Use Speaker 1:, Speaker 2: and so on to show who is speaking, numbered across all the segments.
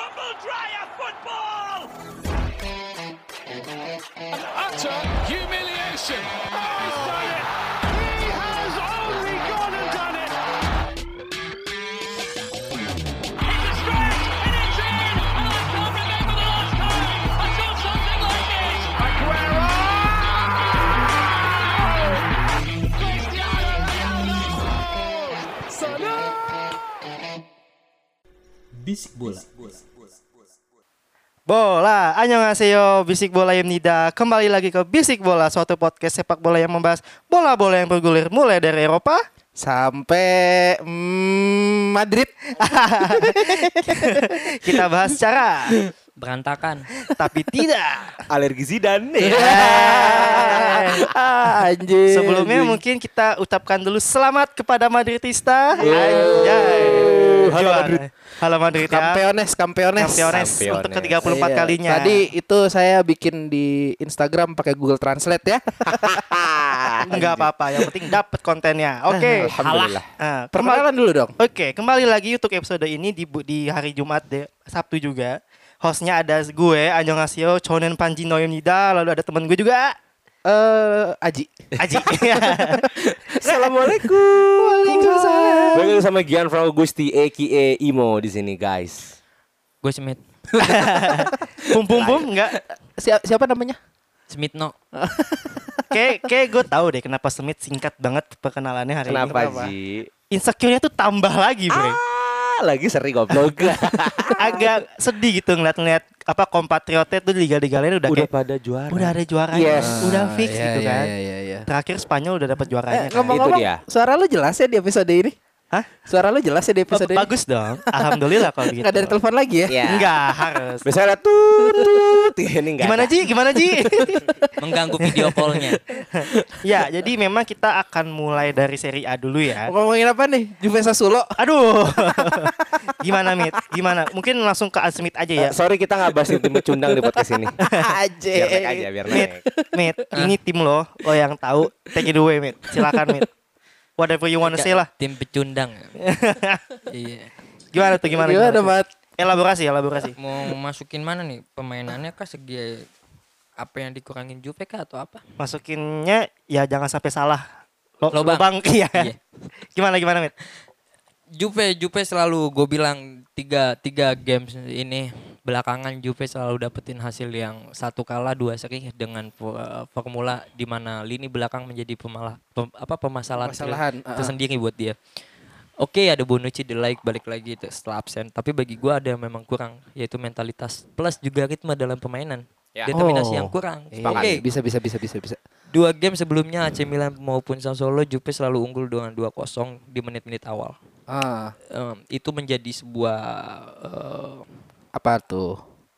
Speaker 1: Australia football!
Speaker 2: Utter humiliation.
Speaker 1: It's a stretch and it's in! And I can't remember the last time I saw something like this! Aguero! Cristiano Ronaldo!
Speaker 3: Bisik bola.
Speaker 4: Bola, annyeonghaseyo, bisik bola yang nida. Kembali lagi ke Bisik Bola, suatu podcast sepak bola yang membahas bola-bola yang bergulir mulai dari Eropa sampai mm, Madrid. Kita bahas secara
Speaker 5: berantakan.
Speaker 4: tapi tidak. Iya.
Speaker 6: alergi Zidane.
Speaker 4: Yeay.
Speaker 6: Ah, anjing.
Speaker 4: Sebelumnya mungkin kita ucapkan dulu selamat kepada Madridista.
Speaker 6: Yeay.
Speaker 4: Halo
Speaker 6: Halo,
Speaker 4: Madrid.
Speaker 6: Madrid.
Speaker 4: Halo Madrid ya.
Speaker 6: Kampeones, Kampeones.
Speaker 4: Campeones untuk
Speaker 6: Campeones.
Speaker 4: ke-34
Speaker 6: Iya.
Speaker 4: kalinya.
Speaker 6: Tadi itu saya bikin di Instagram pakai Google Translate ya.
Speaker 4: Enggak apa-apa, yang penting dapat kontennya. Oke.
Speaker 6: Iya, Alhamdulillah.
Speaker 4: Ah, kembali-
Speaker 6: Perkenalan dulu dong.
Speaker 4: Oke, kembali lagi untuk episode ini di, bu- di hari Jumat deh, Sabtu juga. Hostnya ada gue, Anjong Asio, Chonen Panji Noyonida, lalu ada teman gue juga,
Speaker 6: Eh, Aji.
Speaker 4: Aji.
Speaker 6: Assalamualaikum.
Speaker 4: Waalaikumsalam.
Speaker 7: Baik sama Gianfranco Gusti aka Imo di sini guys.
Speaker 5: Gue Smith.
Speaker 4: Pum pum pum, enggak.
Speaker 6: Si- siapa namanya?
Speaker 5: Smith no.
Speaker 4: Kayak kayak gue tahu deh kenapa Semit singkat banget perkenalannya hari
Speaker 7: Kenapa
Speaker 4: ini.
Speaker 7: Ji?
Speaker 4: Insecure-nya tuh tambah lagi, Bre.
Speaker 7: Ah, lagi seri goblok.
Speaker 4: Agak sedih gitu ngeliat-ngeliat apa kompatriotnya tuh di liga-liga lain udah, kayak
Speaker 7: pada juara.
Speaker 4: udah ada juaranya,
Speaker 7: Yes.
Speaker 4: udah fix
Speaker 6: Kan? Iya,
Speaker 4: gitu
Speaker 6: iya,
Speaker 4: kan.
Speaker 6: iya, iya, iya.
Speaker 4: Terakhir Spanyol udah dapat juaranya.
Speaker 6: Eh,
Speaker 4: kan.
Speaker 6: ngomong-ngomong,
Speaker 7: Itu dia.
Speaker 6: suara lu jelas ya di episode ini?
Speaker 4: Hah?
Speaker 6: Suara lu jelas ya di episode ini?
Speaker 4: Bagus dong. Alhamdulillah kalau gitu.
Speaker 6: Nggak dari telepon lagi ya?
Speaker 7: Iya.
Speaker 4: Enggak harus.
Speaker 7: Biasanya ada tut tut. Ini enggak.
Speaker 4: Gimana
Speaker 7: ada.
Speaker 4: Ji? Gimana Ji?
Speaker 5: Mengganggu video call-nya.
Speaker 4: ya, jadi memang kita akan mulai dari seri A dulu ya.
Speaker 6: Ngomongin apa nih? Juve Sassuolo?
Speaker 4: Aduh. Gimana Mit? Gimana? Mungkin langsung ke Asmit aja ya.
Speaker 7: Eh, sorry kita nggak bahas tim cundang di podcast ini. Biar naik aja,
Speaker 6: Aji.
Speaker 7: biar
Speaker 4: Mit,
Speaker 7: naik.
Speaker 4: Mit,
Speaker 6: Ah.
Speaker 4: ini tim lo, lo yang tahu. Take it away, Mit. Silakan, Mit. Whatever you wanna say lah.
Speaker 5: Tim pecundang. iya.
Speaker 4: Gimana tuh gimana?
Speaker 6: Gimana,
Speaker 4: tuh?
Speaker 6: Mat?
Speaker 4: Elaborasi, elaborasi.
Speaker 5: Mau masukin mana nih pemainannya kah segi apa yang dikurangin Juve kah atau apa?
Speaker 4: Masukinnya ya jangan sampai salah. Lo,
Speaker 5: Lobang.
Speaker 4: lobang, iya.
Speaker 5: Iya.
Speaker 4: Gimana gimana, Mit?
Speaker 5: Juve Juve selalu gue bilang tiga tiga games ini belakangan Juve selalu dapetin hasil yang satu kalah dua seri dengan fo- eh, formula di mana lini belakang menjadi pemalah pem- apa pemasalahan, ter-
Speaker 6: Permasalahan, uh-uh.
Speaker 5: tersendiri buat dia. Oke ada Bonucci the like balik lagi itu setelah absen tapi bagi gue ada yang memang kurang yaitu mentalitas plus juga ritme dalam permainan
Speaker 7: Ya.
Speaker 5: determinasi
Speaker 6: Oh.
Speaker 5: yang kurang. Oke
Speaker 6: Oke, bisa bisa bisa bisa bisa.
Speaker 5: dua game sebelumnya AC Milan maupun Sassuolo Juve selalu unggul dengan 2-0 di menit-menit awal
Speaker 6: Ah,
Speaker 5: em, itu menjadi sebuah eh,
Speaker 6: apa tuh?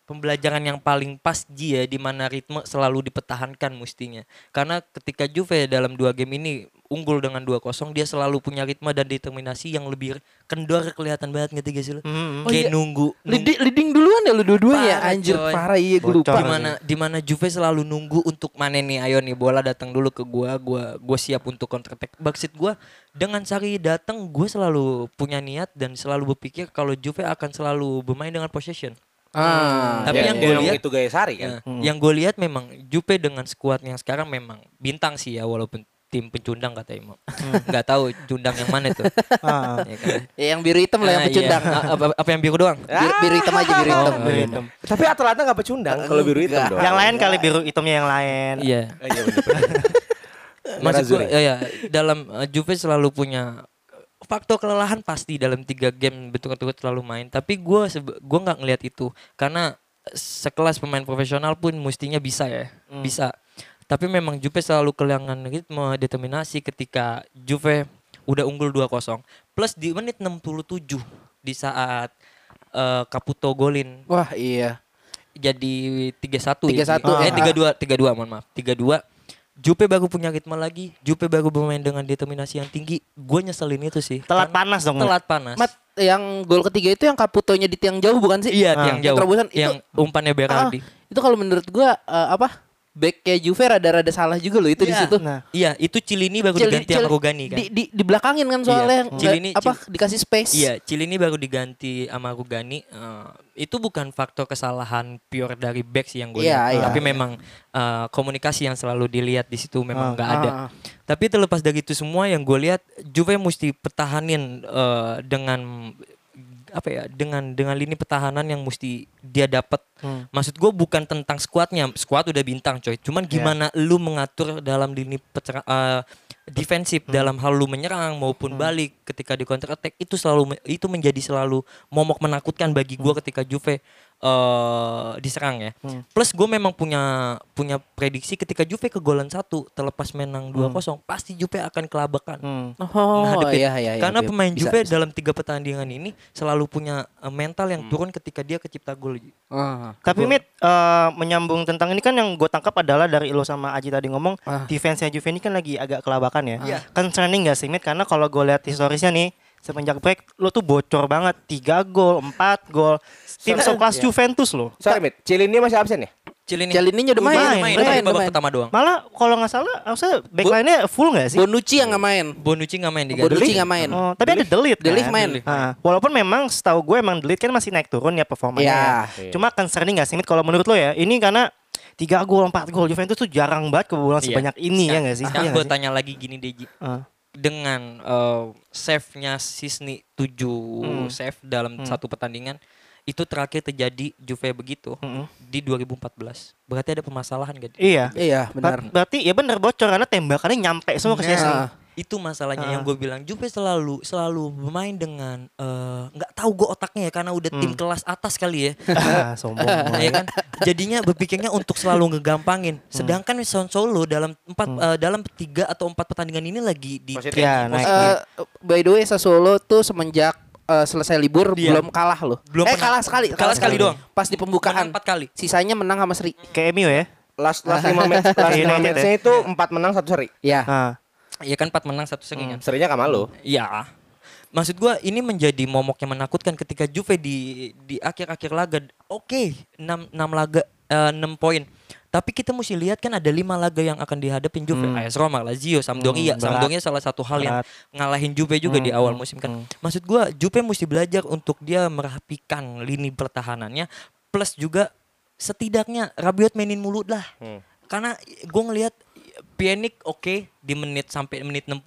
Speaker 5: pembelajaran yang paling pas Ji ya di mana ritme selalu dipertahankan mestinya. Karena ketika Juve dalam dua game ini unggul dengan 2-0 dia selalu punya ritme dan determinasi yang lebih kendor kelihatan banget ngerti gak sih lu?
Speaker 4: Hmm.
Speaker 6: Oh iya.
Speaker 5: Kayak nunggu, nunggu
Speaker 6: Leading, leading duluan ya lu dua-duanya
Speaker 5: Parah,
Speaker 6: anjir
Speaker 5: coy.
Speaker 6: parah iya gue
Speaker 4: Bocor.
Speaker 6: lupa.
Speaker 5: di mana di mana Juve selalu nunggu untuk mana nih ayo nih bola datang dulu ke gua gua gua siap untuk counter attack Backseat gua dengan Sari datang gua selalu punya niat dan selalu berpikir kalau Juve akan selalu bermain dengan possession
Speaker 6: Ah,
Speaker 5: Tapi
Speaker 4: Iya,
Speaker 7: Ya,
Speaker 5: yang gue
Speaker 7: ya,
Speaker 5: lihat
Speaker 7: itu gaya
Speaker 6: Iya.
Speaker 7: Sari kan.
Speaker 5: Ya,
Speaker 6: Hmm.
Speaker 5: Yang gue lihat memang Jupe dengan skuad yang sekarang memang bintang sih ya walaupun tim pencundang kata Imam.
Speaker 6: Hmm.
Speaker 5: Nggak tahu cundang yang mana tuh.
Speaker 4: Ah.
Speaker 5: Ya kan?
Speaker 6: ya, yang biru hitam lah yang Ah.
Speaker 5: Ah, iya.
Speaker 6: pecundang.
Speaker 5: A- apa, apa yang biru doang?
Speaker 6: Biru, biru hitam aja biru hitam.
Speaker 5: Oh,
Speaker 6: biru
Speaker 5: iya.
Speaker 6: hitam.
Speaker 7: Tapi Atalanta nggak pecundang kalau biru hitam dong.
Speaker 4: Gitu. Iya. Yang lain kali biru hitamnya yang lain.
Speaker 5: Iya.
Speaker 7: Eh, iya, bener-bener.
Speaker 5: Maksud gue
Speaker 7: Nerazzurri.
Speaker 5: ya, ya, dalam eh, Juve selalu punya faktor kelelahan pasti dalam tiga game betul-betul selalu main. Tapi gue sebe- gue nggak ngelihat itu karena sekelas pemain profesional pun mestinya bisa ya, bisa. Tapi memang Juve selalu kehilangan ritme determinasi ketika Juve udah unggul 2-0 plus di menit 67 di saat eh, Caputo golin
Speaker 6: Wah iya.
Speaker 5: jadi
Speaker 6: 31,
Speaker 5: 31 ya. Eh
Speaker 6: ah.
Speaker 5: 32 32 mohon maaf. 32. Jupe baru punya ritme lagi. Jupe baru bermain dengan determinasi yang tinggi. Gue nyeselin itu sih.
Speaker 4: Telat
Speaker 5: Karena-
Speaker 4: panas dong. ya?
Speaker 5: Telat panas.
Speaker 6: Mat yang gol ketiga itu yang kaputonya di tiang jauh bukan sih?
Speaker 5: Iya,
Speaker 6: Ah.
Speaker 5: yang jauh.
Speaker 6: terobosan
Speaker 5: yang
Speaker 6: itu.
Speaker 5: umpannya
Speaker 6: ah,
Speaker 5: Berardi.
Speaker 6: itu kalau menurut gua eh, apa? backnya Juve rada-rada salah juga loh itu di
Speaker 5: Iya.
Speaker 6: situ.
Speaker 4: Nah,
Speaker 5: Iya, itu Cilini baru
Speaker 6: Cil-
Speaker 5: diganti sama
Speaker 6: Cil-
Speaker 5: Rugani kan.
Speaker 6: Di, di, di belakangin kan soalnya nggak-
Speaker 5: Cilini-
Speaker 6: apa
Speaker 5: Cil-
Speaker 6: dikasih space.
Speaker 5: Iya, Cilini baru diganti sama Rugani. eh, itu bukan faktor kesalahan pure dari back sih yang gue
Speaker 6: Iya,
Speaker 5: lihat.
Speaker 6: iya,
Speaker 5: Tapi
Speaker 6: iya.
Speaker 5: memang eh, komunikasi yang selalu dilihat di situ
Speaker 4: Ah,
Speaker 5: memang nggak ada.
Speaker 6: ah, ah.
Speaker 5: Tapi terlepas dari itu semua yang gue lihat Juve mesti pertahanin eh, dengan apa ya dengan dengan lini pertahanan yang mesti dia dapat.
Speaker 6: Hmm.
Speaker 5: Maksud gue bukan tentang skuadnya, skuad udah bintang coy. Cuman
Speaker 6: Iya.
Speaker 5: gimana lu mengatur dalam lini pecer- eh, defensif
Speaker 6: Hmm.
Speaker 5: dalam hal lu menyerang maupun balik ketika di counter attack itu selalu me- itu menjadi selalu momok menakutkan bagi gua
Speaker 6: Hmm.
Speaker 5: ketika Juve eh diserang ya. Plus gue memang punya punya prediksi ketika Juve kegolan satu terlepas menang 2-0 pasti Juve akan kelabakan.
Speaker 6: Hmm.
Speaker 4: hmm.
Speaker 6: Oh
Speaker 5: menghadapin.
Speaker 6: iya iya. iya,
Speaker 5: Karena
Speaker 6: iya.
Speaker 5: pemain
Speaker 6: Bisa,
Speaker 5: Juve
Speaker 6: bisa. Hmm.
Speaker 5: dalam tiga pertandingan ini selalu punya eh, mental yang turun ketika dia kecipta gol.
Speaker 6: Ah.
Speaker 4: Tapi Mit eh, menyambung tentang ini kan yang gue tangkap adalah dari lo sama Aji tadi ngomong
Speaker 6: Ah.
Speaker 4: defense-nya Juve ini kan lagi agak kelabakan ya.
Speaker 5: Iya.
Speaker 4: Concerning gak sih Mit? Karena kalau gue lihat historisnya nih semenjak break lo tuh bocor banget 3 gol, 4 gol. Tim
Speaker 7: Soalnya-
Speaker 4: sekelas
Speaker 7: Iya.
Speaker 4: Juventus loh.
Speaker 7: Sorry, Mit. Cilini masih absen ya?
Speaker 5: Cilini
Speaker 6: Cielini-nya udah main,
Speaker 5: main,
Speaker 4: main,
Speaker 5: tapi
Speaker 6: main,
Speaker 5: babak
Speaker 6: main.
Speaker 5: pertama doang.
Speaker 4: Malah kalau nggak salah harusnya backline-nya full gak sih?
Speaker 6: Bonucci yang nggak main.
Speaker 5: Bonucci nggak main di
Speaker 6: Bonucci nggak main.
Speaker 4: Oh, tapi ada delete
Speaker 6: Delif
Speaker 4: kan?
Speaker 6: main.
Speaker 4: Ah, walaupun memang setahu gue emang delete kan masih naik turun ya performanya.
Speaker 6: Iya.
Speaker 4: ya. Cuma concerning gak sih Mit kalau menurut lo ya? Ini karena 3 gol, 4 gol Juventus tuh jarang banget kebobolan
Speaker 5: Iya.
Speaker 4: sebanyak ini ya gak sih? Iya
Speaker 5: Sekarang
Speaker 4: nggak
Speaker 5: gue
Speaker 4: sih?
Speaker 5: tanya lagi gini Deji.
Speaker 4: Ah.
Speaker 5: Dengan eh, save-nya Sisni 7
Speaker 4: Hmm.
Speaker 5: save dalam satu pertandingan itu terakhir terjadi Juve begitu di 2014. Berarti ada permasalahan gak?
Speaker 4: Hmm. Iya.
Speaker 6: Iya benar.
Speaker 4: Ber- berarti ya benar bocor karena tembakannya nyampe semua ke Chelsea.
Speaker 6: Nah.
Speaker 5: Itu masalahnya
Speaker 4: Ah.
Speaker 5: yang gue bilang Juve selalu selalu bermain dengan eh, nggak tahu gue otaknya ya karena
Speaker 4: Hmm.
Speaker 5: udah tim kelas atas kali ya.
Speaker 4: Ah, sombong.
Speaker 5: ya kan? Jadinya berpikirnya untuk selalu ngegampangin.
Speaker 4: Hmm.
Speaker 5: Sedangkan Son Solo dalam empat eh, dalam tiga atau empat pertandingan ini lagi di
Speaker 7: Positif.
Speaker 4: Iya,
Speaker 5: training,
Speaker 4: naik.
Speaker 5: positif.
Speaker 6: Eh, by the way Sassuolo tuh semenjak eh, selesai libur
Speaker 5: Iya.
Speaker 6: belum kalah loh.
Speaker 5: Belum
Speaker 6: eh
Speaker 5: pernah.
Speaker 6: kalah sekali.
Speaker 5: Kalah sekali doang.
Speaker 6: Pas di pembukaan.
Speaker 5: Menang empat kali.
Speaker 6: Sisanya menang sama Sri.
Speaker 4: Kayak MU ya.
Speaker 7: Last last 5 match, last
Speaker 4: Iya,
Speaker 7: lima
Speaker 4: United
Speaker 7: matchnya itu 4 menang 1 seri.
Speaker 6: Ya.
Speaker 4: Ah.
Speaker 5: Iya kan empat menang satu seri kan?
Speaker 7: Serinya kamar lo.
Speaker 5: Iya. Maksud gua ini menjadi momok yang menakutkan ketika Juve di di akhir-akhir laga. Oke, enam enam laga eh, enam poin. Tapi kita mesti lihat kan ada lima laga yang akan dihadapin Juve. AS Roma, Lazio, Sampdoria.
Speaker 4: Hmm, berat.
Speaker 5: Sampdoria salah satu hal yang
Speaker 4: Berat.
Speaker 5: ngalahin Juve juga di awal musim kan. Maksud gua Juve mesti belajar untuk dia merapikan lini pertahanannya plus juga setidaknya Rabiot mainin mulu lah. Karena gue ngelihat Pjanic oke di menit sampai menit 60,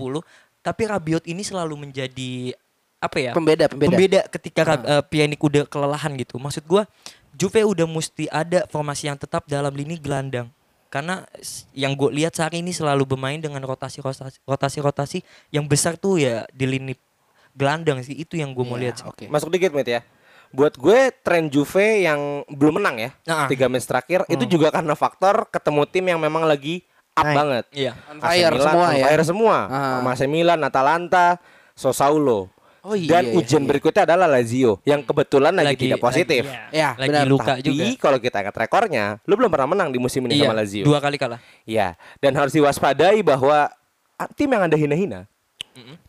Speaker 5: tapi Rabiot ini selalu menjadi apa ya?
Speaker 6: Pembeda, pembeda.
Speaker 7: Ah.
Speaker 5: ketika Rab- eh, Pjanic udah kelelahan gitu. Maksud gua Juve udah mesti ada formasi yang tetap dalam lini gelandang. Karena s- yang gue lihat saat ini selalu bermain dengan rotasi rotasi rotasi rotasi yang besar tuh ya di lini gelandang sih itu yang gue
Speaker 7: Iya,
Speaker 5: mau lihat. sih.
Speaker 6: Oke.
Speaker 7: Masuk dikit, Mit ya. Buat gue tren Juve yang belum menang ya.
Speaker 5: Nah.
Speaker 7: Tiga match terakhir itu juga karena faktor ketemu tim yang memang lagi up
Speaker 4: Naik.
Speaker 7: banget.
Speaker 5: Iya.
Speaker 6: On
Speaker 7: AC
Speaker 6: fire
Speaker 7: Milan,
Speaker 6: semua
Speaker 7: on
Speaker 6: ya.
Speaker 7: Fire semua.
Speaker 6: Ah.
Speaker 7: Sama AC Milan, Atalanta, Sosaulo.
Speaker 6: Oh iya,
Speaker 7: Dan
Speaker 6: iya,
Speaker 7: ujian
Speaker 6: iya.
Speaker 7: berikutnya adalah Lazio yang kebetulan lagi, tidak positif.
Speaker 5: Lagi,
Speaker 6: Ya,
Speaker 5: lagi
Speaker 6: benar.
Speaker 5: luka
Speaker 7: Ah, Tapi
Speaker 5: juga. Iya.
Speaker 7: kalau kita ingat rekornya, lu belum pernah menang di musim ini sama Lazio.
Speaker 5: Dua kali kalah.
Speaker 7: Iya, dan harus diwaspadai bahwa ah, tim yang Anda hina-hina,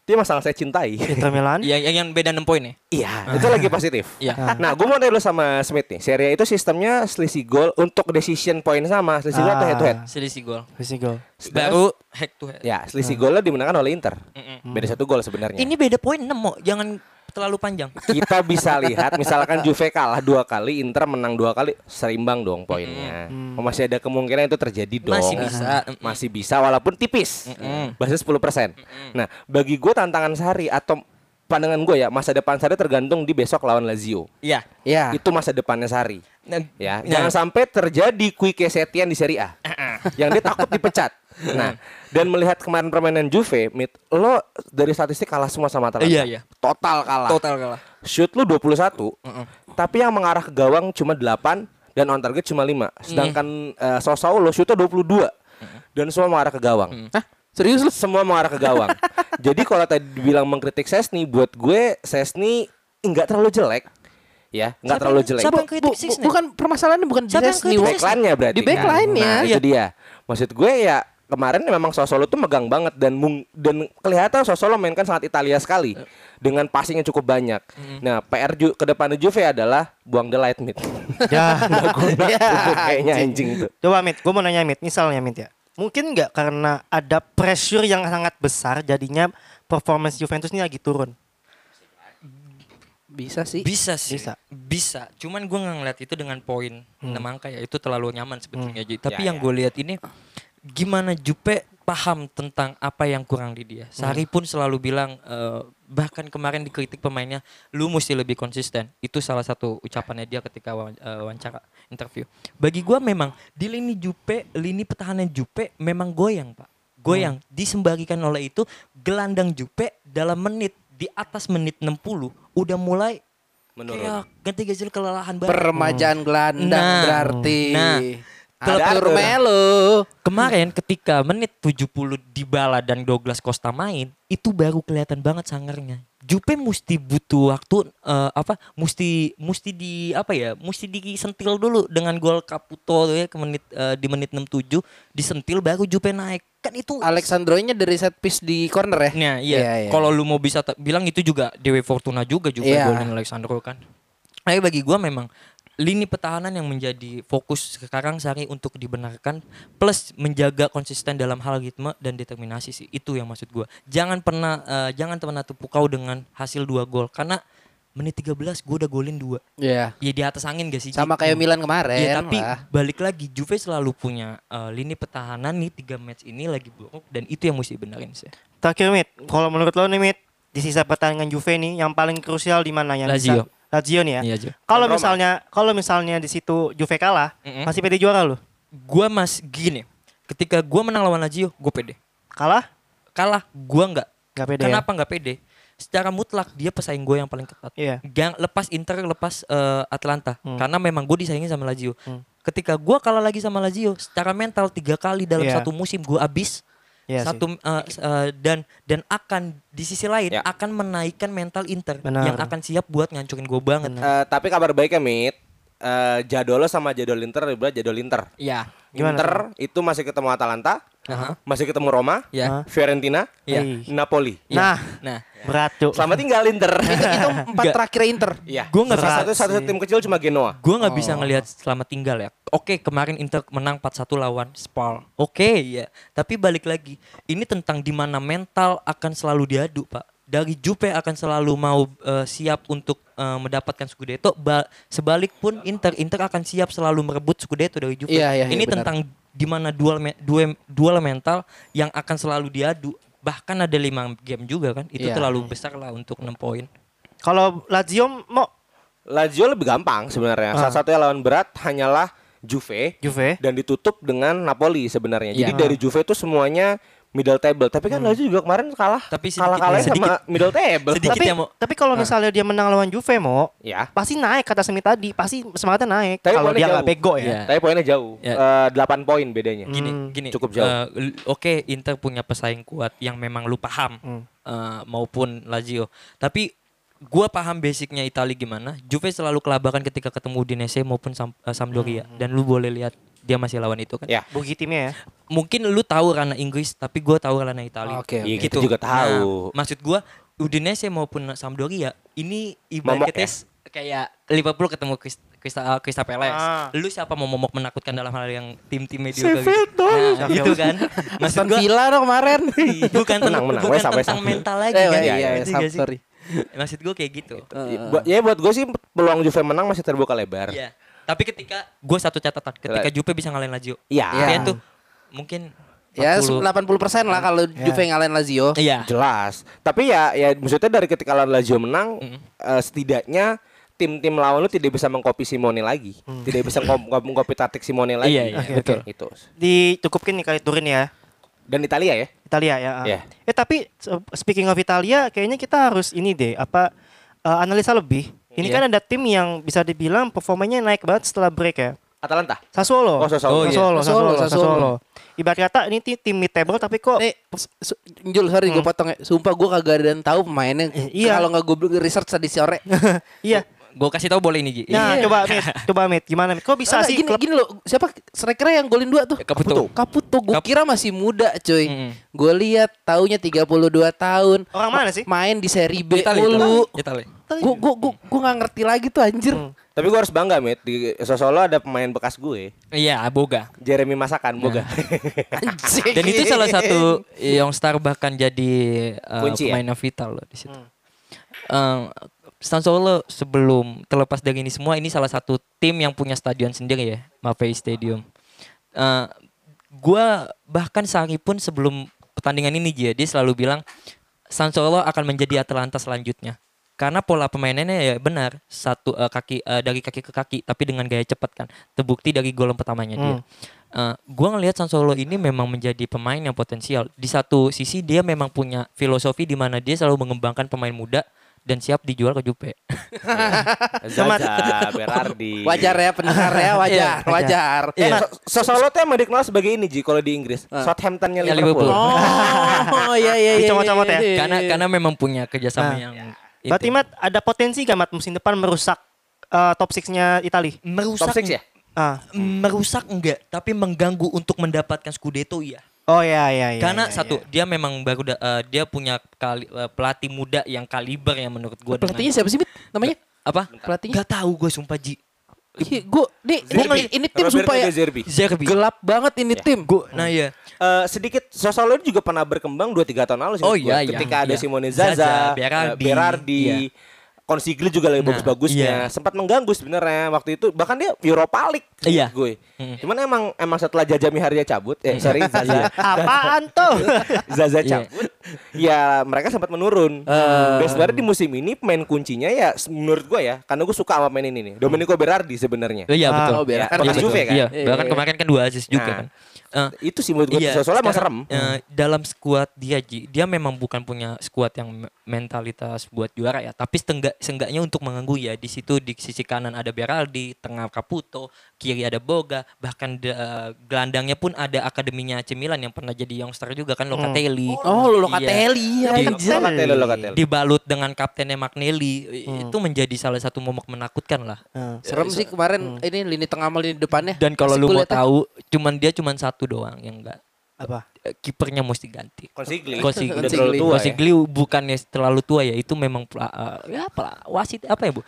Speaker 7: tim yang sangat saya cintai.
Speaker 4: Inter Milan.
Speaker 7: Hmm?
Speaker 5: Iya, yang, yang beda 6 poin ya.
Speaker 7: Iya, itu lagi positif.
Speaker 5: Iya.
Speaker 7: Nah, gue mau tanya dulu sama Smith nih. Serie A itu sistemnya selisih gol untuk decision point sama selisih gol atau
Speaker 4: Ah.
Speaker 7: Iya. head to head.
Speaker 5: Selisih gol.
Speaker 4: Messi gol.
Speaker 5: Ah, Baru hack to head.
Speaker 7: Ya, selisih golnya dimenangkan oleh Inter. Beda satu gol sebenarnya.
Speaker 5: Ini beda poin 6 mo, jangan terlalu panjang.
Speaker 7: kita bisa lihat misalkan Juve kalah dua kali, Inter menang dua kali, seimbang dong poinnya. Oh, Masih ada kemungkinan itu terjadi dong.
Speaker 5: Masih bisa. Mm-mm.
Speaker 7: Masih bisa walaupun tipis. Bahasa 10%. Nah, bagi gue tantangan sehari atau pandangan gue ya, masa depan sehari tergantung di besok lawan Lazio.
Speaker 5: Iya.
Speaker 6: Ya.
Speaker 7: Itu masa depannya sehari.
Speaker 5: Nah,
Speaker 7: Ya,
Speaker 5: nah,
Speaker 7: jangan sampai terjadi quick setian di Serie A. yang dia takut dipecat. Nah, dan melihat kemarin permainan Juve, Mit, lo dari statistik kalah semua sama Atalanta.
Speaker 5: Iya, iya.
Speaker 7: Total kalah.
Speaker 5: total kalah.
Speaker 7: Shoot lu 21, tapi yang mengarah ke gawang cuma 8 dan on target cuma 5.
Speaker 5: Mm.
Speaker 7: Sedangkan eh, Sosau lo shootnya 22 dan semua mengarah ke
Speaker 5: Mm.
Speaker 7: gawang.
Speaker 6: Hah? Serius lu?
Speaker 7: Semua mengarah ke gawang. Jadi kalau tadi bilang mengkritik Sesni, buat gue Sesni nggak terlalu jelek. Ya, nggak
Speaker 5: Siapa
Speaker 7: terlalu
Speaker 5: yang-
Speaker 7: jelek.
Speaker 5: siapa
Speaker 6: Bu-
Speaker 5: yang kritik
Speaker 6: bu-
Speaker 5: Sisne?
Speaker 6: bukan permasalahannya bukan di
Speaker 5: Siapa yang
Speaker 6: Sesni,
Speaker 5: kritik
Speaker 6: Wak.
Speaker 7: Backline-nya berarti
Speaker 6: Iya.
Speaker 5: iya.
Speaker 6: Di backline-nya.
Speaker 7: kan? Nah, itu dia. Nah, Maksud gue ya kemarin memang Sosolo tuh megang banget dan mung- dan kelihatan Sosolo mainkan sangat Italia sekali dengan passing yang cukup banyak. Nah, PR ju- ke depannya Juve adalah buang the light mid.
Speaker 4: Ya,
Speaker 7: Kayaknya anjing tuh.
Speaker 4: Coba Mit, gue mau nanya Mit, misalnya Mit ya. Mungkin nggak karena ada pressure yang sangat besar jadinya performance Juventus ini lagi turun.
Speaker 6: Bisa sih.
Speaker 5: Bisa sih.
Speaker 4: Bisa.
Speaker 5: Bisa. Cuman gue nggak ngeliat itu dengan poin enam angka ya itu terlalu nyaman sebetulnya. Ji. Tapi yang gue lihat ini gimana Jupe paham tentang apa yang kurang di dia. Sari pun selalu bilang eh, bahkan kemarin dikritik pemainnya, lu mesti lebih konsisten. Itu salah satu ucapannya dia ketika wawan- eh, wawancara interview. Bagi gue memang di lini Jupe, lini pertahanan Jupe memang goyang pak. Goyang disembarikan oleh itu gelandang Jupe dalam menit di atas menit 60 udah mulai
Speaker 7: Menurun.
Speaker 5: Kayak ganti gajil kelelahan banget.
Speaker 6: Peremajaan gelandang
Speaker 5: Nah.
Speaker 6: berarti.
Speaker 5: Nah.
Speaker 6: Atur
Speaker 7: Ada-
Speaker 6: melu.
Speaker 5: Kemarin ketika menit 70 Dybala dan Douglas Costa main, itu baru kelihatan banget sangarnya. Jupe mesti butuh waktu eh, apa? Mesti mesti di apa ya? Mesti disentil dulu dengan gol Caputo tuh ya ke menit eh, di menit 67 disentil baru Jupe naik. Kan itu
Speaker 6: Alexandroinya dari set piece di corner ya?
Speaker 5: Nah, iya. Kalau lu mau bisa ta- bilang itu juga Dewi Fortuna juga juga
Speaker 6: Iya.
Speaker 5: golin Alexandro kan. Tapi bagi gua memang lini pertahanan yang menjadi fokus sekarang Sari untuk dibenarkan plus menjaga konsisten dalam hal ritme dan determinasi sih itu yang maksud gua. Jangan pernah eh, jangan pernah terpukau dengan hasil dua gol karena menit 13 gua udah golin dua.
Speaker 6: Iya.
Speaker 5: Ya di atas angin gak sih? Ji?
Speaker 6: Sama kayak Milan kemarin
Speaker 5: Iya tapi
Speaker 6: lah.
Speaker 5: balik lagi Juve selalu punya eh, lini pertahanan nih tiga match ini lagi buruk dan itu yang mesti dibenerin sih.
Speaker 4: Terakhir Mit, kalau menurut lo nih Mit, di sisa pertandingan Juve nih yang paling krusial di mana yang
Speaker 5: Lazio.
Speaker 4: bisa- Lazio nih ya.
Speaker 5: Iya, Jo.
Speaker 4: Kalau
Speaker 7: Roma.
Speaker 4: misalnya kalau misalnya di situ Juve kalah,
Speaker 5: Mm-mm.
Speaker 4: masih pede juara lo.
Speaker 5: gua mas gini ketika gua menang lawan Lazio gue pede
Speaker 4: Kalah
Speaker 5: kalah gua nggak
Speaker 4: nggak pede. ya?
Speaker 5: kenapa nggak pede secara mutlak dia pesaing gue yang paling ketat
Speaker 4: Iya.
Speaker 5: Gang- lepas Inter lepas eh, Atlanta
Speaker 4: Hmm.
Speaker 5: karena memang gue disaingi sama Lazio ketika gua kalah lagi sama Lazio secara mental tiga kali dalam
Speaker 4: Iya.
Speaker 5: satu musim gua abis
Speaker 4: ya? Iya sih.
Speaker 5: satu eh, s- eh, dan dan akan di sisi lain
Speaker 7: Ya.
Speaker 5: akan menaikkan mental Inter
Speaker 4: Benar.
Speaker 5: yang akan siap buat ngancurin gue banget
Speaker 7: Eh, tapi kabar baiknya Mit, eh Jadolo sama Jadol Inter lebih baik Jadol Inter.
Speaker 5: ya
Speaker 4: Gimana
Speaker 7: Inter itu masih ketemu Atalanta,
Speaker 5: Aha.
Speaker 7: masih ketemu Roma,
Speaker 5: ya
Speaker 4: Hah?
Speaker 7: Fiorentina,
Speaker 5: ya
Speaker 4: Iya.
Speaker 7: Napoli.
Speaker 5: ya.
Speaker 4: Nah.
Speaker 5: nah
Speaker 4: Berat tuh.
Speaker 7: Selamat tinggal Inter.
Speaker 6: Itu empat
Speaker 5: Nggak.
Speaker 6: terakhir Inter.
Speaker 7: Iya.
Speaker 5: Gua nggak
Speaker 7: Salah
Speaker 4: berat
Speaker 7: satu satu
Speaker 4: sih.
Speaker 7: tim kecil cuma Genoa.
Speaker 5: Gue nggak
Speaker 6: Oh.
Speaker 5: bisa ngelihat selamat tinggal ya. Oke kemarin Inter menang 4-1 lawan Spal. Oke ya. Tapi balik lagi, ini tentang di mana mental akan selalu diadu pak. Dari Jupe akan selalu mau eh, siap untuk eh, mendapatkan Scudetto. Ba- sebalik pun Inter, Inter akan siap selalu merebut Scudetto dari Juve.
Speaker 6: Iya, iya, iya,
Speaker 5: ini
Speaker 6: benar.
Speaker 5: tentang di mana duel, me- duel duel mental yang akan selalu diadu. Bahkan ada lima game juga kan. Itu
Speaker 6: Iya.
Speaker 5: terlalu besar lah untuk 6 poin.
Speaker 4: Kalau Lazio mau
Speaker 7: Lazio lebih gampang
Speaker 5: Ah.
Speaker 7: sebenarnya. Salah satunya lawan berat hanyalah Juve
Speaker 4: Juve
Speaker 7: dan ditutup dengan Napoli sebenarnya. Jadi
Speaker 5: Iya.
Speaker 7: dari Juve itu semuanya middle table. Tapi kan Lazio juga kemarin kalah.
Speaker 5: Tapi Hmm. sedikit,
Speaker 7: kalah kalah
Speaker 5: sedikit.
Speaker 7: sama middle table.
Speaker 5: Sedikit.
Speaker 4: tapi,
Speaker 5: ya, Mo.
Speaker 4: tapi kalau misalnya dia menang lawan Juve mau
Speaker 7: Ya.
Speaker 4: pasti naik kata Semi tadi pasti semangatnya naik
Speaker 7: Tapi
Speaker 4: kalau
Speaker 7: poinnya
Speaker 4: dia nggak
Speaker 7: jauh.
Speaker 4: bego ya
Speaker 5: Iya.
Speaker 7: Tapi poinnya jauh.
Speaker 5: Ya.
Speaker 7: Eh, 8 poin bedanya.
Speaker 5: gini
Speaker 4: Hmm.
Speaker 5: gini
Speaker 7: Cukup jauh.
Speaker 5: eh, l- oke Inter punya pesaing kuat yang memang lu paham
Speaker 7: Hmm.
Speaker 5: eh, maupun Lazio tapi gua paham basicnya Italia gimana Juve selalu kelabakan ketika ketemu Udinese maupun Sam- eh, Sampdoria
Speaker 7: Hmm.
Speaker 5: dan lu boleh lihat dia masih lawan itu kan
Speaker 7: Ya.
Speaker 4: bugi timnya ya
Speaker 5: mungkin lu tahu ranah Inggris tapi gua tahu ranah Italia Gitu.
Speaker 6: Oke,
Speaker 7: Iya, kita juga tahu.
Speaker 5: Nah, maksud gua Udinese maupun Sampdoria ini
Speaker 7: Momok ya?
Speaker 5: ibaratnya kayak Liverpool ketemu Crystal Crystal Palace.
Speaker 4: Ah.
Speaker 5: Lu siapa mau momok menakutkan dalam hal yang tim-tim mediocre? gitu? Nah,
Speaker 4: Sheffield.
Speaker 5: itu kan. Maksud
Speaker 6: Aston
Speaker 5: gua
Speaker 6: Villa dong kemarin.
Speaker 5: bukan
Speaker 7: Menang,
Speaker 5: tentang,
Speaker 7: menang.
Speaker 5: bukan
Speaker 7: Wesa, wesa.
Speaker 5: tentang mental lagi
Speaker 6: Eh,
Speaker 5: kan.
Speaker 6: iya, iya,
Speaker 5: Ngerti gak sih?
Speaker 6: sorry.
Speaker 5: Maksud gua kayak gitu.
Speaker 7: Bu- Ya buat gue sih peluang Juve menang masih terbuka lebar.
Speaker 5: Iya. Tapi ketika gua satu catatan, ketika
Speaker 7: Right.
Speaker 5: Juve bisa ngalahin Lazio.
Speaker 7: Iya.
Speaker 5: Kayaknya tuh mungkin
Speaker 6: Ya
Speaker 5: 40.
Speaker 6: 80% lah kalau Juve ngalahin Lazio.
Speaker 5: Iya.
Speaker 7: Jelas. Tapi ya ya maksudnya dari ketika lawan Lazio menang
Speaker 5: Hmm.
Speaker 7: eh, setidaknya tim-tim lawan lu tidak bisa mengcopy Simone lagi. Tidak bisa ngom- ngom- mengcopy taktik Simone lagi.
Speaker 5: Hmm. Iya, iya, Oke, betul. oke.
Speaker 7: Itu.
Speaker 4: dicukupin nih kali turin ya
Speaker 7: Dan Italia ya.
Speaker 4: Italia ya ah.
Speaker 7: Iya.
Speaker 4: eh tapi se- speaking of Italia kayaknya kita harus ini deh apa eh, analisa lebih ini
Speaker 5: Iya.
Speaker 4: kan ada tim yang bisa dibilang performanya naik banget setelah break ya
Speaker 7: Atalanta.
Speaker 4: Sassuolo
Speaker 7: Oh, Sassuolo. Oh, iya.
Speaker 4: Sassuolo,
Speaker 6: Sassuolo,
Speaker 4: Sassuolo,
Speaker 6: Sassuolo.
Speaker 4: Sassuolo. ibarat kata ini ti- tim mid table tapi kok
Speaker 6: Nih, su- Jul, sorry gue potong ya. Sumpah gue kagak ada yang tahu pemainnya.
Speaker 4: iya.
Speaker 6: Kalau nggak gue research tadi sore.
Speaker 4: iya
Speaker 5: Gue kasih tahu bola ini Ji.
Speaker 4: Nah,
Speaker 6: Iya.
Speaker 4: coba Mit, coba Mit, gimana Mit? Kok bisa
Speaker 6: Enggak,
Speaker 4: sih
Speaker 6: gini,
Speaker 4: klub
Speaker 6: gini loh, siapa strikernya yang golin dua tuh?
Speaker 5: Ya, Caputo.
Speaker 6: Caputo, gue
Speaker 5: Cap-
Speaker 6: kira masih muda cuy.
Speaker 5: Mm.
Speaker 6: Gue lihat taunya 32 tahun.
Speaker 4: Orang mana sih?
Speaker 6: Main di seri B
Speaker 5: Itali,
Speaker 6: dulu.
Speaker 5: Itali, Itali.
Speaker 6: Gue gue gue gue nggak ngerti lagi tuh anjir.
Speaker 7: Tapi gue harus bangga, Mit. Di Sosolo ada pemain bekas gue.
Speaker 5: Iya, Boga.
Speaker 7: Jeremy Masakan, boga.
Speaker 5: Iya.
Speaker 6: Anjing.
Speaker 5: Dan itu salah satu Youngstar bahkan jadi uh,
Speaker 7: Kunci ya?
Speaker 5: pemainnya vital loh di situ. Eh, Stan Solo sebelum terlepas dari ini semua ini salah satu tim yang punya stadion sendiri ya, Mapei Stadium. Eh, gua bahkan Sari pun sebelum pertandingan ini ya, dia dia selalu bilang San Solo akan menjadi Atlanta selanjutnya. Karena pola pemainannya ya benar satu eh, kaki eh, dari kaki ke kaki tapi dengan gaya cepat kan terbukti dari gol pertamanya dia. Eh, gua ngelihat San Solo ini memang menjadi pemain yang potensial. Di satu sisi dia memang punya filosofi di mana dia selalu mengembangkan pemain muda dan siap dijual ke Juve.
Speaker 7: Zaza, Berardi.
Speaker 6: Wajar ya pendengar ya, wajar,
Speaker 5: Iya,
Speaker 6: wajar.
Speaker 7: Eh, So- Sosolo tuh emang dikenal sebagai ini, Ji, kalau di Inggris.
Speaker 6: Ah.
Speaker 7: Southamptonnya
Speaker 5: Ya,
Speaker 7: Liverpool.
Speaker 5: Liverpool.
Speaker 6: Oh, iya iya iya.
Speaker 4: Dicomot-comot ya?
Speaker 6: iya, iya.
Speaker 5: karena kan karena memang punya kerjasama
Speaker 4: Nah.
Speaker 5: yang itu.
Speaker 4: Berarti Mat ada potensi gak Mat musim depan merusak eh, top 6-nya Itali?
Speaker 5: merusak
Speaker 7: Top 6 ya?
Speaker 4: Ah.
Speaker 5: merusak enggak tapi mengganggu untuk mendapatkan Scudetto iya.
Speaker 4: Oh iya iya iya.
Speaker 5: Karena
Speaker 4: iya,
Speaker 5: satu
Speaker 4: iya.
Speaker 5: dia memang baru da- eh, dia punya kali, eh, pelatih muda yang kaliber yang menurut gua dengan-
Speaker 6: Pelatihnya siapa sih, Mit? Namanya?
Speaker 5: apa?
Speaker 6: Pelatihnya?
Speaker 5: Gak tahu gue sumpah Ji.
Speaker 6: Iya, gue nih ini,
Speaker 5: Zerbi.
Speaker 6: ini tim sumpah ya.
Speaker 7: Zerbi.
Speaker 5: Zerbi.
Speaker 6: Gelap banget ini tim.
Speaker 5: Gua- nah iya.
Speaker 7: Eh, sedikit Sosolo ini juga pernah berkembang 2-3 tahun lalu sih.
Speaker 5: Oh,
Speaker 7: menurut gua.
Speaker 5: iya, iya.
Speaker 7: Ketika ada
Speaker 5: Iya.
Speaker 7: Simone
Speaker 5: Zaza,
Speaker 7: Zaza,
Speaker 5: Berardi.
Speaker 7: eh, Berardi,
Speaker 5: Iya.
Speaker 7: Consigli juga lagi
Speaker 5: Nah,
Speaker 7: bagus-bagusnya.
Speaker 5: iya.
Speaker 7: Sempat mengganggu sebenarnya waktu itu. Bahkan dia Europa League
Speaker 5: Iya.
Speaker 7: gue. Cuman emang emang setelah Jajami Haria cabut, eh sorry Zaza.
Speaker 4: Apaan tuh?
Speaker 7: Zaza
Speaker 5: Iya. Eh.
Speaker 7: cabut. Ya mereka sempat menurun. Dan sebenarnya di musim ini pemain kuncinya ya s- menurut gue ya, karena gue suka sama pemain ini nih. Domenico Berardi sebenarnya.
Speaker 5: Iya
Speaker 4: Ah,
Speaker 5: betul.
Speaker 6: oh,
Speaker 7: Ya,
Speaker 6: Berardi.
Speaker 7: pemain
Speaker 5: Iya,
Speaker 7: Juve
Speaker 5: betul.
Speaker 7: kan.
Speaker 5: Iya,
Speaker 6: Iya,
Speaker 5: bahkan
Speaker 6: iya.
Speaker 5: kemarin kan dua asis juga
Speaker 7: Nah.
Speaker 5: kan. Eh,
Speaker 7: Itu sih menurut gue Sosolo emang serem.
Speaker 5: sekarang, eh, dalam skuad dia Ji, dia memang bukan punya skuad yang me- mentalitas buat juara ya, tapi setengga- seenggaknya untuk mengganggu ya. Di situ di sisi kanan ada Beraldi, tengah Caputo, kiri ada Boga, bahkan de- eh, gelandangnya pun ada akademinya AC Milan yang pernah jadi youngster juga kan Locatelli.
Speaker 6: Oh,
Speaker 5: Iya.
Speaker 6: lo Locatelli ya.
Speaker 5: Di-
Speaker 6: anjir.
Speaker 7: Locatelli, Locatelli.
Speaker 5: Dibalut dengan kaptennya Magnelli, eh, itu menjadi salah satu momok menakutkan lah.
Speaker 6: Serem sih kemarin ini lini tengah sama lini depannya.
Speaker 5: Hmm. Dan kalau
Speaker 6: Asik
Speaker 5: lu
Speaker 6: gua
Speaker 5: mau
Speaker 6: liatnya.
Speaker 5: tahu, cuman dia cuman satu doang yang enggak
Speaker 4: Apa?
Speaker 5: eh, kipernya mesti ganti.
Speaker 7: Consigli.
Speaker 5: Kosigli
Speaker 7: Udah terlalu tua ya.
Speaker 5: bukannya terlalu tua ya, itu memang pela- eh, ya pela- wasit apa ya, Bu?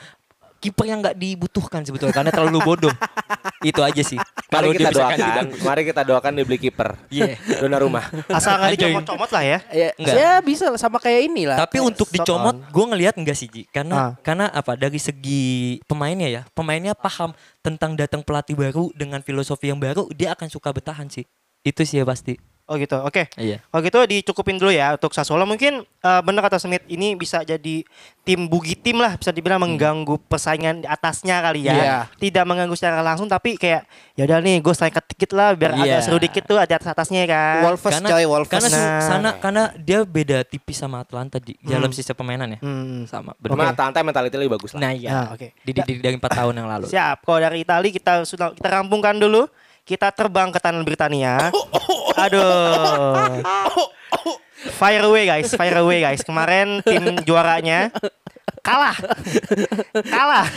Speaker 5: Kiper yang nggak dibutuhkan sebetulnya karena terlalu bodoh. itu aja sih.
Speaker 7: Mari
Speaker 5: Kalau
Speaker 7: kita
Speaker 5: dia bisa ganti
Speaker 7: doakan,
Speaker 5: bagus.
Speaker 7: mari kita doakan dia beli kiper.
Speaker 5: Iya.
Speaker 7: Dona rumah.
Speaker 4: Asal nggak
Speaker 5: Anjing.
Speaker 4: dicomot-comot lah ya.
Speaker 6: Ya,
Speaker 5: Enggak.
Speaker 6: ya bisa lah sama kayak inilah.
Speaker 5: Tapi untuk
Speaker 4: Sound.
Speaker 5: dicomot, gue ngelihat enggak sih,
Speaker 4: Ah.
Speaker 5: Ji. Karena karena apa? Dari segi pemainnya ya, pemainnya paham tentang datang pelatih baru dengan filosofi yang baru, dia akan suka bertahan sih. Itu sih ya pasti.
Speaker 4: Oh gitu. Oke.
Speaker 5: Iya.
Speaker 4: Kalau gitu dicukupin dulu ya untuk Sassuolo mungkin eh, bener kata Smith ini bisa jadi tim bugi tim lah bisa dibilang
Speaker 5: Hmm.
Speaker 4: mengganggu persaingan di atasnya kali ya.
Speaker 6: Iya.
Speaker 4: Tidak mengganggu secara langsung tapi kayak ya udah nih gue singkat dikit lah biar
Speaker 5: Iya.
Speaker 4: agak seru dikit tuh ada atas atasnya kan.
Speaker 6: Wolves coy, Wolves.
Speaker 5: karena su-
Speaker 4: Nah.
Speaker 5: sana karena dia beda tipis sama Atlanta di dalam ya. sistem permainannya.
Speaker 4: Hmm.
Speaker 5: Sama
Speaker 7: Cuma
Speaker 5: benar.
Speaker 7: Atalanta mentality lebih bagus lah.
Speaker 5: Nah, iya.
Speaker 4: Ah, oke.
Speaker 5: Dididik dari 4 tahun yang lalu.
Speaker 4: Siap. Kalau dari Itali kita sudah kita rampungkan dulu. Kita terbang ke tanah Britania. Aduh. Fire away guys, fire away guys. Kemarin tim juaranya kalah. Kalah.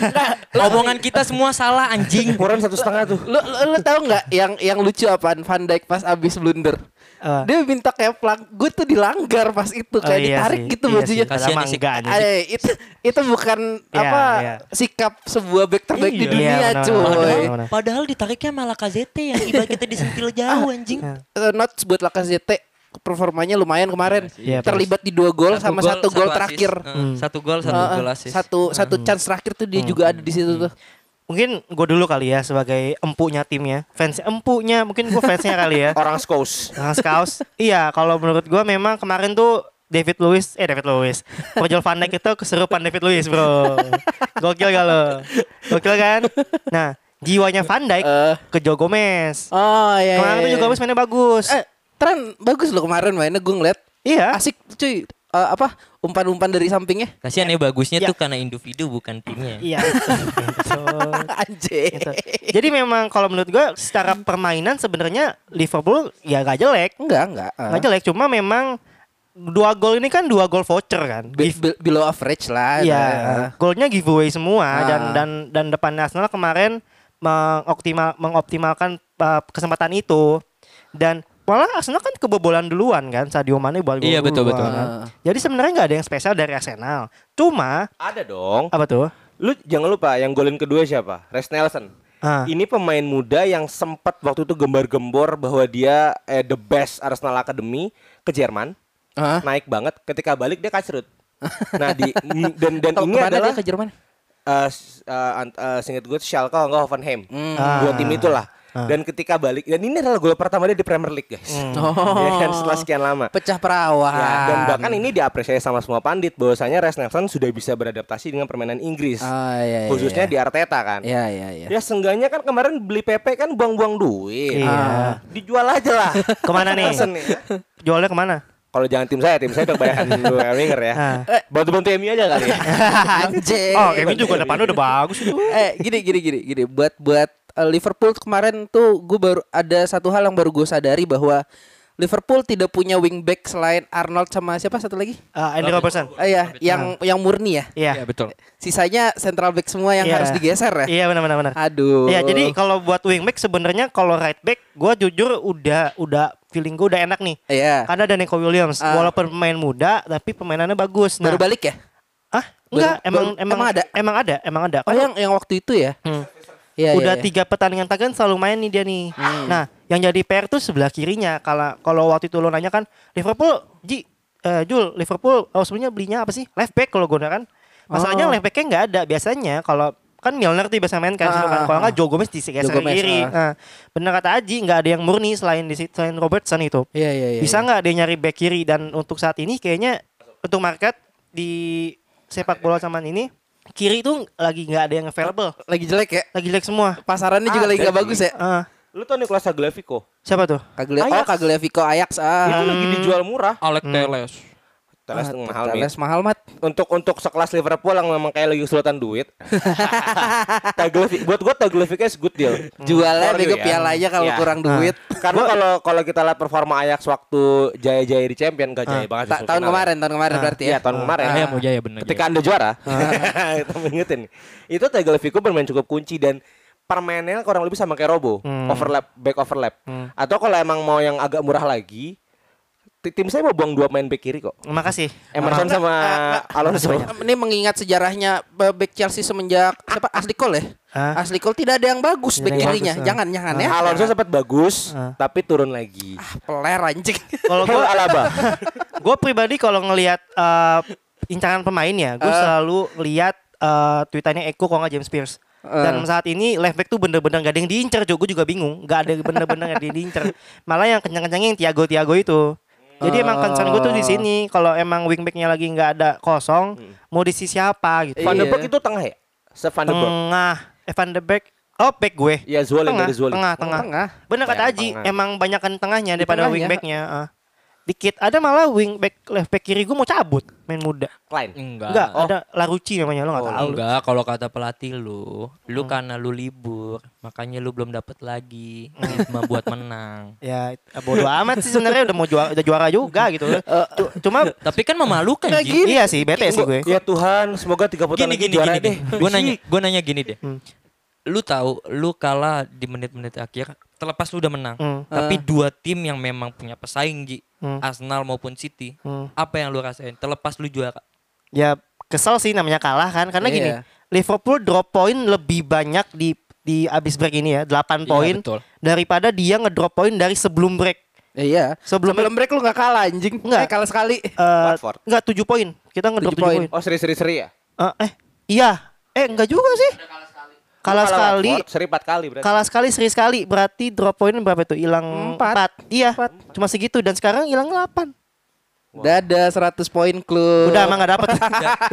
Speaker 5: Omongan kita semua salah anjing.
Speaker 7: Ukuran satu setengah tuh.
Speaker 6: Lu, lu, lu tahu nggak yang yang lucu apaan Van Dijk pas abis blunder?
Speaker 5: Ah.
Speaker 4: Eh.
Speaker 6: Dia minta keplak, gue tuh dilanggar pas itu
Speaker 5: Oh,
Speaker 6: kayak
Speaker 4: iya
Speaker 6: ditarik
Speaker 4: sih,
Speaker 6: gitu
Speaker 4: iya
Speaker 6: bajunya.
Speaker 4: sih. Kasihan
Speaker 5: Kasihan
Speaker 4: sih.
Speaker 5: sih.
Speaker 4: enggak anjing.
Speaker 6: Ada itu itu bukan
Speaker 4: Iya,
Speaker 6: apa
Speaker 4: iya.
Speaker 6: sikap sebuah back terbaik di
Speaker 4: Iya,
Speaker 6: dunia
Speaker 4: benar,
Speaker 6: cuy.
Speaker 4: benar. Gimana?
Speaker 5: Padahal ditariknya malah KZT yang ibarat kita disentil jauh anjing.
Speaker 6: Eh, Notes buat Lacazette performanya lumayan kemarin.
Speaker 4: Iya, bagus.
Speaker 6: Terlibat di dua gol sama satu gol
Speaker 5: asis.
Speaker 6: terakhir.
Speaker 5: Eh,
Speaker 4: Hmm.
Speaker 5: Satu gol, satu
Speaker 6: Heeh,
Speaker 5: gol asis.
Speaker 6: Satu satu chance terakhir tuh dia juga ada di situ
Speaker 4: Hmm,
Speaker 6: tuh.
Speaker 4: Mungkin gue dulu kali ya sebagai empunya timnya. Fans empunya, mungkin gue fansnya kali ya.
Speaker 7: Orang Skous.
Speaker 4: Orang Skaus. iya, kalau menurut gue memang kemarin tuh David Lewis, eh David Lewis, Virgil van Dijk itu keserupan David Lewis bro. Gokil gak lo? Gokil kan? Nah, jiwanya van Dijk
Speaker 6: Eh.
Speaker 4: ke Joe Gomez.
Speaker 6: Oh iya.
Speaker 4: Kemarin tuh
Speaker 6: iya,
Speaker 4: Joe Gomez
Speaker 6: iya.
Speaker 4: mainnya bagus.
Speaker 6: Eh, Tren bagus loh kemarin mainnya gue ngeliat.
Speaker 4: iya.
Speaker 6: Asik cuy. Eh, apa umpan-umpan dari sampingnya
Speaker 5: Kasihan ya bagusnya
Speaker 4: Iya.
Speaker 5: tuh karena individu bukan timnya.
Speaker 4: Iya. Betul.
Speaker 6: anjir
Speaker 4: Hmm. Gitu. Jadi memang kalau menurut gue secara permainan sebenarnya Liverpool ya gak jelek.
Speaker 6: enggak enggak Eh,
Speaker 4: Gak jelek, cuma memang dua gol ini kan dua gol voucher kan.
Speaker 6: Be- be- below average lah.
Speaker 4: Iya,
Speaker 6: Nah.
Speaker 4: golnya giveaway semua
Speaker 6: Ah.
Speaker 4: dan dan dan depan Arsenal kemarin mengoptimal mengoptimalkan uh, kesempatan itu dan malah Arsenal kan kebobolan duluan kan Sadio Mane buat gol
Speaker 5: Iya, betul,
Speaker 4: duluan,
Speaker 5: betul.
Speaker 4: kan.
Speaker 6: Ah.
Speaker 4: Jadi sebenarnya nggak ada yang spesial dari Arsenal. Cuma
Speaker 7: Ada dong.
Speaker 4: apa tuh?
Speaker 7: Lu jangan lupa yang golin kedua siapa? Res Nelson.
Speaker 4: Ah.
Speaker 7: Ini pemain muda yang sempat waktu itu gembar-gembor bahwa dia eh, the best Arsenal Academy ke Jerman.
Speaker 6: Hah?
Speaker 7: Naik banget. Ketika balik dia kasrut. nah di n- dan dan
Speaker 6: Ke-
Speaker 7: ini
Speaker 6: kemana
Speaker 7: adalah
Speaker 6: dia ke Jerman?
Speaker 7: eh, s- eh, ant- eh, seingat gue Schalke kalau nggak Hoffenheim.
Speaker 6: Hmm.
Speaker 4: Ah.
Speaker 7: Dua tim itulah.
Speaker 6: Ah.
Speaker 7: Dan ketika balik dan ini adalah gol pertama dia di Premier League, guys.
Speaker 6: Hmm.
Speaker 7: Ya kan, setelah sekian lama.
Speaker 6: Pecah perawan.
Speaker 7: Ya, dan bahkan ini diapresiasi sama semua pandit bahwasanya Res Nelson sudah bisa beradaptasi dengan permainan Inggris.
Speaker 6: Ah, iya, iya,
Speaker 7: khususnya
Speaker 6: iya.
Speaker 7: di Arteta kan.
Speaker 6: Iya, iya, iya.
Speaker 7: Ya seenggaknya kan kemarin beli PP kan buang-buang duit.
Speaker 4: Iya.
Speaker 7: Ah, Dijual aja lah.
Speaker 4: Kemana nih?
Speaker 7: Nelson nih, ya.
Speaker 4: Jualnya kemana?
Speaker 7: Kalau jangan tim saya, tim saya udah bayar dulu Winger ya.
Speaker 4: Ah.
Speaker 7: Bantu-bantu MU aja kali ya.
Speaker 6: Anjing.
Speaker 4: Oh, Kevin juga depannya udah bagus itu.
Speaker 6: eh gini gini gini gini buat buat eh, Liverpool kemarin tuh gue baru ada satu hal yang baru gue sadari bahwa Liverpool tidak punya wingback selain Arnold sama siapa satu lagi?
Speaker 4: Uh, Andy Robertson.
Speaker 6: Ah ya, yang yang murni ya.
Speaker 5: Iya,
Speaker 4: Iya.
Speaker 5: betul.
Speaker 6: Sisanya central back semua yang
Speaker 4: Iya.
Speaker 6: harus digeser ya.
Speaker 4: Iya benar-benar. benar.
Speaker 6: Aduh.
Speaker 4: Iya, jadi kalau buat wingback sebenarnya kalau right back gua jujur udah udah feeling gua udah enak nih.
Speaker 6: Iya.
Speaker 4: Karena Kan ada Nico Williams,
Speaker 6: Ah.
Speaker 4: walaupun pemain muda tapi pemainannya bagus. Nah,
Speaker 6: baru balik ya?
Speaker 4: ah, enggak,
Speaker 6: baru-
Speaker 4: emang,
Speaker 6: baru-
Speaker 4: emang
Speaker 6: emang
Speaker 4: ada,
Speaker 6: ada?
Speaker 4: emang ada, emang ada.
Speaker 6: Oh
Speaker 4: Kalau-
Speaker 6: yang yang waktu itu ya?
Speaker 4: Hmm.
Speaker 6: Iya,
Speaker 4: udah
Speaker 6: iya, Hmm. iya.
Speaker 4: tiga pertandingan tagan selalu main nih dia nih. Nah, yang jadi PR tuh sebelah kirinya. Kalau kalau waktu itu lo nanya kan Liverpool, Ji, eh, Jul, Liverpool oh, sebenarnya belinya apa sih? Left back kalau gue kan.
Speaker 6: Oh.
Speaker 4: Masalahnya left backnya nggak ada. Biasanya kalau kan Milner tuh biasa main kan,
Speaker 6: Ah,
Speaker 4: selalu kan.
Speaker 6: ah,
Speaker 4: kalau nggak
Speaker 6: ah.
Speaker 4: Joe Gomez digeser
Speaker 6: Joe
Speaker 4: ke
Speaker 6: Gomez,
Speaker 4: kiri.
Speaker 6: ah.
Speaker 4: Nah, bener kata Aji nggak ada yang murni selain di situ- selain Robertson itu.
Speaker 6: Iya iya iya.
Speaker 4: Bisa nggak dia nyari back kiri dan untuk saat ini kayaknya untuk market di sepak bola zaman ini kiri itu lagi nggak ada yang available,
Speaker 6: lagi jelek ya?
Speaker 4: lagi jelek semua.
Speaker 6: Pasarannya juga
Speaker 7: Ada
Speaker 6: lagi gak
Speaker 7: sih.
Speaker 6: bagus ya?
Speaker 4: Ah,
Speaker 7: Lu tau Nicolas Tagliafico?
Speaker 4: siapa tuh?
Speaker 6: Kaglia
Speaker 7: Ajax.
Speaker 6: oh Kagliafico Ajax
Speaker 7: Itu
Speaker 4: Iya.
Speaker 6: ah.
Speaker 7: lagi dijual murah.
Speaker 5: Alex
Speaker 4: Hmm.
Speaker 5: Teles.
Speaker 7: Teles
Speaker 6: Ah,
Speaker 7: mahal nih.
Speaker 6: Teles mahal mat.
Speaker 7: Untuk untuk sekelas Liverpool yang memang kayak lagi kesulitan duit. Tagliafico buat gua Tagliafico is good deal.
Speaker 6: Hmm. Jualnya
Speaker 7: For
Speaker 6: bego
Speaker 7: you ya.
Speaker 6: pialanya kalau
Speaker 7: Iya.
Speaker 6: kurang duit.
Speaker 7: Karena kalau kalau kita lihat performa Ajax waktu jaya-jaya di Champion gak jaya
Speaker 6: Ah.
Speaker 7: banget.
Speaker 6: Ta-
Speaker 7: susul
Speaker 6: tahun
Speaker 7: final.
Speaker 6: kemarin, tahun kemarin berarti ya.
Speaker 7: Iya tahun kemarin.
Speaker 5: Jaya mau jaya benar.
Speaker 7: Ketika anda juara, kita mengingetin. Itu Tagliafico bermain cukup kunci dan permainannya kurang lebih sama kayak Robo,
Speaker 4: Hmm.
Speaker 7: overlap, back overlap. Atau kalau emang mau yang agak murah lagi, ti- tim saya mau buang dua main back kiri kok.
Speaker 4: Makasih. Ah.
Speaker 7: Emerson sama Alonso.
Speaker 6: Ini mengingat sejarahnya eh, back Chelsea semenjak siapa Ashley Cole ya?
Speaker 4: Hah?
Speaker 6: Ashley Cole tidak ada yang bagus back
Speaker 4: yang
Speaker 6: kirinya.
Speaker 4: bagus, ah.
Speaker 6: Jangan jangan ya.
Speaker 7: Nah,
Speaker 6: Ah,
Speaker 7: Alonso sempat bagus,
Speaker 4: Ah.
Speaker 7: tapi turun lagi.
Speaker 6: Peler anjing.
Speaker 4: Kalau gua
Speaker 7: Hell Alaba.
Speaker 4: gua pribadi kalau ngelihat eh, incaran pemain ya, gua selalu lihat eh, tweetannya Eko kalau nggak James Pierce.
Speaker 7: Eh.
Speaker 4: Dan saat ini left back tuh bener-bener gak ada yang diincer Jo. Gue juga bingung Gak ada bener-bener gak ada yang diincer Malah yang kencang-kencangnya yang Tiago-Tiago itu Jadi
Speaker 7: Eh.
Speaker 4: emang concern gue tuh di sini Kalau emang wingbacknya lagi gak ada kosong Mau diisi siapa gitu
Speaker 7: Hmm. Van de
Speaker 6: Iya.
Speaker 7: Beek itu tengah ya? Se Van de Beek.
Speaker 4: Tengah Evan de Beek Oh back gue
Speaker 7: Iya, Zuolin,
Speaker 4: Hmm. tengah,
Speaker 7: dari Zuolin.
Speaker 4: tengah,
Speaker 7: Oh,
Speaker 4: tengah,
Speaker 6: tengah.
Speaker 4: Bener kata
Speaker 7: Yang
Speaker 4: Aji,
Speaker 7: tengah.
Speaker 4: emang banyakan tengahnya daripada
Speaker 6: tengah ya.
Speaker 4: wingbacknya. ah. Dikit ada malah wingback left back kiri gue mau cabut main muda.
Speaker 7: Klein.
Speaker 5: ya. Enggak.
Speaker 4: Enggak, ada Laruci namanya lo nggak
Speaker 5: Oh,
Speaker 4: tahu.
Speaker 5: enggak, kalau kata pelatih lu, lu
Speaker 4: Hmm.
Speaker 5: karena lu libur, makanya lu belum dapat lagi
Speaker 4: Hmm.
Speaker 5: ritme buat menang.
Speaker 4: Ya bodo amat sih sebenarnya udah mau juara udah juara juga gitu. Tu- Cuma
Speaker 5: Tapi kan memalukan
Speaker 6: Nggak
Speaker 5: Ji.
Speaker 6: gini.
Speaker 4: iya sih bete sih gue.
Speaker 7: Ya Tuhan, semoga tiga putaran
Speaker 5: Gini
Speaker 7: lagi
Speaker 5: gini
Speaker 7: juara
Speaker 5: gini
Speaker 7: deh.
Speaker 5: deh. Gue nanya, gue nanya gini deh. Lu tahu, lu kalah di menit-menit akhir, terlepas lu udah menang.
Speaker 4: Hmm.
Speaker 5: Tapi dua tim yang memang punya pesaing Ji,
Speaker 4: Hmm.
Speaker 5: Arsenal maupun City.
Speaker 4: Hmm.
Speaker 5: Apa yang lu rasain? Terlepas lu juara.
Speaker 4: Ya kesel sih namanya kalah kan karena gini
Speaker 6: Iya.
Speaker 4: Liverpool drop point lebih banyak di di abis break ini ya 8
Speaker 5: Iya,
Speaker 4: poin
Speaker 5: betul.
Speaker 4: daripada dia ngedrop point dari sebelum break.
Speaker 6: Iya.
Speaker 4: Sebelum-
Speaker 6: Sebelum, break lu gak kalah anjing.
Speaker 4: Nggak.
Speaker 6: Eh, kalah sekali.
Speaker 4: Eh
Speaker 7: Watford.
Speaker 4: enggak 7 poin. Kita ngedrop 7
Speaker 6: Tujuh poin.
Speaker 4: poin.
Speaker 7: Oh seri-seri ya?
Speaker 4: Eh, eh, iya. Eh, enggak juga sih. Kalah sekali.
Speaker 7: Watford, Seri empat kali berarti.
Speaker 4: Kalah sekali, seri sekali. Berarti drop point berapa itu? Hilang
Speaker 6: Empat.
Speaker 4: 4. Iya. Cuma segitu dan sekarang hilang 8.
Speaker 6: Dada 100 poin klub.
Speaker 4: Udah emang enggak dapet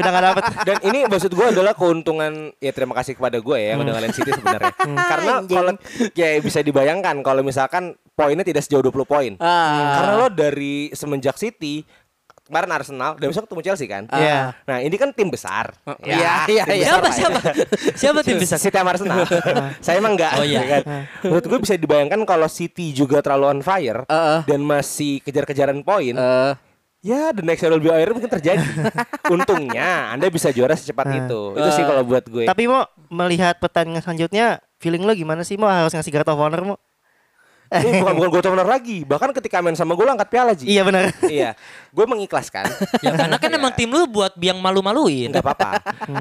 Speaker 4: Udah enggak dapet
Speaker 7: Dan ini maksud gue adalah keuntungan ya terima kasih kepada gue ya yang
Speaker 5: Hmm.
Speaker 7: udah ngalahin City sebenarnya. Karena kalau ya bisa dibayangkan kalau misalkan poinnya tidak sejauh 20 poin.
Speaker 6: Ah.
Speaker 7: Karena lo dari semenjak City kemarin Arsenal dan besok ketemu Chelsea kan.
Speaker 4: Iya.
Speaker 7: Nah, ini kan tim besar.
Speaker 6: Iya, iya,
Speaker 7: tim
Speaker 6: iya.
Speaker 7: besar
Speaker 5: Siapa
Speaker 7: lah ya.
Speaker 5: siapa? siapa Oh, tim
Speaker 7: Bisa
Speaker 5: besar?
Speaker 7: City sama Arsenal. Saya emang enggak.
Speaker 5: Oh, iya.
Speaker 7: ya kan? Menurut gue bisa
Speaker 5: Ah.
Speaker 7: dibayangkan kalau City juga terlalu on fire
Speaker 6: Heeh.
Speaker 7: dan masih kejar-kejaran poin.
Speaker 6: Eh,
Speaker 7: Ya, the next year will be our year mungkin terjadi. Untungnya Anda bisa juara secepat
Speaker 5: Eh.
Speaker 7: itu. Itu sih kalau buat gue.
Speaker 4: Tapi mau melihat pertandingan selanjutnya, feeling lo gimana sih mau harus ngasih guard of honor mau?
Speaker 7: Eh, bukan bukan gue bener lagi. Bahkan ketika main sama gue lo angkat piala Ji.
Speaker 4: Iya benar.
Speaker 7: iya. Gue mengikhlaskan.
Speaker 5: Ya karena kan
Speaker 7: Iya.
Speaker 5: emang tim Hmm. lu buat biang malu-maluin.
Speaker 7: Enggak apa-apa.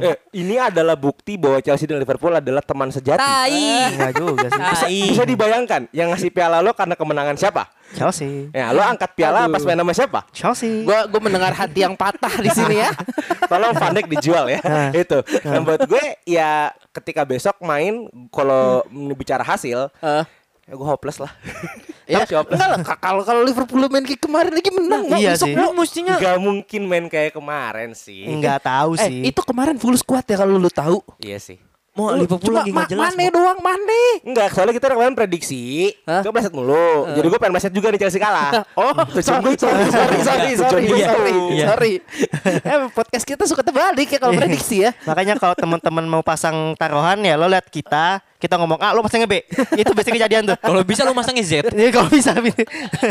Speaker 7: Eh, ini adalah bukti bahwa Chelsea dan Liverpool adalah teman sejati.
Speaker 5: Tai.
Speaker 4: Enggak juga sih.
Speaker 5: Tai.
Speaker 7: Bisa dibayangkan yang ngasih piala lo karena kemenangan siapa?
Speaker 4: Chelsea.
Speaker 7: Ya, lo angkat piala pas main sama siapa?
Speaker 4: Chelsea.
Speaker 6: Gua gua mendengar hati yang patah di sini ya.
Speaker 7: Tolong Van Dijk dijual ya. itu. Nah, buat gue ya ketika besok main kalau
Speaker 5: Hmm.
Speaker 7: bicara hasil,
Speaker 6: Eh,
Speaker 7: ya gue hopeless lah.
Speaker 6: ya,
Speaker 7: Tapi hopeless.
Speaker 6: enggak lah Kak. kalau kalau Liverpool main kayak kemarin lagi menang Mak.
Speaker 4: Iya
Speaker 6: Besok
Speaker 4: sih.
Speaker 6: lu-
Speaker 5: Mestinya
Speaker 7: Gak mungkin main kayak kemarin sih.
Speaker 4: Enggak tahu
Speaker 6: Eh,
Speaker 4: sih.
Speaker 6: itu kemarin full squad ya kalau lu tahu.
Speaker 7: Iya sih.
Speaker 5: mau
Speaker 6: Lu
Speaker 5: Liverpool
Speaker 6: Oh, cuma
Speaker 5: lagi nggak
Speaker 6: Ma-
Speaker 5: jelas.
Speaker 6: Mane doang, Mane.
Speaker 7: Enggak, soalnya kita kemarin prediksi
Speaker 6: Hah?
Speaker 7: Gue meleset mulu Jadi gue pengen meleset juga nih Chelsea kalah
Speaker 6: Oh,
Speaker 7: tujuan gue
Speaker 6: sorry, sorry,
Speaker 7: itu.
Speaker 6: sorry, sorry,
Speaker 7: Tujuan
Speaker 6: sorry,
Speaker 7: gue
Speaker 6: sorry,
Speaker 7: itu.
Speaker 5: Iya.
Speaker 6: sorry. Eh, podcast kita suka terbalik ya kalau prediksi ya.
Speaker 4: Makanya kalau teman-teman mau pasang taruhan ya lo lihat kita, kita ngomong A, lo pasangnya B. Itu biasanya kejadian tuh.
Speaker 5: Kalau bisa lu masangnya Z.
Speaker 4: Jadi kalau bisa Bi.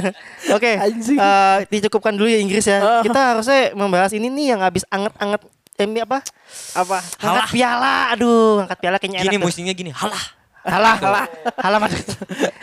Speaker 4: Oke,
Speaker 6: Anjing.
Speaker 4: eh, dicukupkan dulu ya Inggris ya. Kita harusnya membahas ini nih yang habis anget-anget eh, ini apa?
Speaker 6: Apa?
Speaker 4: Angkat piala. Aduh, angkat piala kayaknya
Speaker 5: Gini
Speaker 4: enak. tuh.
Speaker 5: mestinya gini. Halah.
Speaker 4: Halah, halah. Halah Madrid.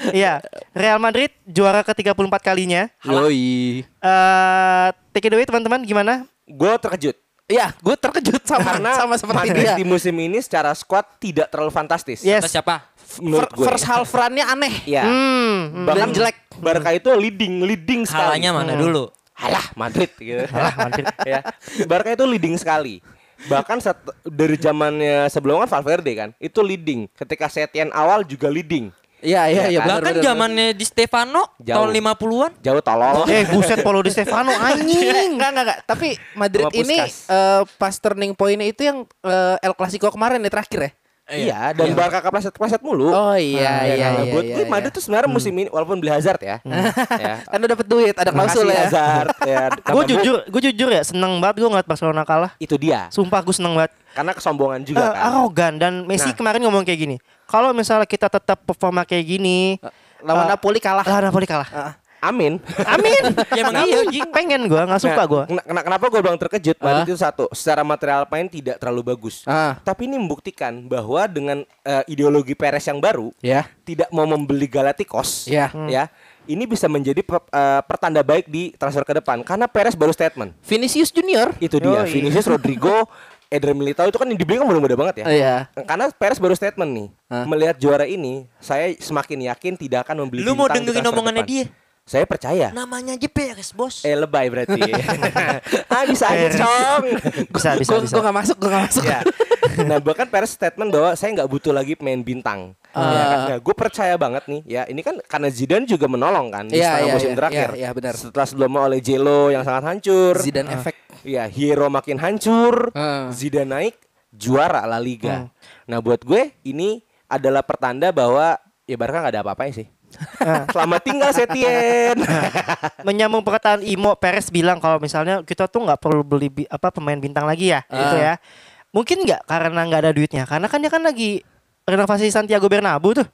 Speaker 4: Iya, Real Madrid juara ke-34 kalinya.
Speaker 6: Yoi.
Speaker 4: Eh, take it away teman-teman gimana?
Speaker 7: Gue terkejut
Speaker 6: Ya, gue terkejut sama
Speaker 7: Karena
Speaker 6: sama seperti
Speaker 7: Madrid
Speaker 6: dia. Iya.
Speaker 7: di musim ini secara squad tidak terlalu fantastis
Speaker 4: Yes.
Speaker 5: Atas siapa?
Speaker 7: Menurut
Speaker 6: Fir-
Speaker 7: gue
Speaker 6: First half run-nya aneh.
Speaker 7: Iya.
Speaker 4: Hmm,
Speaker 7: Bahkan
Speaker 6: Dan jelek.
Speaker 7: Barca itu leading Leading sekali
Speaker 5: Halanya mana dulu?
Speaker 7: Alah Madrid gitu.
Speaker 4: Halah Madrid.
Speaker 7: ya. Barca itu leading sekali. Bahkan saat, dari zamannya sebelumnya kan Valverde kan, itu leading. Ketika Setien awal juga leading.
Speaker 6: Iya, iya, iya. benar,
Speaker 5: Bahkan
Speaker 6: benar,
Speaker 5: zamannya di Stefano
Speaker 7: Jauh.
Speaker 5: tahun 50-an
Speaker 7: Jauh tolol.
Speaker 6: Iya.
Speaker 4: Eh buset Paulo Di Stefano
Speaker 6: Enggak,
Speaker 4: anjing.
Speaker 6: enggak, enggak. Tapi Madrid
Speaker 7: Sama
Speaker 6: ini
Speaker 7: Puskas.
Speaker 6: eh, pas turning point-nya itu yang eh, El Clasico kemarin ya terakhir ya.
Speaker 7: Iya, dan Barca kepleset-kepleset mulu.
Speaker 6: Oh iya, iya,
Speaker 7: Nah,
Speaker 6: iya.
Speaker 7: buat
Speaker 6: iya,
Speaker 7: gue Madrid tuh sebenarnya musim ini walaupun beli Hazard ya. ya.
Speaker 6: iya. Kan udah dapet duit, ada klausul
Speaker 7: Makasih
Speaker 6: ya.
Speaker 7: Hazard ya.
Speaker 4: Gue
Speaker 7: Kapan gua-
Speaker 4: jujur, gue jujur ya seneng banget gue ngeliat Barcelona kalah.
Speaker 7: itu dia.
Speaker 4: Sumpah gue seneng banget.
Speaker 7: Karena kesombongan
Speaker 4: Eh,
Speaker 7: juga kan.
Speaker 4: arogan dan Messi
Speaker 7: Nah.
Speaker 4: kemarin ngomong kayak gini. Kalau misalnya kita tetap performa kayak gini,
Speaker 6: Lawan
Speaker 4: eh,
Speaker 6: Napoli kalah.
Speaker 4: lah Napoli kalah.
Speaker 7: Amin.
Speaker 4: Amin.
Speaker 5: Ya, emang
Speaker 4: Amin.
Speaker 5: iya, anjing.
Speaker 4: Pengen gue, nggak suka gue.
Speaker 7: Nah, kena- kenapa gue bilang terkejut? Madrid itu satu, secara material main tidak terlalu
Speaker 6: Eh?
Speaker 7: bagus.
Speaker 6: Ah.
Speaker 7: Tapi ini membuktikan bahwa dengan eh, ideologi Perez yang baru,
Speaker 6: Ya.
Speaker 7: tidak mau membeli Galatikos,
Speaker 6: Ya.
Speaker 5: Hmm.
Speaker 7: ya, ini bisa menjadi pe- eh, pertanda baik di transfer ke depan. Karena Perez baru statement.
Speaker 6: Vinicius Junior.
Speaker 7: Itu dia. Vinicius Rodrigo, Eder Militao itu kan yang dibeli kan muda-muda banget
Speaker 4: Oh,
Speaker 7: ya.
Speaker 6: Iya.
Speaker 7: Karena Perez baru statement nih.
Speaker 6: Hah?
Speaker 7: Melihat juara ini, saya semakin yakin tidak akan membeli
Speaker 5: Lu mau
Speaker 7: bintang di
Speaker 5: dengerin
Speaker 7: transfer
Speaker 5: omongannya
Speaker 7: depan.
Speaker 5: dia?
Speaker 7: Saya percaya.
Speaker 5: namanya aja Perez, Bos.
Speaker 7: Eh lebay berarti. ah bisa aja cong.
Speaker 4: Bisa, bisa,
Speaker 6: Gue
Speaker 4: bisa.
Speaker 6: gak masuk, gue gak masuk.
Speaker 7: ya. Nah bahkan Perez statement bahwa saya nggak butuh lagi pemain bintang.
Speaker 6: Ah.
Speaker 7: Ya kan? Nah gue percaya banget nih. Ya ini kan karena Zidane juga menolong kan di
Speaker 6: Iya,
Speaker 7: setengah
Speaker 6: iya,
Speaker 7: musim
Speaker 6: iya,
Speaker 7: terakhir.
Speaker 6: iya, iya, benar.
Speaker 7: Setelah sebelumnya oleh Jelo yang sangat hancur.
Speaker 4: Iya,
Speaker 6: Zidane efek.
Speaker 7: Ya Hero makin hancur.
Speaker 6: Ah. Hmm.
Speaker 7: Zidane naik juara La Liga. Nah buat gue ini adalah pertanda bahwa ya Barca nggak ada apa-apanya sih.
Speaker 6: Ah.
Speaker 7: Selamat tinggal Setien.
Speaker 4: Menyambung perkataan Imo Perez bilang kalau misalnya kita tuh nggak perlu beli bi- apa pemain bintang lagi ya, gitu ya. Mungkin nggak karena nggak ada duitnya, karena kan dia kan lagi renovasi Santiago Bernabeu tuh.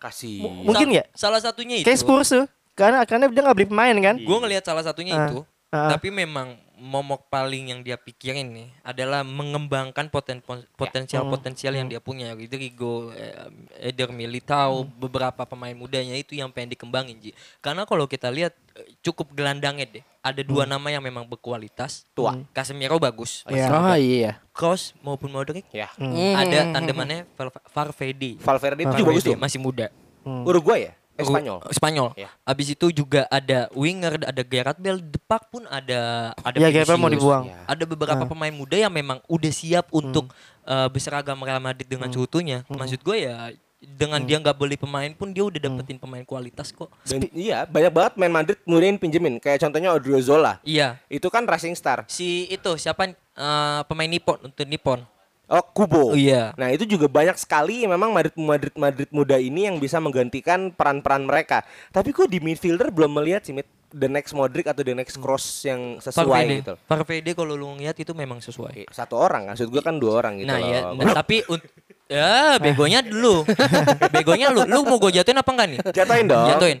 Speaker 7: Kasih.
Speaker 4: mungkin
Speaker 5: Sa-
Speaker 4: ya?
Speaker 5: Salah satunya itu.
Speaker 4: Kayak Spurs tuh. Karena akhirnya dia nggak beli pemain kan.
Speaker 5: Gue ngelihat salah satunya
Speaker 4: Ah,
Speaker 5: itu,
Speaker 4: ah.
Speaker 5: tapi memang momok paling yang dia pikirin nih adalah mengembangkan poten- pon- potensial-potensial
Speaker 4: Hmm.
Speaker 5: yang dia punya. Gitu Rigo, eh, Eder Militao,
Speaker 4: Hmm.
Speaker 5: beberapa pemain mudanya itu yang pengen dikembangin, Ji. Karena kalau kita lihat eh, cukup gelandangnya deh. Ada dua nama yang memang berkualitas. Tua, Casemiro bagus.
Speaker 4: Hmm. Iya. Hmm.
Speaker 6: Oh iya.
Speaker 5: Kroos maupun Modric.
Speaker 7: Ya.
Speaker 5: Ada tandemannya Val- Valverde.
Speaker 7: Valverde
Speaker 6: Ah.
Speaker 7: itu juga bagus
Speaker 5: Valverde
Speaker 7: tuh.
Speaker 5: masih muda.
Speaker 7: Uruguay ya? Eh, Spanyol.
Speaker 5: Ru- Spanyol.
Speaker 7: Iya.
Speaker 5: Abis itu juga ada winger, ada Gerard Bell, Depak pun ada ada
Speaker 4: Iya, Gerard Bell mau
Speaker 5: Vinicius.
Speaker 4: dibuang. Hmm.
Speaker 5: Iya. Ada beberapa pemain muda yang memang udah siap untuk eh, berseragam Real Madrid dengan seutuhnya. Maksud gue ya dengan
Speaker 4: Hmm.
Speaker 5: dia nggak beli pemain pun dia udah dapetin pemain kualitas kok.
Speaker 7: Dan iya, banyak banget main Madrid kemudian pinjemin. Kayak contohnya Odriozola.
Speaker 5: Iya.
Speaker 7: Itu kan Racing Star.
Speaker 5: Si itu siapa eh, pemain Nippon untuk Nippon.
Speaker 7: Oh, Kubo.
Speaker 5: Oh, iya.
Speaker 7: Nah, itu juga banyak sekali memang Madrid Madrid Madrid muda ini yang bisa menggantikan peran-peran mereka. Tapi gue di midfielder belum melihat sih mid- the next Modric atau the next
Speaker 5: Hmm.
Speaker 7: Cross yang sesuai
Speaker 5: Valverde.
Speaker 7: gitu. Iya.
Speaker 5: Valverde kalau lu ngeliat itu memang
Speaker 7: Oke,
Speaker 5: sesuai.
Speaker 7: Satu orang, maksud gue kan dua orang gitu
Speaker 5: nah
Speaker 7: loh.
Speaker 5: ya, enggak, tapi un- ya begonya dulu. begonya lu. Lu mau gue jatuhin apa enggak nih?
Speaker 7: Jatuhin dong. Iya.
Speaker 5: Jatuhin.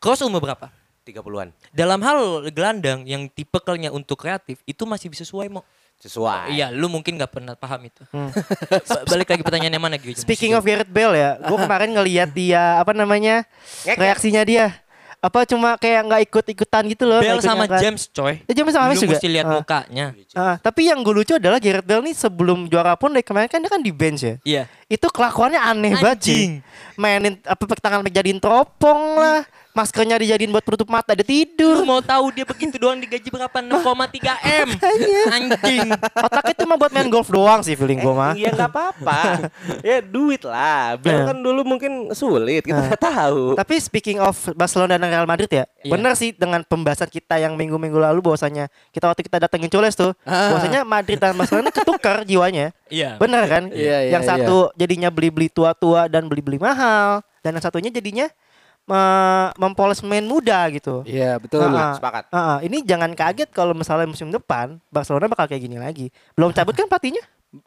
Speaker 5: Cross umur berapa?
Speaker 7: 30-an.
Speaker 5: Dalam hal gelandang yang tipekalnya untuk kreatif itu masih bisa sesuai mau.
Speaker 7: Sesuai.
Speaker 5: Iya, lu mungkin nggak pernah paham itu. Ba- Balik lagi pertanyaannya mana gitu.
Speaker 4: Hmm. Speaking of Gareth Bale ya, gue kemarin ngelihat dia apa namanya
Speaker 7: Ngek.
Speaker 4: reaksinya dia apa cuma kayak nggak ikut-ikutan gitu loh. nggak
Speaker 5: Bell
Speaker 4: ikut
Speaker 5: sama
Speaker 4: nyangka.
Speaker 5: James coy.
Speaker 4: Eh, James sama
Speaker 5: Lu
Speaker 4: James juga.
Speaker 5: mesti lihat
Speaker 4: Ah.
Speaker 5: mukanya.
Speaker 4: Ah, tapi yang gue lucu adalah Gareth Bale nih sebelum juara pun dari kemarin kan dia kan di bench ya.
Speaker 5: Iya.
Speaker 4: Itu kelakuannya aneh banget
Speaker 5: Anjing.
Speaker 4: sih. Mainin apa tangan dijadiin teropong lah. Maskernya dijadiin buat penutup mata dia
Speaker 5: Lu
Speaker 4: tidur.
Speaker 5: mau tahu dia begitu doang digaji berapa? 6,3 M. Anjing.
Speaker 4: Otaknya cuma buat main golf doang sih feeling gue mah.
Speaker 7: Iya nggak apa-apa. ya duit lah. Bel
Speaker 5: Iya.
Speaker 4: Nah.
Speaker 7: kan dulu mungkin sulit kita
Speaker 5: Nah.
Speaker 7: nggak tahu.
Speaker 4: Tapi speaking of Barcelona dan Real Madrid ya,
Speaker 5: Iya.
Speaker 4: benar sih dengan pembahasan kita yang minggu-minggu lalu bahwasanya kita waktu kita datengin Cules tuh,
Speaker 6: Ah.
Speaker 4: bahwasanya Madrid dan Barcelona ketukar jiwanya.
Speaker 5: Iya.
Speaker 4: Bener kan?
Speaker 6: Iya, iya,
Speaker 4: yang satu jadinya beli-beli tua-tua dan beli-beli mahal dan yang satunya jadinya me- mempoles main muda gitu.
Speaker 6: Iya betul.
Speaker 4: Ah, ah.
Speaker 7: sepakat.
Speaker 4: Ah, ah. ini jangan kaget kalau misalnya musim depan Barcelona bakal kayak gini lagi. Belum cabut kan patinya?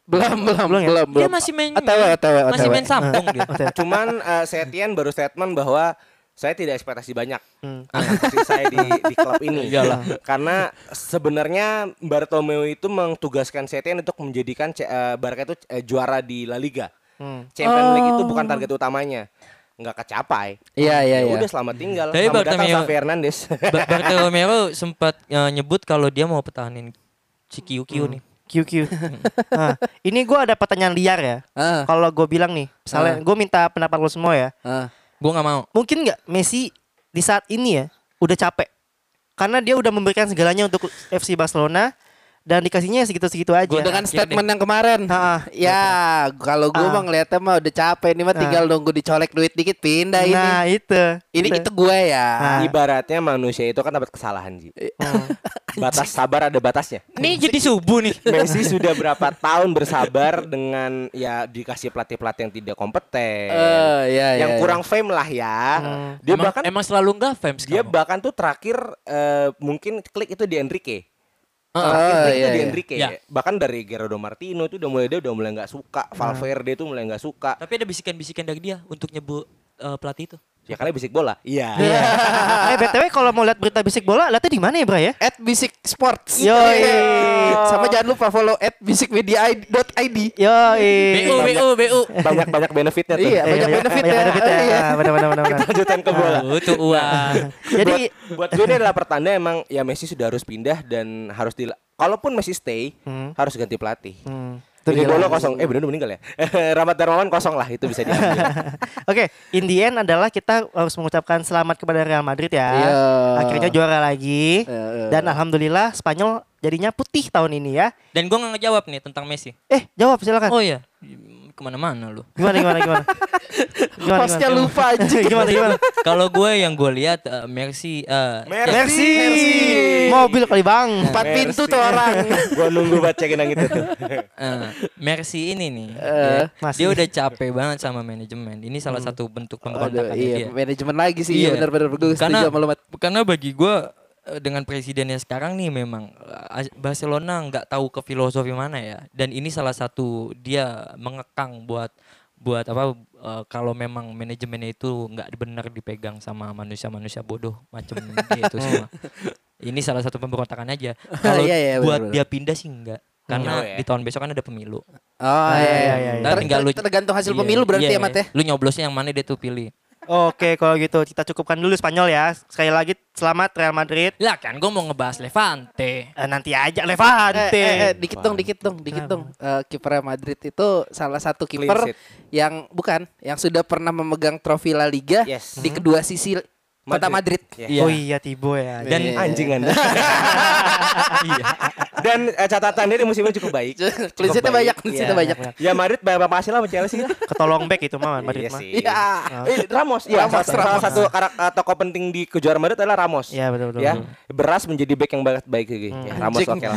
Speaker 6: Belum belum
Speaker 4: Belum ya?
Speaker 6: belum belum.
Speaker 5: Dia masih main
Speaker 6: Otw, otw,
Speaker 5: masih
Speaker 6: otw.
Speaker 5: main
Speaker 4: Ah.
Speaker 5: sambung dia.
Speaker 7: Cuman eh, Setien baru statement bahwa saya tidak ekspektasi banyak
Speaker 4: Hmm.
Speaker 7: akan posisi saya di, di klub ini.
Speaker 5: Iyalah.
Speaker 7: Karena sebenarnya Bartomeu itu mentugaskan Setien untuk menjadikan C- eh, Barca itu eh, juara di La Liga.
Speaker 4: Hmm.
Speaker 7: Champions League itu bukan target utamanya. Nggak kecapai.
Speaker 6: Iya iya
Speaker 7: Ya
Speaker 6: iya.
Speaker 7: udah selamat tinggal.
Speaker 5: Tapi
Speaker 7: selamat datang
Speaker 5: Bartomeu-
Speaker 7: Xavi Hernandez.
Speaker 5: Ba- Bartolomeo sempat eh, nyebut kalau dia mau pertahanin si Kiu Kiu nih.
Speaker 4: QQ. Ah, ini gua ada pertanyaan liar ya.
Speaker 6: Ah,
Speaker 4: Kalau gue bilang nih, misalnya
Speaker 6: Ah.
Speaker 4: gue minta pendapat lo semua ya.
Speaker 6: ah.
Speaker 5: Gue nggak mau.
Speaker 4: Mungkin nggak Messi di saat ini ya udah capek karena dia udah memberikan segalanya untuk FC Barcelona dan dikasihnya segitu-segitu aja.
Speaker 5: Gua
Speaker 6: Dengan
Speaker 5: Akhir
Speaker 6: statement yang kemarin.
Speaker 4: Iya, Ah, ah.
Speaker 6: Ya, kalau gue
Speaker 4: Ah.
Speaker 6: mah ngeliatnya mah udah capek ini mah
Speaker 4: Ah.
Speaker 6: tinggal nunggu dicolek duit dikit pindah
Speaker 4: nah
Speaker 6: ini.
Speaker 4: itu.
Speaker 6: Ini
Speaker 4: Itu.
Speaker 6: itu gue ya.
Speaker 4: Ah.
Speaker 7: Ibaratnya manusia itu kan dapat kesalahan, Ji. Batas sabar ada batasnya.
Speaker 5: Nih jadi subuh nih.
Speaker 7: Messi sudah berapa tahun bersabar dengan ya dikasih pelatih-pelatih yang tidak kompeten,
Speaker 4: iya.
Speaker 6: Eh, ya, ya,
Speaker 7: yang
Speaker 6: ya.
Speaker 7: kurang fame lah ya.
Speaker 6: Hmm.
Speaker 7: Dia
Speaker 5: emang,
Speaker 7: bahkan
Speaker 5: emang selalu nggak fans
Speaker 7: dia
Speaker 5: kamu?
Speaker 7: bahkan tuh terakhir eh, mungkin klik itu di Enrique. Terakhir
Speaker 6: Oh,
Speaker 7: klik itu
Speaker 6: iya,
Speaker 7: di
Speaker 6: iya.
Speaker 7: Enrique.
Speaker 5: Iya.
Speaker 7: Bahkan dari Gerardo Martino itu udah mulai dia udah mulai nggak suka,
Speaker 6: Ah.
Speaker 7: Valverde itu mulai nggak suka.
Speaker 5: Tapi ada bisikan-bisikan dari dia untuk nyebut eh, pelatih itu.
Speaker 7: Ya karena bisik bola. Iya.
Speaker 4: eh btw kalau mau lihat berita bisik bola, lihatnya di mana ya, Bray ya?
Speaker 6: At Bisik Sports. Iya.
Speaker 4: Yoi.
Speaker 6: Sama jangan lupa follow at bisikmedia.id.
Speaker 4: Yoi.
Speaker 5: BU BU BU.
Speaker 7: Banyak-banyak benefitnya tuh.
Speaker 6: Iya,
Speaker 4: Eh,
Speaker 6: banyak benefit ya.
Speaker 4: benefit ya.
Speaker 6: Oh, iya.
Speaker 4: Ah, Benar benar benar. benar.
Speaker 7: Lanjutan ke bola.
Speaker 5: Butuh uang.
Speaker 4: Jadi
Speaker 7: buat gue ini adalah pertanda emang ya Messi sudah harus pindah dan harus di kalaupun Messi stay harus ganti pelatih.
Speaker 4: hmm, itu
Speaker 7: Ini
Speaker 4: dia.
Speaker 7: bola kosong. Eh bener udah meninggal ya. Rahmat Darmawan kosong lah itu bisa diambil.
Speaker 4: Oke, in the end adalah kita harus mengucapkan selamat kepada Real Madrid ya.
Speaker 6: Iya.
Speaker 4: Akhirnya juara lagi.
Speaker 6: Iya.
Speaker 4: Dan alhamdulillah Spanyol jadinya putih tahun ini ya.
Speaker 5: Dan gue nggak ngejawab nih tentang Messi.
Speaker 4: Eh, jawab silakan.
Speaker 5: Oh iya. Kemana-mana lu.
Speaker 4: Gimana gimana gimana? Gimana
Speaker 6: Hostnya lupa aja.
Speaker 5: Gimana gimana? Kalau gue yang gue lihat eh, Messi eh,
Speaker 4: Merci. Mobil kali Bang.
Speaker 6: Empat pintu tuh orang.
Speaker 7: gue nunggu buat cekin yang itu. tuh.
Speaker 5: Eh, Mercy ini nih, ya,
Speaker 4: masih.
Speaker 5: dia udah capek banget sama manajemen. Ini salah satu bentuk
Speaker 6: Aduh,
Speaker 5: pemberontakan
Speaker 6: iya,
Speaker 5: dia.
Speaker 6: manajemen lagi sih. Iya, benar-benar gue setuju
Speaker 5: karena,
Speaker 6: sama lu, Mat.
Speaker 5: karena bagi gue dengan presidennya sekarang nih memang eh, As- Barcelona nggak tahu ke filosofi mana ya. Dan ini salah satu dia mengekang buat buat apa eh, kalau memang manajemennya itu nggak benar dipegang sama manusia-manusia bodoh macam dia itu semua. Ini salah satu pemberontakan aja. Kalau
Speaker 6: Iya, iya,
Speaker 5: buat
Speaker 6: benar-benar.
Speaker 5: dia pindah sih enggak.
Speaker 7: Oh,
Speaker 5: Karena
Speaker 7: ya.
Speaker 5: di tahun besok kan ada pemilu.
Speaker 6: Oh iya iya iya.
Speaker 5: Ntar
Speaker 6: Ter-
Speaker 5: tinggal
Speaker 6: ter-
Speaker 5: lu-
Speaker 6: tergantung hasil
Speaker 5: Iya,
Speaker 6: pemilu berarti
Speaker 5: iya,
Speaker 6: ya Mat ya.
Speaker 5: Lu nyoblosnya yang mana dia tuh pilih.
Speaker 4: Oke, kalau gitu kita cukupkan dulu Spanyol ya. Sekali lagi selamat Real Madrid.
Speaker 5: Lah kan gue mau ngebahas Levante.
Speaker 4: Eh, nanti aja
Speaker 6: Eh,
Speaker 4: Levante.
Speaker 6: eh, eh, dikit dong, dikit dong, dikit dong. Eh, kipernya Madrid itu salah satu
Speaker 7: Clean
Speaker 6: kiper
Speaker 7: sheet.
Speaker 6: yang bukan yang sudah pernah memegang trofi La Liga
Speaker 7: Yes.
Speaker 6: di kedua sisi kota Madrid.
Speaker 7: Iya.
Speaker 5: Iya.
Speaker 4: Oh iya Tibo ya.
Speaker 6: Iya.
Speaker 5: Dan
Speaker 7: Anjing anda. Dan eh, catatan dia di musim ini cukup baik. Iya. Cukup
Speaker 6: Clean sheet-nya banyak, clean
Speaker 7: Iya.
Speaker 6: sheet-nya banyak.
Speaker 7: Ya Madrid berapa hasil lah sama Chelsea lah.
Speaker 4: ketolong back itu mah Madrid
Speaker 7: Iya
Speaker 4: mah. Iya,
Speaker 7: sih.
Speaker 6: Iya.
Speaker 7: Eh, Ramos, ya,
Speaker 6: Ramos,
Speaker 7: salah,
Speaker 6: Ramos.
Speaker 7: satu karak- eh, tokoh penting di kejuaraan Madrid adalah Ramos.
Speaker 4: Iya, betul, betul, Hmm.
Speaker 7: Ya, beras menjadi back yang banget baik lagi. Ya, Ramos
Speaker 6: Anjing.
Speaker 7: oke lah.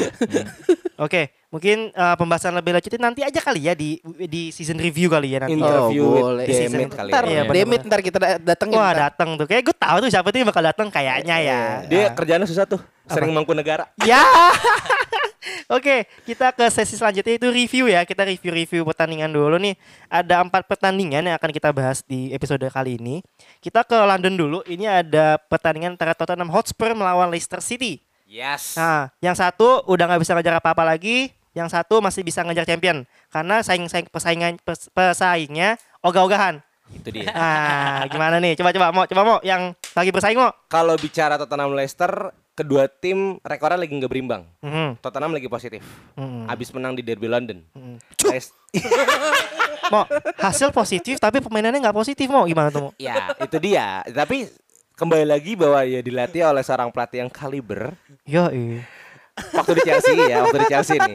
Speaker 4: Oke, mungkin eh, pembahasan lebih lanjutnya nanti aja kali ya di di season review kali ya nanti.
Speaker 6: Oh,
Speaker 7: Interview with
Speaker 6: boleh.
Speaker 7: Demit
Speaker 6: Season-
Speaker 7: kali
Speaker 6: Ntar,
Speaker 4: ya. Iya,
Speaker 6: Demit
Speaker 4: benar-benar.
Speaker 6: ntar kita da- datengin.
Speaker 4: Oh. Wah,
Speaker 6: ntar.
Speaker 4: datang tuh. Kayak gue tahu tuh Iya. siapa tuh yang bakal datang kayaknya ya.
Speaker 7: Dia kerjanya susah tuh, sering mangku negara.
Speaker 4: Ya. Oke, kita ke sesi selanjutnya itu review ya. Kita review-review pertandingan dulu nih. Ada empat pertandingan yang akan kita bahas di episode kali ini. Kita ke London dulu. Ini ada pertandingan antara Tottenham Hotspur melawan Leicester City.
Speaker 7: Yes.
Speaker 4: Nah, yang satu udah nggak bisa ngejar apa-apa lagi, yang satu masih bisa ngejar champion karena saing-saing persaingan pers- pesaingnya ogah-ogahan.
Speaker 7: Itu dia.
Speaker 4: Ah, gimana nih? Coba-coba mau, coba mau yang lagi bersaing mau.
Speaker 7: Kalau bicara Tottenham Leicester, kedua tim rekornya lagi nggak berimbang.
Speaker 4: Mhm,
Speaker 7: Tottenham lagi positif.
Speaker 4: mhm.
Speaker 7: Abis menang di Derby London. Leic-
Speaker 4: Mo, hasil positif tapi pemainannya nggak positif mau gimana tuh? Mo?
Speaker 7: ya, itu dia. Tapi kembali lagi bahwa ya dilatih oleh seorang pelatih yang kaliber
Speaker 4: Yo, iya.
Speaker 7: waktu di Chelsea ya, waktu di Chelsea nih.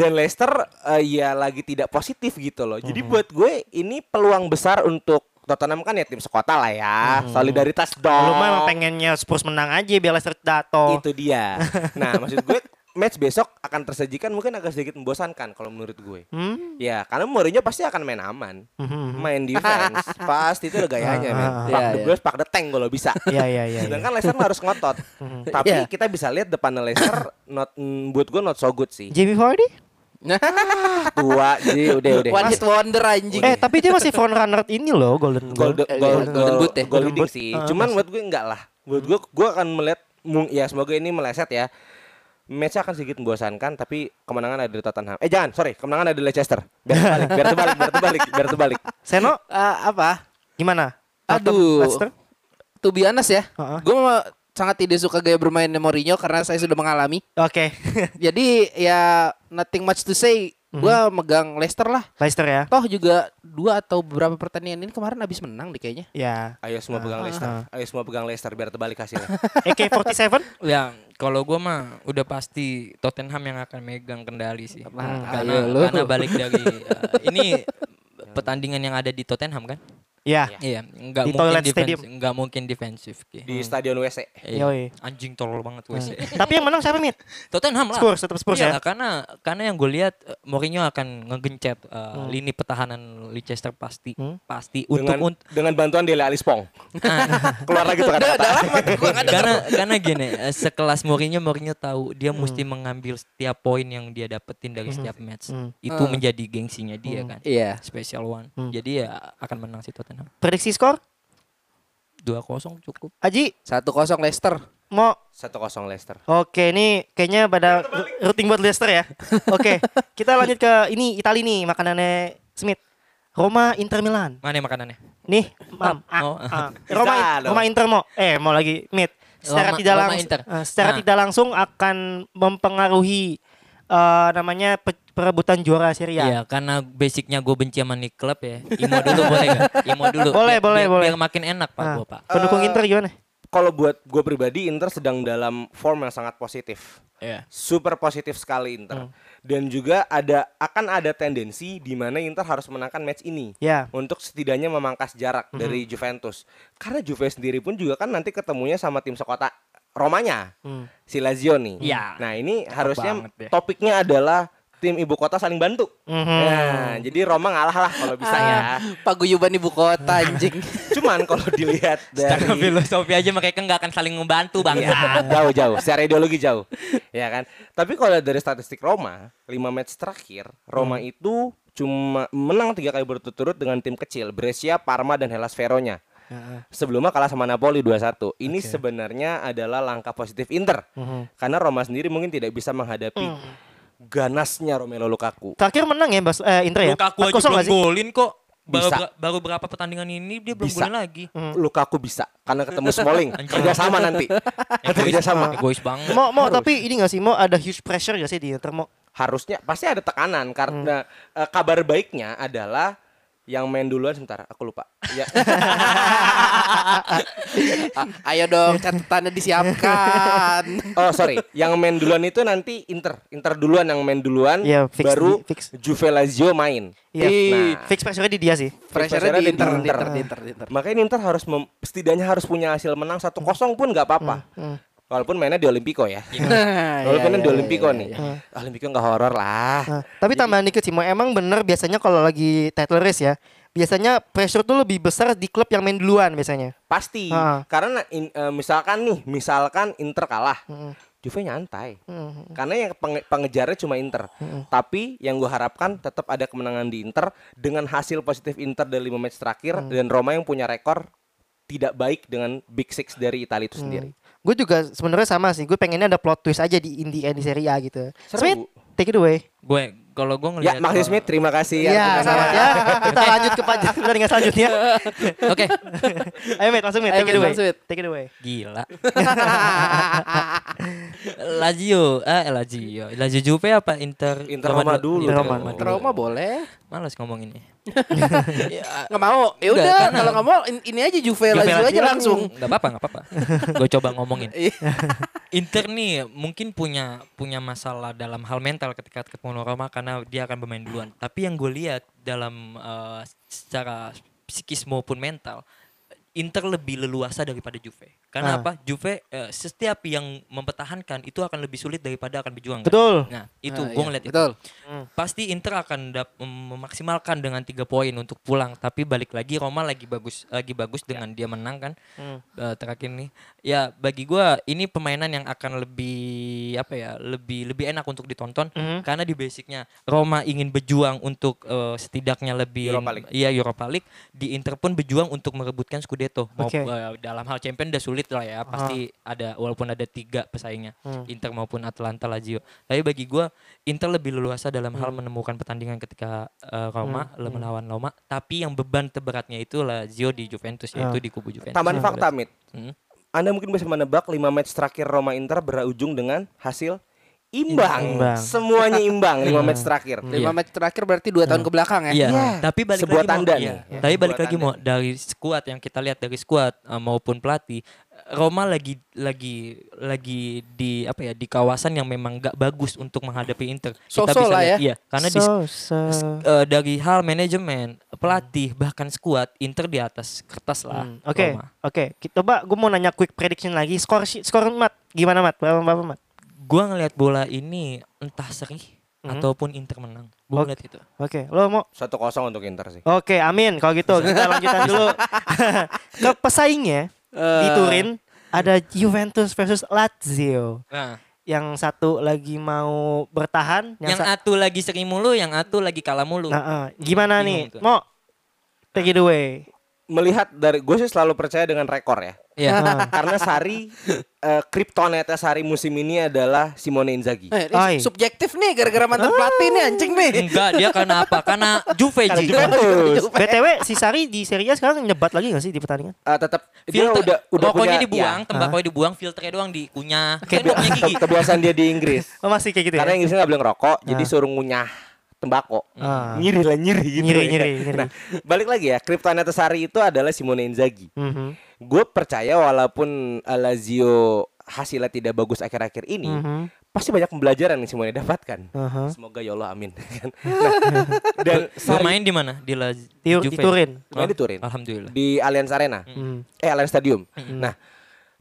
Speaker 7: Dan Leicester eh, ya lagi tidak positif gitu loh. Jadi buat gue ini peluang besar untuk Tottenham kan ya tim sekota lah ya. Solidaritas dong.
Speaker 4: Lu mah emang pengennya Spurs menang aja biar Leicester dato.
Speaker 7: Itu dia. Nah, maksud gue match besok akan tersajikan mungkin agak sedikit membosankan kalau menurut gue.
Speaker 4: Hmm?
Speaker 7: Ya, karena Mourinho pasti akan main aman.
Speaker 4: Mhm.
Speaker 7: Main defense. pasti itu udah gayanya, men.
Speaker 4: Ah, ah,
Speaker 7: Pak
Speaker 6: ah.
Speaker 7: the
Speaker 6: Iya,
Speaker 7: goals, pak the tank kalau bisa.
Speaker 4: Iya, iya, iya. iya.
Speaker 7: Sedangkan Leicester harus ngotot. Tapi
Speaker 6: Iya.
Speaker 7: kita bisa lihat depan Leicester not mm, buat gue not so good sih.
Speaker 4: Jamie Vardy?
Speaker 7: Tua, jadi udah udah.
Speaker 6: One hit wonder anjing.
Speaker 4: Eh, tapi dia masih frontrunner ini loh Golden Goal.
Speaker 7: iya, Golden
Speaker 6: Eh,
Speaker 7: gold,
Speaker 6: Golden
Speaker 7: gold,
Speaker 6: Boot ya?
Speaker 7: gold
Speaker 4: Golden
Speaker 7: leading
Speaker 4: Boot.
Speaker 7: sih.
Speaker 4: Ah,
Speaker 7: Cuman buat gue enggak lah. Buat gue gue akan melihat mung- ya semoga ini meleset ya. Match akan sedikit membosankan tapi kemenangan ada di Tottenham. Eh jangan, sorry, kemenangan ada di Leicester. Biar terbalik, biar terbalik, biar terbalik, biar terbalik.
Speaker 4: Seno
Speaker 6: Eh, apa?
Speaker 4: gimana?
Speaker 6: Aduh.
Speaker 4: Leicester?
Speaker 6: To be honest ya,
Speaker 4: Heeh.
Speaker 6: gue sangat tidak suka gaya bermain Mourinho karena saya sudah mengalami.
Speaker 4: Oke,
Speaker 6: Jadi ya nothing much to say. Gua megang Leicester lah.
Speaker 4: Leicester ya.
Speaker 6: Toh juga dua atau beberapa pertandingan ini kemarin habis menang deh kayaknya.
Speaker 4: Ya.
Speaker 7: Ayo semua pegang Leicester.
Speaker 6: Ah.
Speaker 7: Ayo semua pegang Leicester biar terbalik hasilnya.
Speaker 4: AK47?
Speaker 5: Ya, kalau gua mah udah pasti Tottenham yang akan megang kendali sih. karena
Speaker 6: kayak lu.
Speaker 5: karena balik dari eh, ini pertandingan yang ada di Tottenham kan?
Speaker 4: Ya.
Speaker 5: Iya, nggak
Speaker 4: Di
Speaker 5: mungkin
Speaker 4: toilet
Speaker 5: defensif,
Speaker 4: stadium.
Speaker 5: nggak mungkin defensif. Ki.
Speaker 7: Di stadion WC.
Speaker 5: Iya.
Speaker 4: Yoi.
Speaker 5: Anjing tolol banget WC.
Speaker 4: Tapi yang menang siapa, Mit?
Speaker 5: Tottenham lah.
Speaker 4: Spurs, tetap Spurs
Speaker 5: Iya,
Speaker 4: ya.
Speaker 5: Karena karena yang gue lihat eh, Mourinho akan ngegencet eh, lini pertahanan Leicester pasti
Speaker 4: Hmm.
Speaker 5: pasti untuk
Speaker 7: Dengan
Speaker 5: untuk
Speaker 7: dengan bantuan Dele Alli Spong. Keluar lagi tuh kata-kata.
Speaker 5: karena karena gini eh, sekelas Mourinho Mourinho tahu dia
Speaker 4: Hmm.
Speaker 5: mesti mengambil setiap poin yang dia dapetin dari setiap match
Speaker 4: Hmm.
Speaker 5: itu menjadi gengsinya dia kan
Speaker 6: Iya.
Speaker 5: special one
Speaker 4: Hmm.
Speaker 5: jadi ya akan menang si Tottenham
Speaker 4: Prediksi skor?
Speaker 5: 2-0 cukup
Speaker 4: Aji,
Speaker 6: Satu kosong Leicester.
Speaker 4: mau
Speaker 7: 1-0 Leicester.
Speaker 4: Oke, ini kayaknya pada routing buat Leicester ya. Oke, kita lanjut ke ini Itali nih makanannya Smith. Roma Inter Milan.
Speaker 5: mana makanannya
Speaker 4: Nih, Mam. A-
Speaker 5: Oh.
Speaker 4: A- Roma,
Speaker 7: Bisa dong.
Speaker 4: Roma Inter mau. Eh, mau lagi Mit. Secara
Speaker 5: Roma-
Speaker 4: tidak
Speaker 5: Roma
Speaker 4: langsung
Speaker 5: Inter.
Speaker 4: eh, secara
Speaker 5: Nah.
Speaker 4: tidak langsung akan mempengaruhi eh, namanya pe- perebutan juara Serie A.
Speaker 5: Iya, karena basicnya gue benci sama nih klub ya. Imo dulu boleh gak? Imo dulu.
Speaker 4: Boleh,
Speaker 5: Biar-
Speaker 4: boleh,
Speaker 5: biar-
Speaker 4: boleh.
Speaker 5: Biar makin enak pak
Speaker 4: Nah,
Speaker 5: gue pak.
Speaker 4: Pendukung Inter gimana?
Speaker 7: Kalau buat gue pribadi Inter sedang dalam form yang sangat positif.
Speaker 5: Iya.
Speaker 7: super positif sekali Inter.
Speaker 5: Hmm.
Speaker 7: Dan juga ada akan ada tendensi di mana Inter harus menangkan match ini
Speaker 4: Ya.
Speaker 7: untuk setidaknya memangkas jarak
Speaker 5: Hmm.
Speaker 7: dari Juventus. Karena Juve sendiri pun juga kan nanti ketemunya sama tim sekota Romanya,
Speaker 4: Hmm.
Speaker 7: si Lazio nih.
Speaker 5: Iya.
Speaker 7: Nah ini harusnya
Speaker 5: banget ya.
Speaker 7: topiknya adalah tim ibu kota saling bantu.
Speaker 4: Mhm.
Speaker 7: Nah, jadi Roma ngalah lah kalau bisa
Speaker 5: Ah.
Speaker 7: ya.
Speaker 6: Paguyuban ibu kota anjing.
Speaker 7: Cuman kalau dilihat
Speaker 4: Iya.
Speaker 5: Secara
Speaker 7: dari
Speaker 5: filosofi aja mereka nggak akan saling membantu bang.
Speaker 7: Iya, jauh jauh secara ideologi jauh ya kan tapi kalau dari statistik Roma 5 match terakhir Roma itu cuma menang tiga kali berturut-turut dengan tim kecil Brescia Parma dan Hellas Veronya sebelumnya kalah sama Napoli 2-1 ini sebenarnya adalah langkah positif Inter karena Roma sendiri mungkin tidak bisa menghadapi ganasnya Romelu Lukaku
Speaker 4: Terakhir menang ya Bas- eh, Inter ya?
Speaker 5: Lukaku aja
Speaker 4: 4-0
Speaker 5: belum
Speaker 4: nggak sih?
Speaker 5: golin kok. Baru,
Speaker 7: Bisa.
Speaker 5: ber- baru berapa pertandingan ini dia belum
Speaker 7: Bisa.
Speaker 5: golin lagi.
Speaker 7: Lukaku bisa karena ketemu Smalling
Speaker 5: Anjing.
Speaker 7: kerjasama nanti kerjasama
Speaker 5: Egois banget.
Speaker 4: Mau mau tapi ini nggak sih? Mau ada huge pressure nggak sih di Inter? Mau
Speaker 7: harusnya pasti ada tekanan karena
Speaker 4: Hmm.
Speaker 7: eh, kabar baiknya adalah yang main duluan sebentar aku lupa ya
Speaker 6: A- ayo dong catatannya disiapkan.
Speaker 7: oh sorry yang main duluan itu nanti Inter Inter duluan yang main duluan
Speaker 4: Iya, fix
Speaker 7: baru
Speaker 4: di- fix.
Speaker 7: Juve Lazio main
Speaker 4: Iya.
Speaker 7: Nah,
Speaker 4: fix pressure di dia sih.
Speaker 6: Pressure-nya di Inter, di
Speaker 7: Inter.
Speaker 6: Inter, di Inter, di Inter.
Speaker 7: makanya Inter harus mem- setidaknya harus punya hasil menang 1-0 pun nggak apa-apa
Speaker 4: Hmm,
Speaker 7: walaupun mainnya di Olimpico ya
Speaker 4: Iya,
Speaker 7: walaupun mainnya di Olimpico nih Olimpico nggak horor lah
Speaker 4: Nah, tapi tambahan dikit sih, mau emang bener biasanya kalau lagi title race ya, biasanya pressure tuh lebih besar di klub yang main duluan biasanya.
Speaker 7: Pasti.
Speaker 4: Ha.
Speaker 7: Karena in- eh, misalkan nih, misalkan Inter kalah. Juve nyantai. Karena yang penge- pengejarnya cuma Inter. Tapi yang gue harapkan tetap ada kemenangan di Inter dengan hasil positif Inter dari lima match terakhir dan Roma yang punya rekor tidak baik dengan Big Six dari Italia itu sendiri.
Speaker 4: Gue juga sebenarnya sama sih. Gue pengennya ada plot twist aja di India di Serie A gitu.
Speaker 7: Seru.
Speaker 4: Smith, take it away.
Speaker 5: Gue kalau gue
Speaker 7: Ya,
Speaker 5: ngelihat
Speaker 7: Maxi Smith terima kasih.
Speaker 4: Iya,
Speaker 7: Atas-
Speaker 4: selamat ya. Kita lanjut ke paj- pertandingan selanjutnya.
Speaker 5: Oke,
Speaker 4: Ayo, Mit, langsung Mit,
Speaker 6: Ayo,
Speaker 4: take it
Speaker 6: Mit,
Speaker 4: away.
Speaker 6: langsung, Mit.
Speaker 4: Take it away.
Speaker 5: gila. Lazio, eh Lazio. Lazio Juve apa Inter?
Speaker 7: Inter Roma dulu.
Speaker 5: Inter
Speaker 4: Roma.
Speaker 5: Roma dulu.
Speaker 6: Trauma boleh.
Speaker 5: Males ngomong ini.
Speaker 6: Nggak mau. Ya
Speaker 5: Nggak,
Speaker 6: udah,
Speaker 5: karena-
Speaker 6: kalau nggak mau in- ini aja Juve Lazio aja langsung. Iya.
Speaker 5: Gak apa-apa, gak apa-apa. Gue coba ngomongin. Inter nih mungkin punya punya masalah dalam hal mental ketika ketemu Roma karena dia akan bermain duluan. Tapi yang gue lihat dalam eh, secara psikis maupun mental Inter lebih leluasa daripada Juve.
Speaker 4: Ah.
Speaker 5: Karena apa? Juve eh, setiap yang mempertahankan itu akan lebih sulit daripada akan berjuang.
Speaker 4: Betul.
Speaker 5: Nah, itu
Speaker 6: Ah,
Speaker 5: gue
Speaker 6: iya,
Speaker 5: ngeliat itu.
Speaker 6: Betul.
Speaker 7: Hmm.
Speaker 5: Pasti Inter akan dap- mem- memaksimalkan dengan tiga poin untuk pulang, tapi balik lagi Roma lagi bagus, lagi bagus
Speaker 7: Ya.
Speaker 5: dengan dia menang kan
Speaker 7: Hmm.
Speaker 5: eh, terakhir nih. Ya bagi gua ini permainan yang akan lebih apa ya, lebih lebih enak untuk ditonton
Speaker 7: Hmm.
Speaker 5: karena di basicnya Roma ingin berjuang untuk eh, setidaknya lebih
Speaker 7: Europa League.
Speaker 5: Iya Europa League. Di Inter pun berjuang untuk merebutkan Scudetto. Mau
Speaker 4: Oke.
Speaker 5: eh, dalam hal champion udah sulit lah ya. Pasti ada walaupun ada tiga pesaingnya, Inter maupun Atlanta Lazio. Tapi bagi gua Inter lebih leluasa dalam hal menemukan pertandingan ketika eh, Roma le- melawan Roma. Tapi yang beban terberatnya itu Lazio di Juventus yaitu di kubu Juventus.
Speaker 7: Tambahan fakta, Mit.
Speaker 5: Hmm.
Speaker 7: Anda mungkin bisa menebak 5 match terakhir Roma Inter berujung dengan hasil imbang.
Speaker 4: Imbang.
Speaker 7: Semuanya imbang 5 match terakhir.
Speaker 5: Hmm.
Speaker 6: Lima match terakhir berarti dua tahun ke belakang ya.
Speaker 5: Iya.
Speaker 7: Iya.
Speaker 5: Tapi balik
Speaker 7: Sebuah
Speaker 5: lagi mau-
Speaker 7: tanda
Speaker 5: iya.
Speaker 7: nih. Ya.
Speaker 5: Tapi
Speaker 7: Sebuah
Speaker 5: balik lagi
Speaker 7: tanda
Speaker 5: mau dari skuad yang kita lihat dari skuad eh, maupun pelatih Roma lagi lagi lagi di apa ya di kawasan yang memang nggak bagus untuk menghadapi Inter. kita
Speaker 6: So-so
Speaker 5: bisa
Speaker 6: lah
Speaker 5: lihat-
Speaker 6: ya.
Speaker 5: Iya, karena di
Speaker 4: So, so.
Speaker 5: s- eh, dari hal manajemen, pelatih bahkan skuad Inter di atas kertas lah.
Speaker 4: Hmm, Oke,
Speaker 5: Roma.
Speaker 4: oke. Ki- Coba gue mau nanya quick prediction lagi. Skor si- skor Mat, gimana Mat? Bapak Bapak Mat.
Speaker 5: Gua ngelihat bola ini entah seri
Speaker 4: Hmm.
Speaker 5: ataupun Inter menang. Gua ngeliat itu.
Speaker 4: Oke, lo mau
Speaker 7: 1-0 untuk Inter sih.
Speaker 4: Oke, amin. Kalau gitu kita lanjutan dulu ke pesaingnya di
Speaker 6: Eh.
Speaker 4: Turin ada Juventus versus Lazio.
Speaker 5: Nah,
Speaker 4: Yang satu lagi mau bertahan, yang,
Speaker 5: yang
Speaker 4: sa-
Speaker 5: atu lagi seri mulu, yang atu lagi kalah mulu.
Speaker 4: Nah, eh, gimana nih?
Speaker 5: Bingung tuh.
Speaker 4: Mo, take it away.
Speaker 7: Melihat dari gue sih selalu percaya dengan rekor ya.
Speaker 5: Iya.
Speaker 4: Nah.
Speaker 7: Karena Sari eh Kryptonite Sari musim ini adalah Simone Inzaghi.
Speaker 6: Eh, ini
Speaker 4: Oi.
Speaker 6: subjektif nih gara-gara mantan pelatih nih anjing nih.
Speaker 5: Enggak, dia karena apa? Karena Juve Ji.
Speaker 6: ya.
Speaker 4: BTW si Sari di Serie A sekarang nyebat lagi gak sih di pertandingan?
Speaker 7: Eh, tetap dia
Speaker 5: Filter,
Speaker 7: udah udah
Speaker 5: rokoknya
Speaker 7: punya
Speaker 5: dibuang,
Speaker 4: iya.
Speaker 7: ya,
Speaker 4: Ah.
Speaker 5: tembakonya dibuang, filternya doang dikunyah. Kan
Speaker 7: kebi-
Speaker 5: dia punya gigi. Iya.
Speaker 7: ke- kebiasaan dia di Inggris.
Speaker 4: Oh, masih kayak gitu ya?
Speaker 7: Karena Inggrisnya nggak boleh ngerokok, jadi
Speaker 4: Ah.
Speaker 5: Nah.
Speaker 7: suruh ngunyah tembakok.
Speaker 4: Ah.
Speaker 7: Nyiri lah nyiri gitu.
Speaker 4: Nyiri,
Speaker 7: ya.
Speaker 4: nyiri, nyiri.
Speaker 7: Nah, balik lagi ya, Kryptonite Sari itu adalah Simone Inzaghi.
Speaker 4: Mhm,
Speaker 7: gue percaya walaupun eh, Lazio hasilnya tidak bagus akhir-akhir ini,
Speaker 4: mhm,
Speaker 7: pasti banyak pembelajaran yang semuanya dapatkan.
Speaker 4: aha.
Speaker 7: Semoga ya Allah amin. Kan? Nah, dan
Speaker 5: Lu
Speaker 7: Sarri
Speaker 5: main di mana? Di La
Speaker 4: Di, di Turin.
Speaker 7: main di Turin,
Speaker 5: Alhamdulillah.
Speaker 7: di Allianz Arena,
Speaker 4: Hmm.
Speaker 7: eh Allianz Stadium. Nah,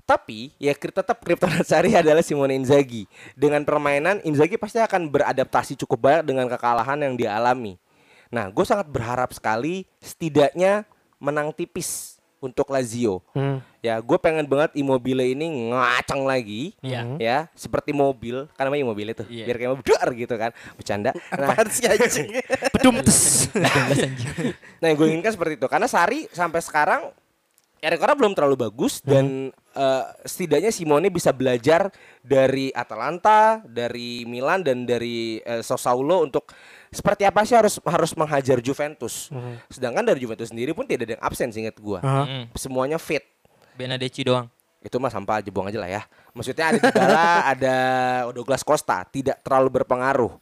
Speaker 7: tapi ya kri- tetap Kryptonite Sari adalah Simone Inzaghi. Dengan permainan Inzaghi pasti akan beradaptasi cukup banyak dengan kekalahan yang dia alami. Nah, gue sangat berharap sekali setidaknya menang tipis untuk Lazio.
Speaker 4: Hmm.
Speaker 7: Ya, gue pengen banget Immobile ini ngaceng lagi.
Speaker 5: Iya.
Speaker 7: Ya, seperti mobil, kan namanya Immobile tuh.
Speaker 5: Iya.
Speaker 7: Biar kayak mobil duar gitu kan, bercanda. Nah,
Speaker 6: Apaan sih anjing?
Speaker 4: Bedum tes.
Speaker 7: nah yang gue inginkan seperti itu. Karena Sari sampai sekarang ya rekornya belum terlalu bagus dan eh, setidaknya Simone bisa belajar dari Atalanta, dari Milan dan dari eh, Sassuolo untuk seperti apa sih harus harus menghajar Juventus. Sedangkan dari Juventus sendiri pun tidak ada yang absen seingat gue.
Speaker 5: Mm-mm.
Speaker 7: Semuanya fit.
Speaker 5: Benadeci Hmm, doang.
Speaker 7: itu mah sampah aja buang aja lah ya. Maksudnya ada Dybala, ada Douglas Costa, tidak terlalu berpengaruh.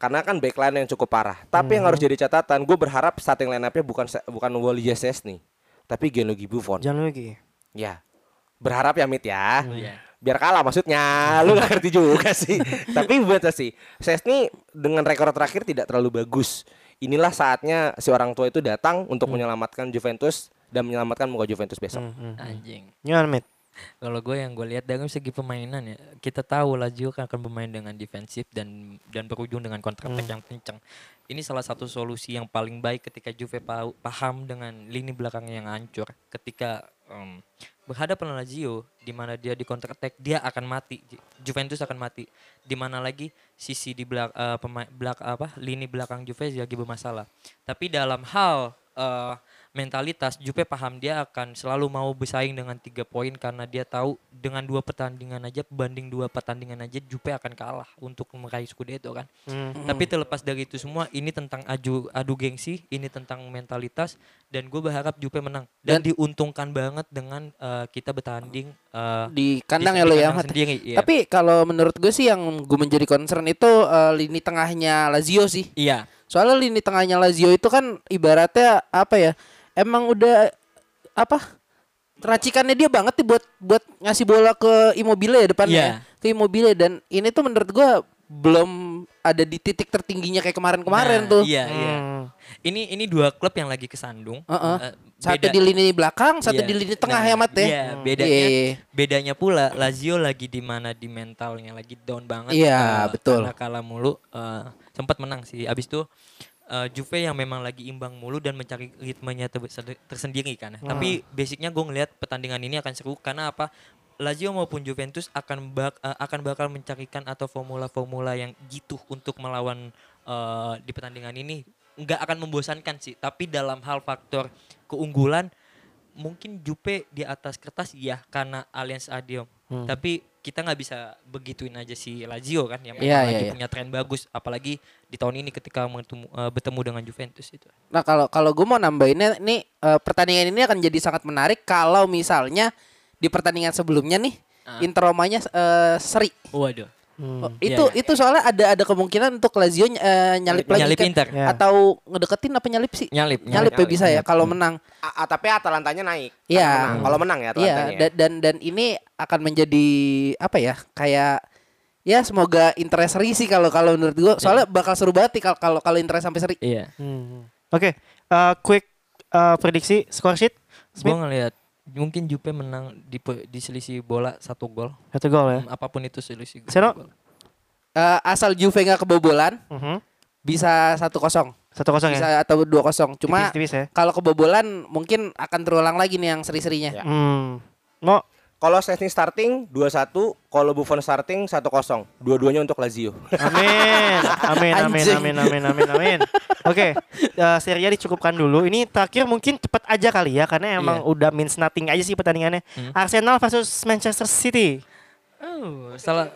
Speaker 7: Karena kan backline yang cukup parah. Tapi yang harus jadi catatan, gue berharap starting line up-nya bukan se- bukan Wally nih, tapi Gianluigi Buffon.
Speaker 4: Jangan lagi.
Speaker 7: ya. Berharap ya Mit ya.
Speaker 5: Iya.
Speaker 7: Biar kalah maksudnya. Lu gak ngerti juga sih. tapi buat sih, Sesni dengan rekor terakhir tidak terlalu bagus. Inilah saatnya si orang tua itu datang untuk menyelamatkan Juventus dan menyelamatkan muka Juventus besok.
Speaker 4: Hmm.
Speaker 5: Anjing.
Speaker 4: Jangan, Mit.
Speaker 5: Kalau gue yang gue lihat dari segi permainan ya, kita tahu Lazio kan akan bermain dengan defensif dan dan berujung dengan counter attack yang kencang. Ini salah satu solusi yang paling baik ketika mmm, Juve pa- paham dengan lini belakang yang hancur. Ketika em, berhadapan dengan Lazio di mana dia di counter attack dia akan mati Ju- Juventus akan mati di mana lagi sisi di belak, eh, pema- belak- apa lini belakang Juve lagi bermasalah tapi dalam hal eh, mentalitas Juve paham dia akan selalu mau bersaing dengan tiga poin karena dia tahu dengan dua pertandingan aja banding dua pertandingan aja Juve akan kalah untuk meraih Scudetto kan tapi terlepas dari itu semua ini tentang aju adu gengsi ini tentang mentalitas dan gue berharap Juve menang dan,
Speaker 6: Dan-
Speaker 5: diuntungkan banget dengan eh, kita bertanding eh,
Speaker 6: di kandang
Speaker 5: di
Speaker 6: ya lo ya.
Speaker 5: kandang sendiri, iya.
Speaker 6: Tapi kalau menurut gue sih yang gue menjadi concern itu eh, lini tengahnya Lazio sih.
Speaker 5: iya
Speaker 6: Soalnya lini tengahnya Lazio itu kan ibaratnya apa ya? Emang udah apa? Racikannya dia banget nih buat buat ngasih bola ke Immobile ya depannya.
Speaker 5: Iya.
Speaker 6: ya, Ke Immobile dan ini tuh menurut gua belum ada di titik tertingginya kayak kemarin-kemarin
Speaker 5: Nah,
Speaker 6: tuh.
Speaker 5: iya iya ini ini dua klub yang lagi kesandung
Speaker 6: Heeh.
Speaker 5: eh,
Speaker 6: Satu
Speaker 5: beda-
Speaker 6: di lini belakang, satu
Speaker 5: Iya.
Speaker 6: di lini tengah
Speaker 5: Nah,
Speaker 6: ya Mat ya.
Speaker 5: Iya,
Speaker 6: Hmm.
Speaker 5: bedanya
Speaker 6: Iya, iya.
Speaker 5: bedanya pula Lazio lagi di mana di mentalnya lagi down banget.
Speaker 6: Iya,
Speaker 5: eh,
Speaker 6: betul.
Speaker 5: Karena kalah mulu eh, sempat menang sih. Abis itu eh, Juve yang memang lagi imbang mulu dan mencari ritmenya ter- sedi- tersendiri kan. Tapi basicnya gue ngelihat pertandingan ini akan seru karena apa? Lazio maupun Juventus akan bak eh, akan bakal mencarikan atau formula-formula yang gitu untuk melawan eh, di pertandingan ini nggak akan membosankan sih. Tapi dalam hal faktor keunggulan mungkin Jupe di atas kertas ya karena Allianz Adium. Tapi kita nggak bisa begituin aja si Lazio kan yang memang
Speaker 6: Iya,
Speaker 5: lagi
Speaker 6: iya, iya.
Speaker 5: punya tren bagus apalagi di tahun ini ketika bertemu, bertemu dengan Juventus itu.
Speaker 6: Nah kalau kalau gue mau nambahinnya nih eh, pertandingan ini akan jadi sangat menarik kalau misalnya di pertandingan sebelumnya nih
Speaker 5: Ah.
Speaker 6: Inter Romanya eh, seri.
Speaker 5: Waduh.
Speaker 4: Hmm,
Speaker 5: Hmm,
Speaker 6: Oh,
Speaker 5: iya,
Speaker 6: itu itu soalnya ada ada kemungkinan untuk Lazio ny- eh, nyalip lagi
Speaker 5: Nyalip
Speaker 6: kan?
Speaker 5: Inter.
Speaker 4: Ya.
Speaker 6: atau ngedeketin apa nyalip sih?
Speaker 5: Nyalip, Hmm.
Speaker 6: Nyalip, ya
Speaker 7: nyalip,
Speaker 6: bisa ya kalau menang.
Speaker 7: A- a- tapi Atalantanya naik.
Speaker 6: Iya.
Speaker 7: Kalau menang- Kalau menang ya Atalantanya.
Speaker 6: Iya, dan, dan dan ini akan menjadi apa ya? Kayak ya semoga Inter seri sih kalau kalau menurut gue soalnya bakal seru banget nih kalau kalau kalau Inter sampai seri.
Speaker 5: Iya.
Speaker 4: Hmm. Oke, eh, quick eh, prediksi score sheet.
Speaker 5: Gue
Speaker 4: Smith,
Speaker 5: ngelihat mungkin Jupe menang di pe- di selisih bola satu gol.
Speaker 4: satu gol ya.
Speaker 5: Hmm, Apapun itu selisih.
Speaker 4: Seno?
Speaker 5: gol.
Speaker 6: Eh, asal Juve nggak kebobolan
Speaker 4: Mhm.
Speaker 6: bisa 1-0.
Speaker 4: Satu kosong
Speaker 6: bisa
Speaker 4: ya.
Speaker 6: atau 2-0. Cuma
Speaker 4: Tipis-tipis ya.
Speaker 6: kalau kebobolan mungkin akan terulang lagi nih yang seri-serinya.
Speaker 7: Ya.
Speaker 4: Hmm. Mo,
Speaker 7: Kalau Szczesny starting 2-1, kalau Buffon starting 1-0. Dua-duanya untuk Lazio.
Speaker 4: Amin, amin, amin,
Speaker 6: Anjing.
Speaker 4: amin, amin, amin, amin. Oke, eh, serinya dicukupkan dulu. Ini terakhir mungkin cepat aja kali ya, karena emang
Speaker 5: Iya.
Speaker 4: udah means nothing aja sih pertandingannya. Arsenal versus Manchester City.
Speaker 5: Oh, salah.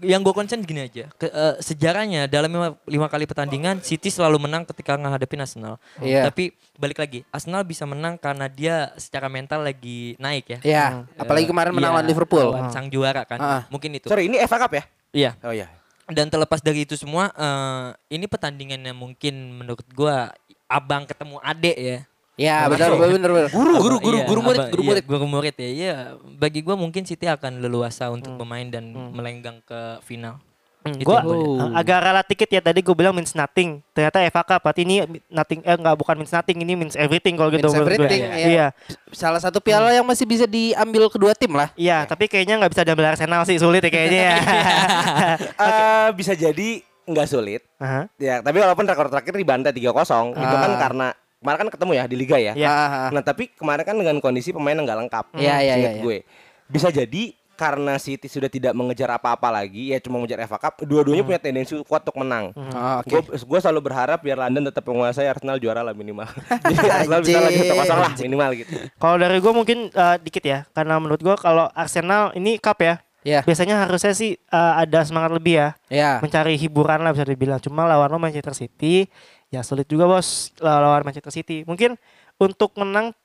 Speaker 5: Yang gue concern gini aja. Ke- eh, sejarahnya dalam lima, lima kali pertandingan City selalu menang ketika menghadapi Arsenal.
Speaker 6: Iya.
Speaker 5: Tapi balik lagi, Arsenal bisa menang karena dia secara mental lagi naik ya.
Speaker 6: Ya,
Speaker 5: Eh,
Speaker 6: apalagi kemarin menang
Speaker 5: iya,
Speaker 6: lawan Liverpool.
Speaker 5: lawan sang juara kan.
Speaker 6: Ah.
Speaker 5: Mungkin itu.
Speaker 7: Sorry, ini FA Cup ya?
Speaker 5: Iya.
Speaker 7: Oh iya.
Speaker 5: Dan terlepas dari itu semua, eh, ini pertandingan yang mungkin menurut gua abang ketemu adek ya.
Speaker 6: Ya, benar
Speaker 5: Langsung.
Speaker 6: benar benar. benar.
Speaker 5: Abang-
Speaker 6: guru guru
Speaker 5: iya,
Speaker 6: guru murid
Speaker 5: abang-
Speaker 6: guru
Speaker 5: iya,
Speaker 6: murid.
Speaker 5: guru murid ya. Iya, bagi gua mungkin City akan leluasa untuk
Speaker 6: Hmm.
Speaker 5: pemain dan melenggang ke final. Hmm, Itu
Speaker 4: Gue
Speaker 5: yang gua lihat.
Speaker 4: eh,
Speaker 6: Hmm.
Speaker 4: agak rela dikit ya tadi gue bilang means nothing. Ternyata FA Cup berarti ini nothing eh enggak bukan means nothing, ini means everything kalau gitu.
Speaker 6: Means
Speaker 4: menurut gue.
Speaker 6: everything,
Speaker 4: Iya.
Speaker 6: ya.
Speaker 4: Iya.
Speaker 6: Salah satu piala yang masih bisa diambil kedua tim lah.
Speaker 4: Iya, tapi kayaknya nggak bisa diambil Arsenal sih sulit ya kayaknya ya.
Speaker 7: Eh, bisa jadi nggak sulit.
Speaker 4: Aha.
Speaker 7: Ya, tapi walaupun rekor terakhir dibantai 3-0 itu kan
Speaker 6: Ah.
Speaker 7: karena kemarin kan ketemu ya di liga ya.
Speaker 4: Iya.
Speaker 6: Ah, ah.
Speaker 7: Nah, tapi kemarin kan dengan kondisi pemain yang nggak lengkap.
Speaker 6: Iya, iya,
Speaker 7: seingat
Speaker 6: iya, iya.
Speaker 7: gue. Bisa jadi karena City sudah tidak mengejar apa-apa lagi, ya cuma mengejar FA Cup, dua-duanya
Speaker 6: Hmm.
Speaker 7: punya tendensi kuat untuk menang.
Speaker 6: Oh, Oke.
Speaker 7: Gue gue selalu berharap biar London tetap menguasai Arsenal juara lah minimal. Jadi Arsenal bisa lagi
Speaker 6: Anjing.
Speaker 7: 1-0 lah minimal gitu.
Speaker 4: Kalau dari gue mungkin eh, dikit ya, karena menurut gue kalau Arsenal ini cup ya,
Speaker 6: Ya.
Speaker 4: biasanya harusnya sih eh, ada semangat lebih ya,
Speaker 6: Ya.
Speaker 4: mencari hiburan lah bisa dibilang. Cuma lawan lo Manchester City, ya sulit juga bos la- lawan Manchester City. Mungkin untuk menang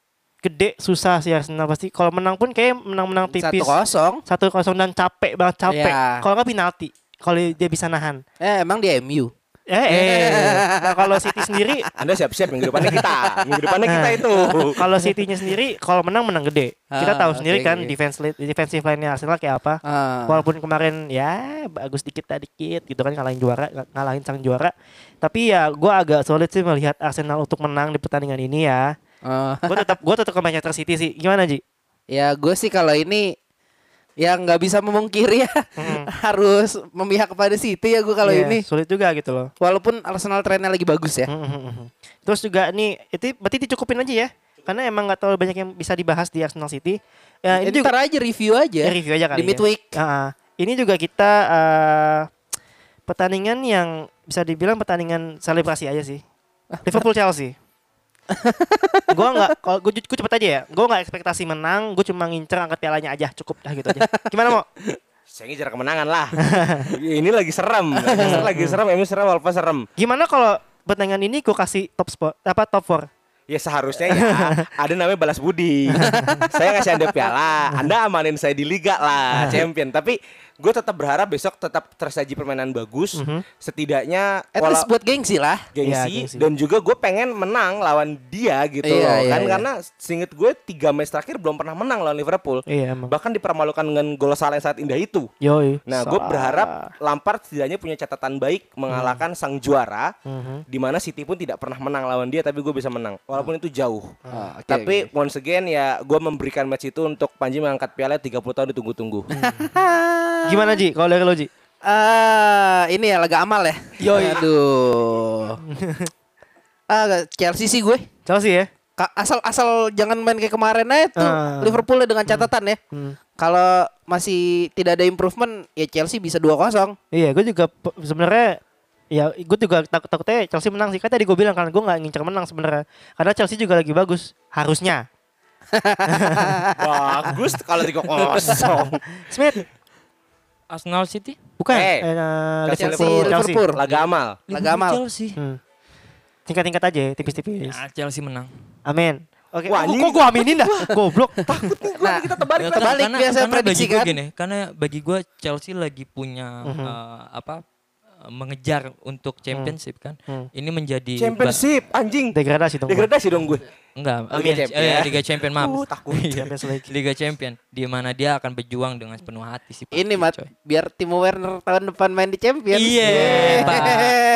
Speaker 4: gede susah sih Arsenal pasti. Kalau menang pun kayak menang-menang tipis.
Speaker 6: Satu kosong.
Speaker 4: Satu kosong dan capek banget capek.
Speaker 6: Iya.
Speaker 4: Kalau nggak penalti, kalau dia bisa nahan.
Speaker 6: Eh, emang dia MU.
Speaker 4: Eh, eh. Nah, kalau City sendiri,
Speaker 7: Anda siap-siap minggu depannya kita. Minggu depannya kita itu.
Speaker 4: kalau City-nya sendiri, kalau menang menang gede. Kita
Speaker 6: Ah,
Speaker 4: tahu sendiri
Speaker 6: oke,
Speaker 4: kan
Speaker 6: oke.
Speaker 4: defense li- defensive line-nya Arsenal kayak apa.
Speaker 6: Ah.
Speaker 4: Walaupun kemarin ya bagus dikit tak dikit gitu kan ngalahin juara ngalahin sang juara. Tapi ya gua agak sulit sih melihat Arsenal untuk menang di pertandingan ini ya.
Speaker 6: Ah.
Speaker 4: Gue tetap gue tetap ke Manchester City sih. Gimana Ji?
Speaker 6: Ya gue sih kalau ini ya nggak bisa memungkiri ya harus memihak kepada City ya gue kalau
Speaker 4: Ya,
Speaker 6: ini
Speaker 4: sulit juga gitu loh.
Speaker 6: walaupun Arsenal trennya lagi bagus ya
Speaker 4: Mhm, mhm. Terus juga nih itu berarti dicukupin aja ya. Karena emang nggak terlalu banyak yang bisa dibahas di Arsenal City. Ya, ini juga
Speaker 6: Ntar aja review aja.
Speaker 4: ya, review aja kali.
Speaker 6: Di
Speaker 4: ya.
Speaker 6: midweek.
Speaker 4: Ah, ah. ini juga kita eh, pertandingan yang bisa dibilang pertandingan selebrasi aja sih.
Speaker 6: Ah,
Speaker 4: Liverpool Chelsea. gue nggak, kalau gue cepet aja ya. Gue nggak ekspektasi menang. Gue cuma ngincer angkat pialanya aja. Cukup dah gitu aja. Gimana mau?
Speaker 7: Saya ngejar kemenangan lah. ini lagi serem, lagi serem, emang serem, Alfa serem.
Speaker 4: Gimana kalau pertandingan ini gue kasih top spot apa top 4
Speaker 7: Ya seharusnya ya ada namanya balas budi. saya ngasih Anda piala, Anda amanin saya di liga lah, champion. Tapi gue tetap berharap besok tetap tersaji permainan bagus, setidaknya
Speaker 6: Mhm. At
Speaker 7: wala-
Speaker 6: least buat gengsi lah.
Speaker 7: gengsi,
Speaker 4: Iya, gengsi.
Speaker 7: dan juga gue pengen menang lawan dia gitu
Speaker 6: Iya,
Speaker 7: loh
Speaker 6: iya,
Speaker 7: kan
Speaker 6: iya.
Speaker 7: karena singkat gue tiga match terakhir belum pernah menang lawan Liverpool
Speaker 4: Iya emang.
Speaker 7: bahkan dipermalukan dengan gol salah yang saat indah itu
Speaker 4: Yoi.
Speaker 7: nah gue
Speaker 4: Salah.
Speaker 7: berharap Lampard setidaknya punya catatan baik
Speaker 6: Hmm.
Speaker 7: mengalahkan sang juara
Speaker 4: Mhm.
Speaker 7: di mana City pun tidak pernah menang lawan dia tapi gue bisa menang walaupun itu jauh
Speaker 6: Ah, oke,
Speaker 7: tapi
Speaker 6: oke.
Speaker 7: once again ya gue memberikan match itu untuk Panji mengangkat piala 30 tahun ditunggu-tunggu
Speaker 4: Gimana Ji? Kalau dari lo Ji?
Speaker 6: Ah, ini ya laga amal ya. Aduh. Ah, Chelsea sih gue.
Speaker 4: Chelsea ya?
Speaker 6: Ka- asal asal jangan main kayak kemarin aja tuh
Speaker 4: Ah.
Speaker 6: Liverpool ya dengan catatan ya.
Speaker 4: Hmm.
Speaker 6: Kalau masih tidak ada improvement ya Chelsea bisa 2-0.
Speaker 4: Iya, gue juga pe- sebenarnya ya gue juga takut takutnya Chelsea menang sih. Kan tadi gue bilang kan gue nggak ngincer menang sebenarnya. Karena Chelsea juga lagi bagus harusnya.
Speaker 7: bagus kalau 3 kosong
Speaker 4: Smith,
Speaker 5: Arsenal City?
Speaker 4: bukan?
Speaker 7: Eh,
Speaker 4: Eh, nah,
Speaker 7: Chelsea
Speaker 4: Liverpool, Chelsea.
Speaker 6: Liverpool.
Speaker 7: laga amal
Speaker 6: Laga amal.
Speaker 5: Chelsea.
Speaker 4: Hmm. Tingkat-tingkat aja, ya, tipis-tipis.
Speaker 5: Ah, Chelsea menang.
Speaker 4: Amin. Oke, Wah,
Speaker 7: Wah, anjing.
Speaker 4: kok gue aminin dah? Goblok.
Speaker 6: Nah, kita terbalik terbalik biasa prediksi
Speaker 5: bagi gua
Speaker 6: kan.
Speaker 5: Gini, karena bagi gue Chelsea lagi punya
Speaker 6: Hmm.
Speaker 5: eh, apa eh, mengejar untuk championship kan.
Speaker 4: Hmm.
Speaker 6: Iya.
Speaker 5: Ini menjadi
Speaker 7: championship anjing
Speaker 4: Degradasi dong. gua.
Speaker 7: degradasi dong gue
Speaker 5: ba- enggak
Speaker 7: Liga
Speaker 5: Liga
Speaker 7: Champion.
Speaker 5: Champion. Liga Champion maaf.
Speaker 7: Uh, takut.
Speaker 5: Iya.
Speaker 4: Champions League.
Speaker 5: Liga Champion di mana dia akan berjuang dengan sepenuh hati sih. pasti,
Speaker 6: Ini mat
Speaker 5: coy.
Speaker 6: biar Timo Werner tahun depan main di Champions.
Speaker 5: Iya, Pak.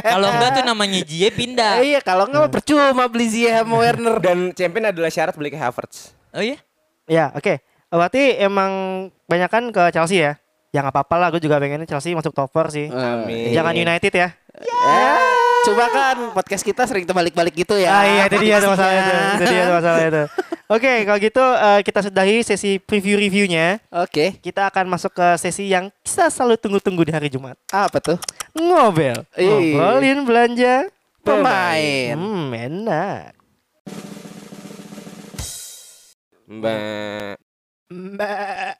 Speaker 5: Kalau enggak tuh namanya
Speaker 6: Eh,
Speaker 5: Jie pindah.
Speaker 6: Iya, kalau enggak mah percuma beli Ziyech sama Werner.
Speaker 7: Dan champion adalah syarat beli ke Havertz.
Speaker 5: Oh iya.
Speaker 4: Ya, oke. Berarti emang banyak kan ke Chelsea ya? Ya nggak apa-apa lah, gue juga pengennya Chelsea masuk top 4 sih.
Speaker 7: Amin.
Speaker 4: Jangan United ya.
Speaker 6: Eh, Coba kan podcast kita sering terbalik-balik gitu ya.
Speaker 4: Ah iya itu dia tuh masalahnya itu.
Speaker 6: podcastnya.
Speaker 4: Itu dia tuh masalahnya itu. Oke, kalau gitu eh, kita sudahi sesi preview-reviewnya.
Speaker 6: Oke,
Speaker 4: Kita akan masuk ke sesi yang kita selalu tunggu-tunggu di hari Jumat.
Speaker 6: apa tuh?
Speaker 4: Ngobel.
Speaker 6: Ih.
Speaker 4: Ngobrolin belanja
Speaker 6: Pemain.
Speaker 4: Hmm, enak.
Speaker 7: Mbak.
Speaker 4: Mbak.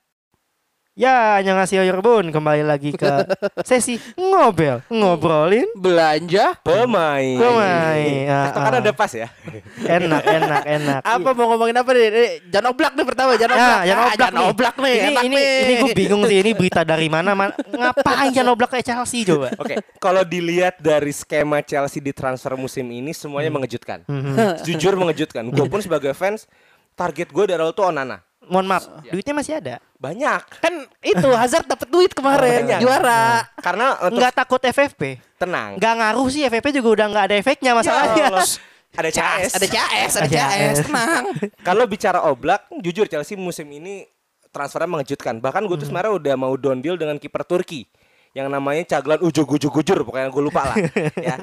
Speaker 4: Ya, annyeonghaseyo Yorbun. Kembali lagi ke sesi ngobel. Ngobrolin
Speaker 6: Belanja
Speaker 7: Pemain.
Speaker 4: Pemain, ah,
Speaker 7: Atau kan
Speaker 4: ah.
Speaker 7: ada pas ya.
Speaker 4: enak, enak, enak.
Speaker 6: apa mau ngomongin apa nih? Eh, Jangan oblak nih pertama, jangan oblak.
Speaker 4: Ya, yang
Speaker 6: Ah,
Speaker 4: oblak
Speaker 6: jangan
Speaker 4: nih.
Speaker 6: oblak nih.
Speaker 4: Ini
Speaker 6: enak
Speaker 4: ini
Speaker 6: nih.
Speaker 4: ini gue bingung sih ini berita dari mana? Man. Ngapain yang oblak kayak Chelsea coba?
Speaker 7: Oke, kalau dilihat dari skema Chelsea di transfer musim ini semuanya
Speaker 4: Hmm.
Speaker 7: mengejutkan. Jujur mengejutkan. Gue pun sebagai fans target gue dari awal tuh Onana.
Speaker 4: Mohon maaf,
Speaker 7: Iya.
Speaker 4: duitnya masih ada.
Speaker 7: Banyak.
Speaker 6: kan itu Hazard dapat duit
Speaker 4: Iya.
Speaker 6: kemarin
Speaker 7: Banyak.
Speaker 6: juara.
Speaker 7: Karena untuk
Speaker 4: Nggak takut FFP.
Speaker 7: tenang.
Speaker 4: Nggak ngaruh sih FFP juga udah nggak ada efeknya Iya. masalahnya.
Speaker 7: Ya Allah. Ada CS.
Speaker 6: Ada CS, ada CS, tenang.
Speaker 7: Kalau bicara oblak, jujur Chelsea musim ini transfernya mengejutkan. Bahkan gue tuh sebenarnya udah mau down deal dengan kiper Turki yang namanya Caglan Ujug Ujug Ujur pokoknya gue lupa lah ya.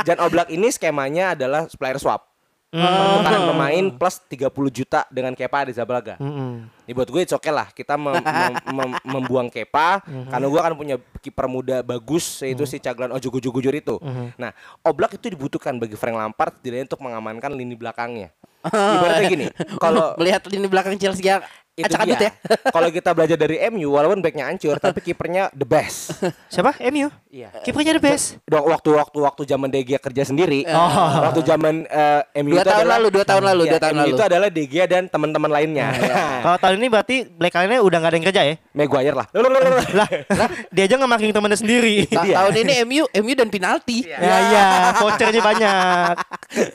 Speaker 7: Jan Oblak ini skemanya adalah player swap. Pertukaran pemain plus 30 juta dengan Kepa Arrizabalaga.
Speaker 4: Mm-mm.
Speaker 7: Hmm. Ini buat gue it's okay lah kita mem- mem- mem- membuang Kepa
Speaker 6: Hmm.
Speaker 7: karena gue kan punya kiper muda bagus yaitu si Caglan Ujug Ujug Ujur itu.
Speaker 6: Hmm.
Speaker 7: Nah, Oblak itu dibutuhkan bagi Frank Lampard setidaknya untuk mengamankan lini belakangnya. Ibaratnya gini, kalau
Speaker 6: melihat lini belakang Chelsea yang
Speaker 7: itu
Speaker 6: acak adut ya.
Speaker 7: dia. Kalau kita belajar dari MU, walaupun backnya hancur, tapi kipernya the best.
Speaker 4: Siapa? MU.
Speaker 7: Iya.
Speaker 4: Kipernya the best.
Speaker 7: Dok waktu waktu waktu zaman De Gea kerja sendiri, waktu zaman eh,
Speaker 6: Oh.
Speaker 7: MU
Speaker 6: Dua
Speaker 7: itu
Speaker 6: tahun
Speaker 7: adalah,
Speaker 6: lalu, dua tahun lalu,
Speaker 7: Iya,
Speaker 6: dua tahun
Speaker 7: MU
Speaker 6: lalu. Oh, iya.
Speaker 7: itu adalah De Gea dan teman-teman lainnya. Nah.
Speaker 4: Kalau tahun ini berarti belakangannya udah nggak ada yang kerja ya?
Speaker 7: Maguire lah. Loh, loh, loh, loh, loh.
Speaker 4: Lah, dia aja nggak makin temannya sendiri.
Speaker 6: Ta-
Speaker 7: Iya.
Speaker 6: Tahun ini MU, MU dan penalti.
Speaker 4: Ya ya, vouchernya banyak.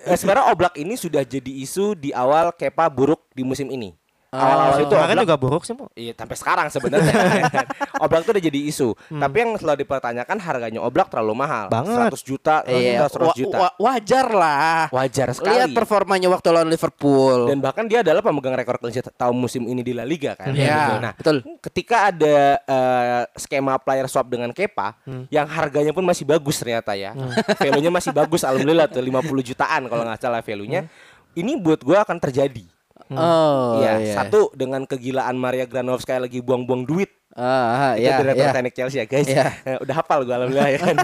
Speaker 7: Nah, sebenarnya Oblak ini sudah jadi isu di awal Kepa buruk di musim ini.
Speaker 6: Oh,
Speaker 7: Awal-awal
Speaker 6: kan?
Speaker 7: itu
Speaker 4: Kemarin
Speaker 7: Oblak
Speaker 4: juga buruk sih, Mo.
Speaker 7: Iya, sampai sekarang sebenarnya. Oblak itu udah jadi isu.
Speaker 6: Hmm.
Speaker 7: Tapi yang selalu dipertanyakan harganya Oblak terlalu mahal.
Speaker 4: Banget.
Speaker 7: 100 juta, 100
Speaker 6: Iya,
Speaker 7: juta, 100 juta.
Speaker 6: wa- wa- wajar lah.
Speaker 7: Wajar sekali.
Speaker 6: Lihat performanya waktu lawan Liverpool.
Speaker 7: dan bahkan dia adalah pemegang rekor clean sheet tahun musim ini di La Liga kan.
Speaker 6: Iya,
Speaker 7: Nah,
Speaker 6: betul.
Speaker 7: ketika ada eh, skema player swap dengan Kepa
Speaker 6: Hmm.
Speaker 7: yang harganya pun masih bagus ternyata ya. Value-nya masih bagus alhamdulillah tuh 50 jutaan kalau nggak salah value-nya. ini buat gue akan terjadi.
Speaker 6: Hmm. Oh,
Speaker 7: ya,
Speaker 6: iya.
Speaker 7: satu dengan kegilaan Maria Granovskaya lagi buang-buang duit.
Speaker 6: Ah, ah, iya,
Speaker 7: itu direktur
Speaker 6: iya.
Speaker 7: teknik Chelsea ya guys.
Speaker 6: Iya.
Speaker 7: Eh, Udah hafal gue alhamdulillah ya kan.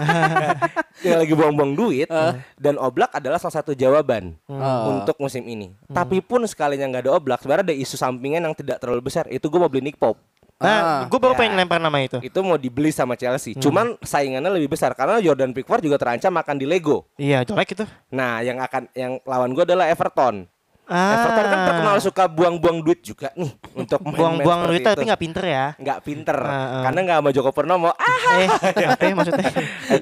Speaker 7: Dia lagi buang-buang duit dan Oblak adalah salah satu jawaban
Speaker 6: Oh.
Speaker 7: untuk musim ini. Tapi pun sekalinya nggak ada Oblak, sebenarnya ada isu sampingan yang tidak terlalu besar. Itu gue mau beli Nick Pope.
Speaker 4: Nah, gue baru
Speaker 7: Ya.
Speaker 4: pengen lempar nama itu.
Speaker 7: Itu mau dibeli sama Chelsea. Cuman saingannya lebih besar karena Jordan Pickford juga terancam akan di Lego.
Speaker 4: Iya, jelek itu.
Speaker 7: Nah, yang akan yang lawan gue adalah Everton.
Speaker 4: Ah.
Speaker 7: Everton kan terkenal suka buang-buang duit juga nih untuk main-main
Speaker 4: buang-buang
Speaker 7: seperti
Speaker 4: duit
Speaker 7: itu.
Speaker 4: tapi nggak pinter ya.
Speaker 7: nggak pinter
Speaker 4: Ah, ah.
Speaker 7: karena nggak sama Joko Purnomo. Ah,
Speaker 4: eh, apa ya maksudnya?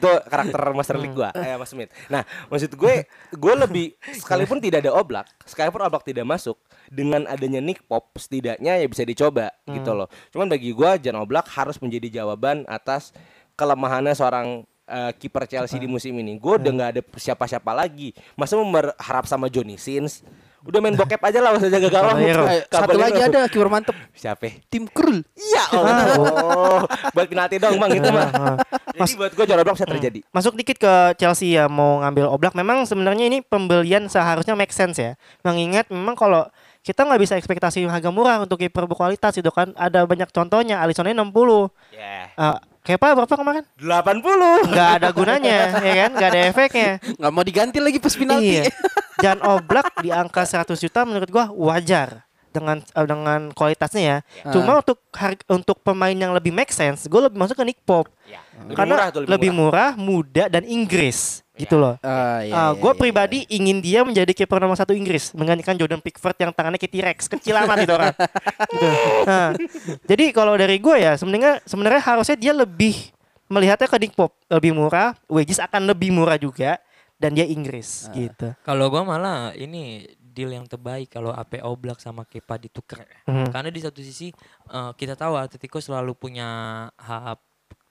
Speaker 7: itu karakter Master League gua,
Speaker 6: Hmm.
Speaker 7: eh Mas Smith. Nah, maksud gue gue lebih sekalipun tidak ada Oblak, sekalipun Oblak tidak masuk dengan adanya Nick Pop setidaknya ya bisa dicoba gitu
Speaker 6: Hmm.
Speaker 7: loh. Cuman bagi gua Jan Oblak harus menjadi jawaban atas kelemahannya seorang eh, kiper Chelsea
Speaker 6: Hmm.
Speaker 7: di musim ini. Gue udah nggak ada siapa-siapa lagi. Masa mau berharap sama Johnny Sins? Udah main bokep aja lah usah jaga gawang.
Speaker 4: Caballero.
Speaker 6: Eh, satu
Speaker 7: Caballero.
Speaker 6: lagi ada Ah. kiper mantep
Speaker 7: Siapa?
Speaker 6: tim Krul.
Speaker 7: Iya Allah. Oh, buat penalti dong Gitu, bang
Speaker 4: Ah,
Speaker 7: itu mah. Jadi buat gue jorok bisa terjadi.
Speaker 4: Hmm. Masuk dikit ke Chelsea ya mau ngambil Oblak. Memang sebenarnya ini pembelian seharusnya make sense ya. Mengingat memang kalau kita nggak bisa ekspektasi harga murah untuk kiper berkualitas itu kan ada banyak contohnya. Alissonnya 60.
Speaker 6: Hmm.
Speaker 7: Ya.
Speaker 4: Eh, Kepa berapa kemarin?
Speaker 7: 80.
Speaker 4: Nggak ada gunanya, ya kan? Nggak ada efeknya.
Speaker 6: Nggak mau diganti lagi pas penalti.
Speaker 4: Iya. Dan Oblak di angka 100 juta menurut gua wajar dengan eh, dengan kualitasnya ya. Cuma untuk harga, untuk pemain yang lebih make sense, gue lebih masuk ke Nick Pop.
Speaker 7: Ya.
Speaker 4: Karena lebih murah. muda dan Inggris gitu loh.
Speaker 6: Ah, iya, iya,
Speaker 4: gue
Speaker 6: iya,
Speaker 4: pribadi ingin dia menjadi kiper nomor satu Inggris menggantikan Jordan Pickford yang tangannya kayak T-Rex kecil amat itu orang. Gitu. Nah, jadi kalau dari gue ya sebenarnya sebenarnya harusnya dia lebih melihatnya ke Nick Pop lebih murah, wages akan lebih murah juga dan dia Inggris gitu.
Speaker 5: Kalau gua malah ini deal yang terbaik kalau AP Oblak sama Kepa ditukar.
Speaker 4: Mhm.
Speaker 5: Karena di satu sisi eh, kita tahu Atletico selalu punya ha-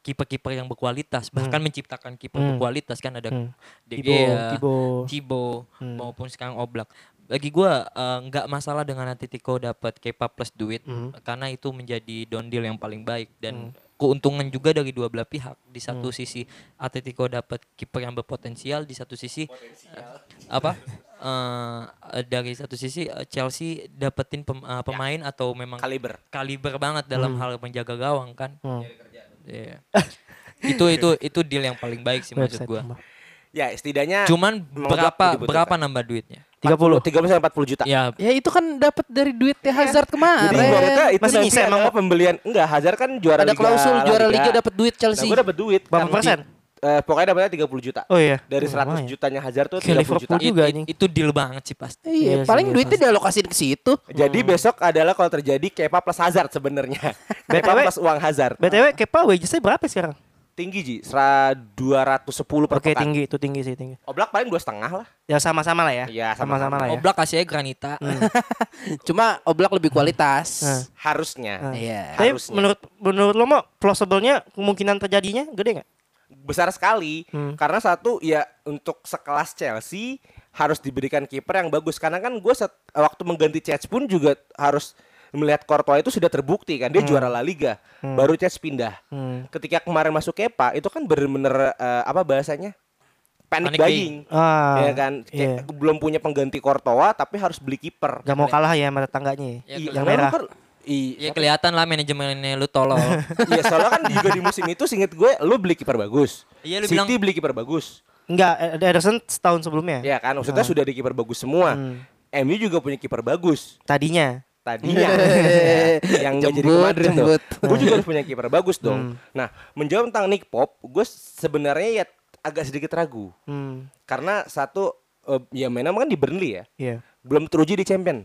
Speaker 5: kiper-kiper yang berkualitas, bahkan menciptakan kiper
Speaker 4: Hmm.
Speaker 5: berkualitas kan ada
Speaker 4: Hmm.
Speaker 5: De
Speaker 4: Tibo,
Speaker 5: Gea,
Speaker 4: Tibo.
Speaker 5: Thibaut,
Speaker 4: Hmm.
Speaker 5: maupun sekarang Oblak. Bagi gua eh, nggak masalah dengan Atletico dapat Kepa plus duit
Speaker 4: Hmm.
Speaker 5: karena itu menjadi down deal yang paling baik dan keuntungan juga dari dua belah pihak. Di
Speaker 4: Hmm.
Speaker 5: satu sisi Atletico dapat kiper yang berpotensial, di satu sisi eh, apa? Eh, eh, dari satu sisi eh, Chelsea dapetin pem- eh, pemain atau memang
Speaker 7: kaliber.
Speaker 5: kaliber banget dalam hal menjaga gawang kan.
Speaker 4: Hmm.
Speaker 5: Iya. itu itu itu deal yang paling baik sih
Speaker 4: Website
Speaker 5: maksud gua.
Speaker 4: tambah.
Speaker 7: Ya, setidaknya
Speaker 5: Cuman
Speaker 7: Emang
Speaker 5: berapa
Speaker 7: dibutuhkan.
Speaker 5: berapa nambah duitnya?
Speaker 4: 30.
Speaker 7: 30 sampai 40
Speaker 4: Iya.
Speaker 7: juta.
Speaker 5: Ya,
Speaker 6: Ya itu kan dapat dari duitnya Hazard kemarin.
Speaker 7: Jadi ibaratnya itu
Speaker 4: Masih
Speaker 7: nanti
Speaker 4: nyisa Iya. emang,
Speaker 7: adalah pembelian enggak Hazard kan juara
Speaker 6: ada
Speaker 7: liga.
Speaker 6: klausul juara liga dapat duit
Speaker 7: Nah,
Speaker 6: Chelsea.
Speaker 7: gue dapat duit.
Speaker 4: Berapa
Speaker 7: Yang
Speaker 4: persen?
Speaker 7: di- eh, pokoknya dapatnya 30 juta.
Speaker 4: Oh iya.
Speaker 7: Dari
Speaker 4: Oh,
Speaker 7: 100
Speaker 4: lumayan.
Speaker 7: jutanya Hazard tuh
Speaker 4: Ke
Speaker 7: 30 juta.
Speaker 4: Liverpool.
Speaker 5: it-
Speaker 4: juga
Speaker 5: it-
Speaker 4: nih.
Speaker 5: itu deal banget sih pasti.
Speaker 6: Iya,
Speaker 4: Iya sih,
Speaker 6: paling
Speaker 4: iya,
Speaker 6: duitnya dialokasiin ke situ.
Speaker 7: Jadi
Speaker 4: Hmm.
Speaker 7: besok adalah kalau terjadi Kepa plus Hazard sebenarnya. Kepa
Speaker 4: BTW
Speaker 7: plus uang Hazard.
Speaker 4: BTW Kepa wagesnya berapa sekarang?
Speaker 7: Tinggi Ji, Sera- 210 per
Speaker 4: Oke
Speaker 7: pekan.
Speaker 4: tinggi itu tinggi sih tinggi.
Speaker 7: Oblak paling dua setengah lah.
Speaker 4: Ya sama-sama lah ya.
Speaker 7: Iya,
Speaker 4: sama-sama
Speaker 7: sama-sama.
Speaker 4: lah ya.
Speaker 5: Oblak kasih aja Granita.
Speaker 6: Hmm.
Speaker 5: Hmm.
Speaker 6: Cuma Oblak lebih
Speaker 4: Nah.
Speaker 6: kualitas.
Speaker 4: Eh.
Speaker 7: Harusnya.
Speaker 6: Iya.
Speaker 4: Tapi
Speaker 7: Eh, Harusnya.
Speaker 4: menurut menurut lo mau plausible-nya kemungkinan terjadinya gede nggak?
Speaker 7: besar sekali
Speaker 4: Hmm.
Speaker 7: karena satu ya untuk sekelas Chelsea harus diberikan kiper yang bagus karena kan gue waktu mengganti Cech pun juga harus melihat Courtois itu sudah terbukti kan dia
Speaker 4: Hmm.
Speaker 7: juara La Liga baru Cech pindah ketika kemarin masuk Kepa itu kan bener-bener eh, apa bahasanya panic,
Speaker 5: Panic
Speaker 7: buying
Speaker 4: Ah,
Speaker 7: ya kan
Speaker 4: iya.
Speaker 7: Kayak belum punya pengganti Courtois tapi harus beli kiper
Speaker 4: Gak mau kalah ya sama tetangganya. ya.
Speaker 5: Ya,
Speaker 7: I-
Speaker 4: yang
Speaker 7: karena
Speaker 4: merah.
Speaker 7: lu kan- i-
Speaker 5: ya kelihatan lah manajemennya lu tolol.
Speaker 7: Iya soalnya kan juga di musim itu singkat gue lu beli kiper bagus
Speaker 5: Iya, lu
Speaker 7: City
Speaker 5: bilang-
Speaker 7: beli kiper bagus
Speaker 4: Enggak, Ed- e, Ederson setahun sebelumnya.
Speaker 7: Ya kan, maksudnya sudah ada kiper bagus semua.
Speaker 6: Hmm.
Speaker 7: MU juga punya kiper bagus
Speaker 4: Tadinya.
Speaker 7: tadinya ya, yang gak
Speaker 6: Iya.
Speaker 7: jadi
Speaker 6: Jembut,
Speaker 7: kemarin tuh.
Speaker 6: jembut. Hmm.
Speaker 7: Gue juga harus punya kiper bagus dong. Nah, menjawab tentang Nick Pop, gue sebenarnya ya agak sedikit ragu
Speaker 4: Hmm,
Speaker 7: karena satu eh, ya mainnya kan di Burnley ya,
Speaker 4: iya.
Speaker 7: belum teruji di Champion.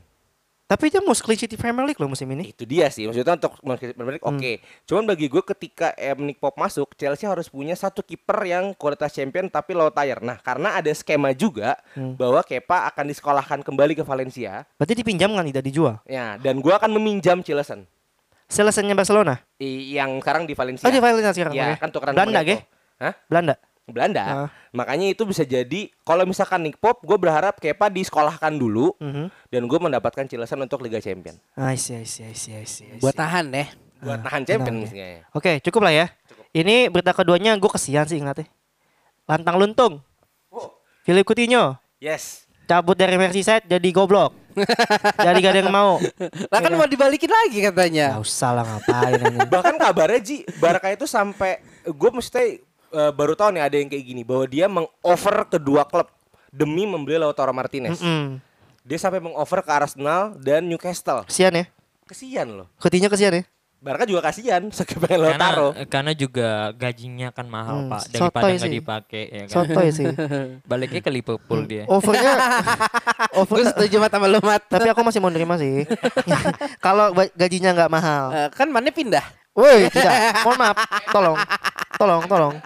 Speaker 4: Tapi dia mau clean sheet di Premier League loh musim ini.
Speaker 7: Itu dia sih, maksudnya untuk Manchester Burnley,
Speaker 6: Hmm.
Speaker 7: oke. Cuman bagi gue ketika eh, Nick Pop masuk, Chelsea harus punya satu kiper yang kualitas Champion tapi low tier. Nah, karena ada skema juga
Speaker 6: Hmm.
Speaker 7: bahwa Kepa akan disekolahkan kembali ke Valencia.
Speaker 4: Berarti dipinjam kan tidak dijual.
Speaker 7: Ya, dan gua akan meminjam Cilesen
Speaker 4: Selesennya Barcelona.
Speaker 7: I- yang sekarang di Valencia.
Speaker 4: Oh, di Valencia sekarang.
Speaker 7: Ya,
Speaker 4: oke.
Speaker 7: kan tukeran Iya.
Speaker 4: Belanda,
Speaker 7: Monaco.
Speaker 4: ge.
Speaker 7: Hah?
Speaker 4: Belanda.
Speaker 7: Belanda.
Speaker 4: Ah.
Speaker 7: Makanya itu bisa jadi kalau misalkan Nick Pop, gue berharap Kepa disekolahkan dulu
Speaker 4: Mhm. Ah,
Speaker 7: dan gue mendapatkan Cilesen untuk Liga Champion.
Speaker 4: I see, I see, I see, I see, I see.
Speaker 6: Buat
Speaker 5: Iya.
Speaker 6: ya. tahan deh.
Speaker 7: Buat nahan Champion
Speaker 4: Ah, benar,
Speaker 7: misalnya.
Speaker 4: Oke, cukup lah ya. Ini berita keduanya
Speaker 7: Oh.
Speaker 4: gue kesian sih ingatnya. Lantang luntung. Philip Coutinho
Speaker 7: Yes.
Speaker 4: cabut dari Merseyside jadi goblok. jadi gak ada yang mau.
Speaker 6: Lah
Speaker 4: Iya.
Speaker 6: kan mau dibalikin lagi
Speaker 4: Gak
Speaker 6: katanya.
Speaker 4: usah lah ngapain ini.
Speaker 7: Bahkan kabarnya Ji, Barca itu sampai gue mesti eh, baru tahu nih ada yang kayak gini bahwa dia mengover kedua klub demi membeli Lautaro Martinez.
Speaker 4: Mm.
Speaker 7: Dia sampai mengover ke Arsenal dan Newcastle.
Speaker 4: Kesian ya.
Speaker 7: Kesian loh.
Speaker 4: Coutinho kesian ya.
Speaker 7: Barca juga kasihan sakit pengen
Speaker 5: Karena,
Speaker 7: Lautaro.
Speaker 5: karena juga gajinya kan mahal
Speaker 4: Hmm,
Speaker 5: pak daripada
Speaker 4: sotoy sih.
Speaker 5: nggak
Speaker 4: Hmm.
Speaker 5: dipakai ya kan.
Speaker 4: Sotoy sih.
Speaker 5: Baliknya ke Liverpool
Speaker 6: Iya.
Speaker 5: dia.
Speaker 4: Overnya Iya.
Speaker 6: Gue
Speaker 4: over
Speaker 6: Oh, setuju mat sama lu mat.
Speaker 4: tapi aku masih mau nerima sih. Kalau ba- gajinya nggak mahal.
Speaker 6: Eh, kan mana pindah?
Speaker 4: Woi, tidak. Mohon maaf. Tolong. Tolong, tolong.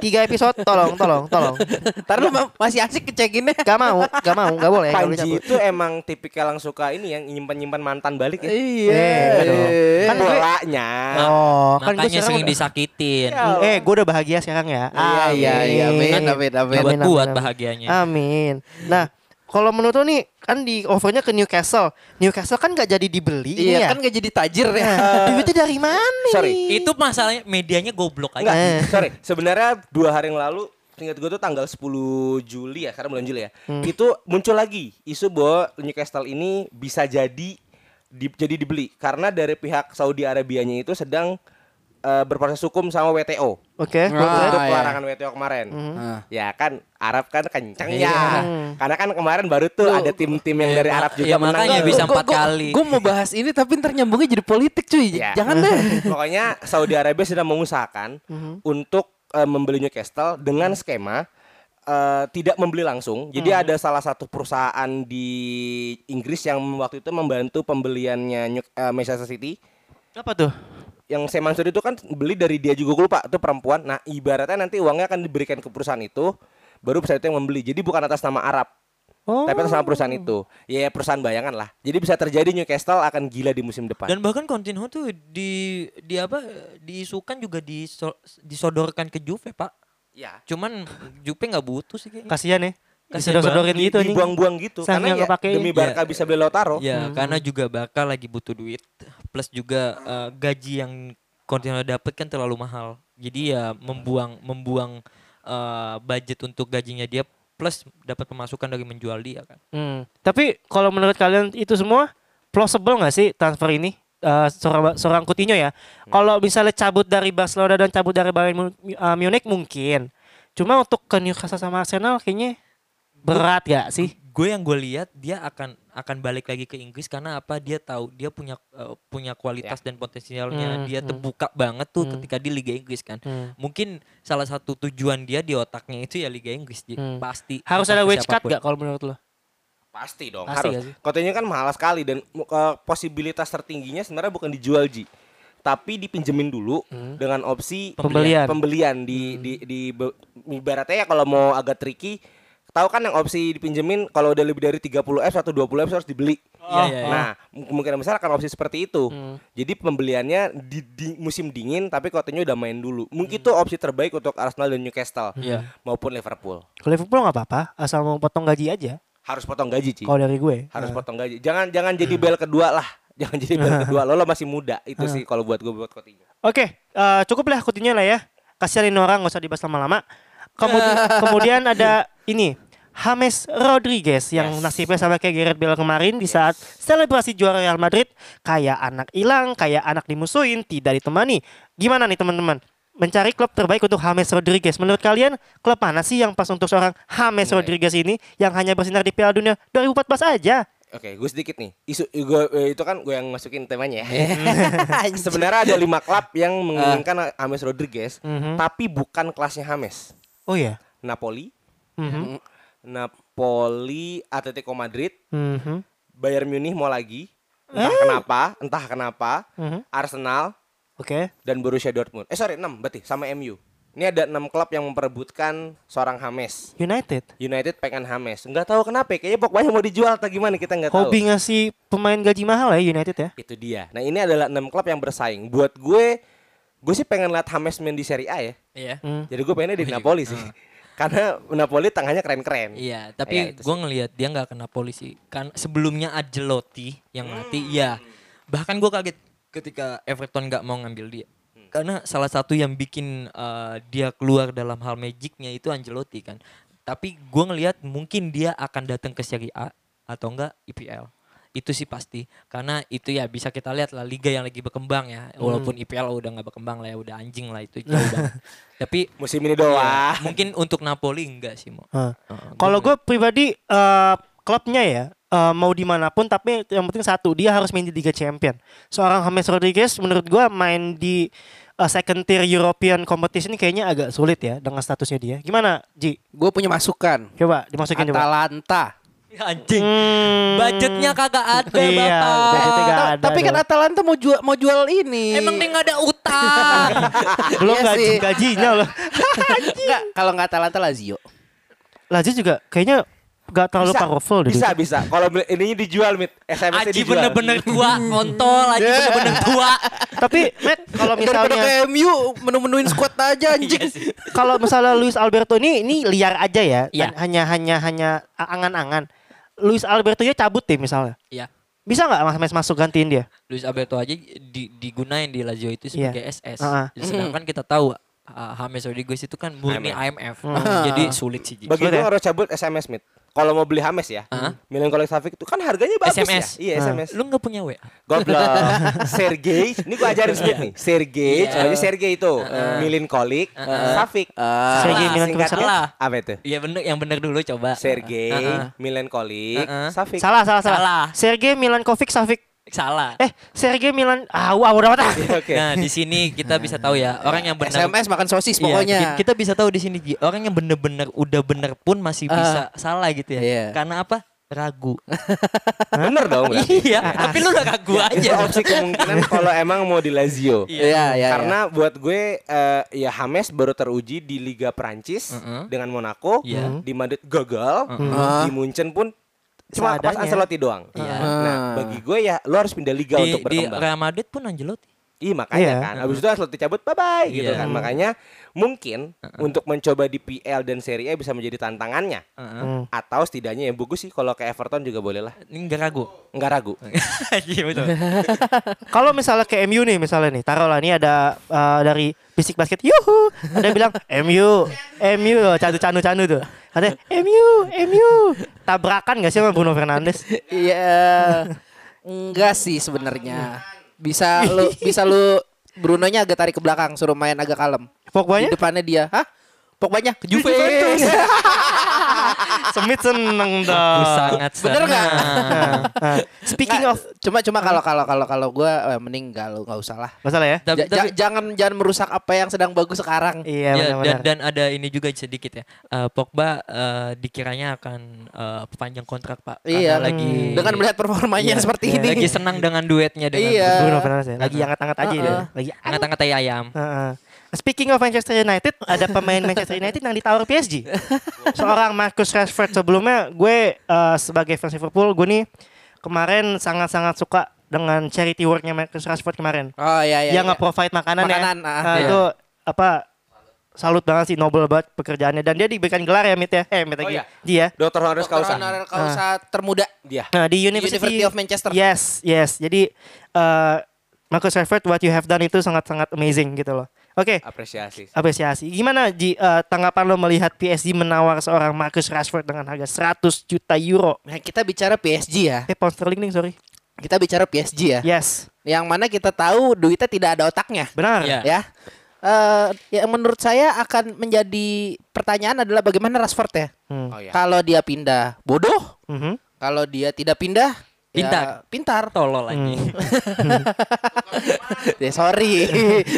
Speaker 4: Tiga episode, tolong, tolong, tolong.
Speaker 6: Ntar
Speaker 4: Iya.
Speaker 6: lu ma- masih asik kecekinnya.
Speaker 4: Gak mau, gak mau, gak boleh. gak boleh
Speaker 7: Panji
Speaker 4: cabut.
Speaker 7: itu emang tipikal yang suka ini yang nyimpan-nyimpan mantan balik ya.
Speaker 6: Iya.
Speaker 4: Eh, dong.
Speaker 6: Kan
Speaker 7: Kan
Speaker 6: gue
Speaker 7: bolanya.
Speaker 6: Ah,
Speaker 4: Oh, kan gue
Speaker 5: Makanya
Speaker 4: sekarang
Speaker 5: sering
Speaker 4: udah-
Speaker 5: disakitin.
Speaker 4: Eh, gue udah bahagia sekarang ya.
Speaker 6: Iya, iya, iya. Amin, amin, amin.
Speaker 5: Buat buat bahagianya.
Speaker 4: Ah. Amin. Nah, kalau menurut lo nih kan di overnya ke Newcastle. Newcastle kan gak jadi dibeli ini
Speaker 6: Iya
Speaker 4: ya.
Speaker 6: kan gak jadi tajir ya.
Speaker 4: Nah, duitnya dari mana?
Speaker 7: Sorry.
Speaker 4: nih?
Speaker 5: Itu masalahnya medianya goblok aja.
Speaker 7: Enggak,
Speaker 4: Eh.
Speaker 7: sorry. Sebenarnya dua hari yang lalu Ingat gue tuh tanggal 10 Juli ya, karena bulan Juli ya. Itu muncul lagi isu bahwa Newcastle ini bisa jadi di, jadi dibeli karena dari pihak Saudi Arabianya itu sedang eh, berproses hukum sama WTO
Speaker 4: Oke.
Speaker 6: Nah. Ah,
Speaker 7: untuk
Speaker 6: iya.
Speaker 7: pelarangan WTO kemarin.
Speaker 6: Ah.
Speaker 7: Ya kan Arab kan kenceng
Speaker 5: Iya.
Speaker 7: ya. Karena kan kemarin baru tuh
Speaker 6: Lu-
Speaker 7: ada tim-tim yang dari Arab juga
Speaker 5: Iya,
Speaker 7: menang. ya.
Speaker 5: makanya
Speaker 6: Eh,
Speaker 7: tuh.
Speaker 5: bisa empat kali.
Speaker 6: Gue mau bahas ini tapi ntar nyambungnya jadi politik cuy.
Speaker 7: Ya.
Speaker 4: Iya.
Speaker 6: Jangan deh. Mhm.
Speaker 7: Pokoknya Saudi Arabia sedang mengusahakan untuk eh, membeli Newcastle dengan skema eh, tidak membeli langsung. Jadi
Speaker 6: Mhm.
Speaker 7: ada salah satu perusahaan di Inggris yang waktu itu membantu pembeliannya New- eh, Manchester City.
Speaker 4: Apa tuh?
Speaker 7: Yang saya maksud itu kan beli dari dia juga gue lupa itu perempuan. Nah ibaratnya nanti uangnya akan diberikan ke perusahaan itu, baru perusahaan itu yang membeli. Jadi bukan atas nama Arab. Tapi atas
Speaker 6: Oh.
Speaker 7: nama perusahaan itu, ya perusahaan bayangan lah. Jadi bisa terjadi Newcastle akan gila di musim depan.
Speaker 5: Dan bahkan Coutinho tuh di di apa diisukan juga diso- disodorkan ke Juve, Pak.
Speaker 7: ya.
Speaker 5: Cuman Juve nggak butuh sih kayaknya.
Speaker 4: Kasihan ya.
Speaker 5: Kasihan
Speaker 4: Disodor-sodorin
Speaker 7: di,
Speaker 4: gitu anjing.
Speaker 7: dibuang-buang gitu
Speaker 4: Sang yang
Speaker 7: karena ya,
Speaker 4: kepake.
Speaker 7: demi Barca
Speaker 5: Ya.
Speaker 7: bisa beli Lautaro
Speaker 4: Iya.
Speaker 5: Ya, karena juga bakal lagi butuh duit plus juga eh, gaji yang Coutinho dapat kan terlalu mahal. Jadi ya membuang membuang eh, budget untuk gajinya dia plus dapat pemasukan dari menjual dia kan.
Speaker 4: Hmm. Tapi kalau menurut kalian itu semua plausible nggak sih transfer ini? Eh, seorang, seorang Coutinho ya.
Speaker 5: Hmm.
Speaker 4: Kalau misalnya cabut dari Barcelona dan cabut dari Bayern Mun- eh, Munich mungkin. Cuma untuk ke Newcastle sama Arsenal kayaknya berat gak sih?
Speaker 5: gue yang gue lihat dia akan akan balik lagi ke Inggris karena apa dia tahu dia punya eh, punya kualitas dan
Speaker 4: Ya.
Speaker 5: potensialnya
Speaker 4: Hmm,
Speaker 5: dia
Speaker 4: hmm.
Speaker 5: terbuka banget tuh
Speaker 4: Hmm.
Speaker 5: ketika di Liga Inggris kan
Speaker 4: Hmm.
Speaker 5: mungkin salah satu tujuan dia di otaknya itu ya Liga Inggris Ji.
Speaker 4: Hmm.
Speaker 5: pasti
Speaker 4: Harus ada
Speaker 5: entah ke
Speaker 4: wage cut
Speaker 5: siapapun.
Speaker 4: gak kalau menurut lo?
Speaker 7: pasti dong
Speaker 4: Pasti gak
Speaker 7: harus
Speaker 4: sih?
Speaker 7: Coutinho kan mahal sekali dan eh, posibilitas tertingginya sebenarnya bukan dijual ji tapi dipinjemin dulu dengan opsi
Speaker 4: Hmm. Pembelian. Hmm.
Speaker 7: pembelian di di di be- ibaratnya ya kalau mau agak tricky tahu kan yang opsi dipinjemin kalau udah lebih dari 30 F atau 20 F harus dibeli
Speaker 4: Oh,
Speaker 5: Iya, iya, iya.
Speaker 7: Nah, m- kemungkinan besar akan opsi seperti itu.
Speaker 4: Hmm.
Speaker 7: Jadi pembeliannya di, di musim dingin tapi Coutinho udah main dulu. Mungkin
Speaker 4: Hmm.
Speaker 7: itu opsi terbaik untuk Arsenal dan Newcastle
Speaker 5: Iya.
Speaker 7: maupun Liverpool.
Speaker 4: Kalau Liverpool nggak apa-apa, asal mau potong gaji aja.
Speaker 7: harus potong gaji Ci
Speaker 4: Kalau dari gue.
Speaker 7: harus
Speaker 4: Eh.
Speaker 7: potong gaji jangan jangan jadi bel kedua lah jangan jadi bel kedua lo lo masih muda
Speaker 4: Eh.
Speaker 7: itu sih kalau buat gue buat Coutinho
Speaker 4: Oke, eh, cukup lah Coutinho lah ya. Kasihanin orang nggak usah dibahas lama-lama. Kemudian, kemudian ada ini James Rodriguez yang nasibnya sama kayak Gareth Bale kemarin di saat selebrasi juara Real Madrid kayak anak hilang, kayak anak dimusuhin, tidak ditemani. Gimana nih teman-teman? Mencari klub terbaik untuk James Rodriguez. Menurut kalian klub mana sih yang pas untuk seorang James Rodriguez ini yang hanya bersinar di Piala Dunia 2014 aja?
Speaker 7: oke gue sedikit nih isu gua- eh, itu kan gue yang masukin temanya
Speaker 4: Eh.
Speaker 7: ya sebenarnya ada lima klub yang menginginkan James Rodriguez
Speaker 4: Eh. Mhm.
Speaker 7: tapi bukan kelasnya James
Speaker 4: Oh ya.
Speaker 7: Napoli
Speaker 4: Mhm.
Speaker 7: Napoli Atletico Madrid
Speaker 4: Mhm.
Speaker 7: Bayern Munich mau lagi entah kenapa entah kenapa
Speaker 4: Eh. Mhm.
Speaker 7: Arsenal
Speaker 4: Oke.
Speaker 7: dan Borussia Dortmund eh sorry 6 berarti sama MU ini ada enam klub yang memperebutkan seorang James
Speaker 4: United.
Speaker 7: United pengen Hames. Nggak tahu kenapa, ya, kayaknya pokoknya mau dijual atau gimana kita nggak tahu.
Speaker 4: Hobi ngasih pemain gaji mahal ya United ya.
Speaker 7: Itu dia. Nah ini adalah enam klub yang bersaing. Buat gue, gue sih pengen lihat Hames main di Serie A ya.
Speaker 5: Iya. Ah.
Speaker 7: Jadi gue pengennya di Napoli sih. Karena Napoli tangannya keren-keren. Ya,
Speaker 5: Iya, tapi
Speaker 7: itu
Speaker 5: gue ngelihat dia nggak kena polisi. Kan sebelumnya Ancelotti yang mati, ya. Bahkan gue kaget ketika Everton nggak mau ngambil dia. Karena salah satu yang bikin eh, dia keluar dalam hal magicnya itu Ancelotti kan. Tapi gue ngelihat mungkin dia akan datang ke Serie A atau enggak IPL. Itu sih pasti. Karena itu ya bisa kita lihat lah liga yang lagi berkembang ya.
Speaker 7: Hmm.
Speaker 5: Walaupun IPL udah nggak berkembang lah ya, udah anjing lah itu jauh banget. Tapi
Speaker 7: Musim ini
Speaker 5: ya,
Speaker 7: doang.
Speaker 5: mungkin untuk Napoli enggak sih mau.
Speaker 4: Hah. Kalau gue pribadi eh, klubnya ya eh, mau dimanapun tapi yang penting satu dia harus main di Liga Champion. Seorang James Rodriguez menurut gue main di eh, second tier European competition kayaknya agak sulit ya dengan statusnya dia. Gimana Ji?
Speaker 6: Gue punya masukan.
Speaker 4: Coba dimasukin coba.
Speaker 6: Atalanta.
Speaker 5: anjing.
Speaker 4: Hmm.
Speaker 5: Budgetnya kagak ada,
Speaker 4: Iya,
Speaker 5: Bapak.
Speaker 4: budgetnya nggak
Speaker 6: Ta-
Speaker 4: ada
Speaker 6: tapi kan
Speaker 4: dong.
Speaker 6: Atalanta mau jual mau jual ini.
Speaker 5: Emang dia nggak ada utang.
Speaker 4: belum
Speaker 6: Iya
Speaker 4: gaji
Speaker 6: sih.
Speaker 4: gajinya loh.
Speaker 6: Nggak, kalau nggak Atalanta Lazio.
Speaker 4: Lazio juga kayaknya gak terlalu
Speaker 7: Bisa,
Speaker 4: powerful deh.
Speaker 7: bisa, bisa. Kalau beli- ininya dijual, Mit. SMS-nya
Speaker 5: Aji
Speaker 7: dijual.
Speaker 5: bener-bener tua, kontol. Aji bener-bener tua.
Speaker 4: Tapi Matt kalau
Speaker 6: Daripada
Speaker 4: misalnya
Speaker 6: ke MU menu-menuin squad
Speaker 5: Iya
Speaker 6: aja anjing.
Speaker 4: kalau misalnya Luis Alberto ini ini liar aja ya,
Speaker 5: Iya.
Speaker 4: hanya hanya hanya angan-angan. Luis Alberto nya cabut tim misalnya,
Speaker 5: Iya.
Speaker 4: bisa nggak Mas Mes masuk gantiin dia?
Speaker 5: Luis Alberto aja di, digunain di Lazio itu
Speaker 4: Iya.
Speaker 5: sebagai SS.
Speaker 4: Ah, ah.
Speaker 5: Sedangkan kita tahu uh, James Rodriguez itu kan murni IMF. Jadi sulit sih. Ji.
Speaker 7: Bagi
Speaker 4: Sulit
Speaker 7: gue
Speaker 4: ya?
Speaker 7: harus cabut SMS, Mit. Kalau mau beli Hames ya,
Speaker 5: Hah?
Speaker 7: Milan Kolesavik itu kan harganya bagus
Speaker 5: SMS.
Speaker 7: ya. Iya,
Speaker 4: Ah.
Speaker 7: SMS.
Speaker 5: Lu nggak punya WA?
Speaker 7: Goblok. Sergei, ini gua ajarin sedikit nih. Sergei,
Speaker 5: Iya.
Speaker 7: namanya Sergei itu. Milinkolik, Safik.
Speaker 4: Sergei
Speaker 5: Salah,
Speaker 4: Milenkovic
Speaker 5: singkatan.
Speaker 4: Salah.
Speaker 7: Apa itu?
Speaker 5: Iya bener, yang bener dulu coba.
Speaker 7: Sergei,
Speaker 5: Ah, ah.
Speaker 7: Milenkolik,
Speaker 5: Ah, ah.
Speaker 7: Safik.
Speaker 4: Salah, salah, salah.
Speaker 5: Salah.
Speaker 4: Sergei Milankovic Savic.
Speaker 5: Salah.
Speaker 4: Eh, Sergei Milan ah, wah, udah matah.
Speaker 7: Iya, Oke.
Speaker 5: Nah di sini kita bisa tahu ya orang yang benar.
Speaker 6: SMS makan sosis
Speaker 5: Iya,
Speaker 6: pokoknya.
Speaker 5: ki- kita bisa tahu di sini Ji, orang yang bener-bener udah bener pun masih bisa salah gitu ya.
Speaker 6: Ah. iya.
Speaker 5: Karena apa? Ragu.
Speaker 7: Bener dong. berarti.
Speaker 5: iya.
Speaker 6: Ah,
Speaker 5: Tapi lu udah ragu
Speaker 7: Itu
Speaker 5: aja.
Speaker 7: opsi kemungkinan kalau emang mau di Lazio.
Speaker 6: Iya, iya.
Speaker 7: Karena buat gue eh, ya Hames baru teruji di Liga Prancis
Speaker 5: Mm-mm.
Speaker 7: dengan Monaco, Hmm.
Speaker 5: Iya.
Speaker 7: di Madrid gagal, Hmm. di Munchen pun cuma pas
Speaker 4: Seadanya.
Speaker 7: Ancelotti doang.
Speaker 5: Iya.
Speaker 7: Nah, bagi gue ya lo harus pindah liga
Speaker 5: Di,
Speaker 7: untuk
Speaker 5: di
Speaker 7: berkembang.
Speaker 5: Real Madrid pun Ancelotti.
Speaker 7: Iya makanya
Speaker 4: Iya.
Speaker 7: kan. Abis itu Ancelotti cabut bye bye gitu
Speaker 5: Iya.
Speaker 7: kan. Makanya mungkin untuk mencoba di PL dan Serie A bisa menjadi tantangannya.
Speaker 4: Hmm.
Speaker 7: Atau setidaknya ya bagus sih kalau ke Everton juga boleh lah.
Speaker 5: Ini nggak ragu.
Speaker 7: Enggak ragu.
Speaker 5: Iya betul.
Speaker 4: Kalau misalnya ke MU nih misalnya nih, taruhlah nih ada eh, dari Bisik Basket, yuhu, ada yang bilang MU, MU, candu candu candu tuh, ada MU, MU, tabrakan gak sih sama Bruno Fernandes?
Speaker 6: Iya. Enggak sih sebenarnya. Bisa lu bisa lu Brunonya agak tarik ke belakang suruh main agak kalem. Di
Speaker 4: Pokoknya
Speaker 6: depannya dia, hah? Pokoknya ke Juve.
Speaker 4: Semit seneng dong.
Speaker 5: Aku Oh, sangat
Speaker 6: Bener nggak?
Speaker 5: senang.
Speaker 4: Ah, speaking
Speaker 6: Nggak,
Speaker 4: of
Speaker 6: cuma cuma kalau kalau kalau kalau gua eh, mending enggak lu enggak usah lah.
Speaker 4: masalah ya?
Speaker 6: Ja-
Speaker 5: Tapi-
Speaker 6: iya, ja-
Speaker 5: tapi-
Speaker 6: jangan jangan merusak apa yang sedang bagus sekarang.
Speaker 4: Iya
Speaker 5: Ya, dan,
Speaker 4: benar-benar.
Speaker 5: dan ada ini juga sedikit ya. Eh, Pogba eh, dikiranya akan eh, perpanjang kontrak Pak.
Speaker 6: Iya.
Speaker 5: Karena lagi
Speaker 6: Dengan melihat performanya
Speaker 5: Iya,
Speaker 6: seperti
Speaker 5: iya,
Speaker 6: ini.
Speaker 5: Lagi senang dengan duetnya dengan
Speaker 6: Iya.
Speaker 4: Bruno Fernandes ya. Lagi angkat-angkat aja dia. Lagi angkat.
Speaker 5: Ngata-ngata ayam.
Speaker 4: Heeh. Speaking of Manchester United, ada pemain Manchester United yang ditawar PSG. Seorang Marcus Rashford sebelumnya gue eh, sebagai fans Liverpool, gue nih kemarin sangat-sangat suka dengan charity worknya Marcus Rashford kemarin.
Speaker 6: Oh iya iya.
Speaker 4: Dia
Speaker 6: iya.
Speaker 4: nge-provide makanan,
Speaker 6: Makanan,
Speaker 4: ya.
Speaker 6: ah,
Speaker 4: Nah,
Speaker 6: iya.
Speaker 4: Itu apa salut banget sih noble banget pekerjaannya dan dia diberikan gelar ya Mit ya. Eh Mit
Speaker 7: Oh,
Speaker 4: lagi.
Speaker 7: iya.
Speaker 4: Dia.
Speaker 7: Dokter Honoris
Speaker 6: Dokter
Speaker 7: Causa.
Speaker 6: honorer causa termuda.
Speaker 7: Dia.
Speaker 4: Nah di University, Iya.
Speaker 6: University of Manchester.
Speaker 4: Yes, yes. Jadi eh Marcus Rashford, what you have done itu sangat-sangat amazing gitu loh. Oke,
Speaker 7: Apresiasi.
Speaker 4: apresiasi. Gimana Ji, eh, tanggapan lo melihat PSG menawar seorang Marcus Rashford dengan harga 100 juta euro?
Speaker 6: Nah, kita bicara PSG ya.
Speaker 4: Eh, pound sterling nih, sorry.
Speaker 6: Kita bicara PSG ya.
Speaker 4: Yes,
Speaker 6: Yang mana kita tahu duitnya tidak ada otaknya.
Speaker 4: benar.
Speaker 5: Iya.
Speaker 6: Ya. Eh, yang menurut saya akan menjadi pertanyaan adalah bagaimana Rashford ya.
Speaker 4: Hmm.
Speaker 7: Oh, iya.
Speaker 6: Kalau dia pindah bodoh,
Speaker 4: Mhm.
Speaker 6: kalau dia tidak pindah ya
Speaker 5: Pintar.
Speaker 6: pintar.
Speaker 5: Tolol lagi.
Speaker 6: Hmm. Ya, sorry.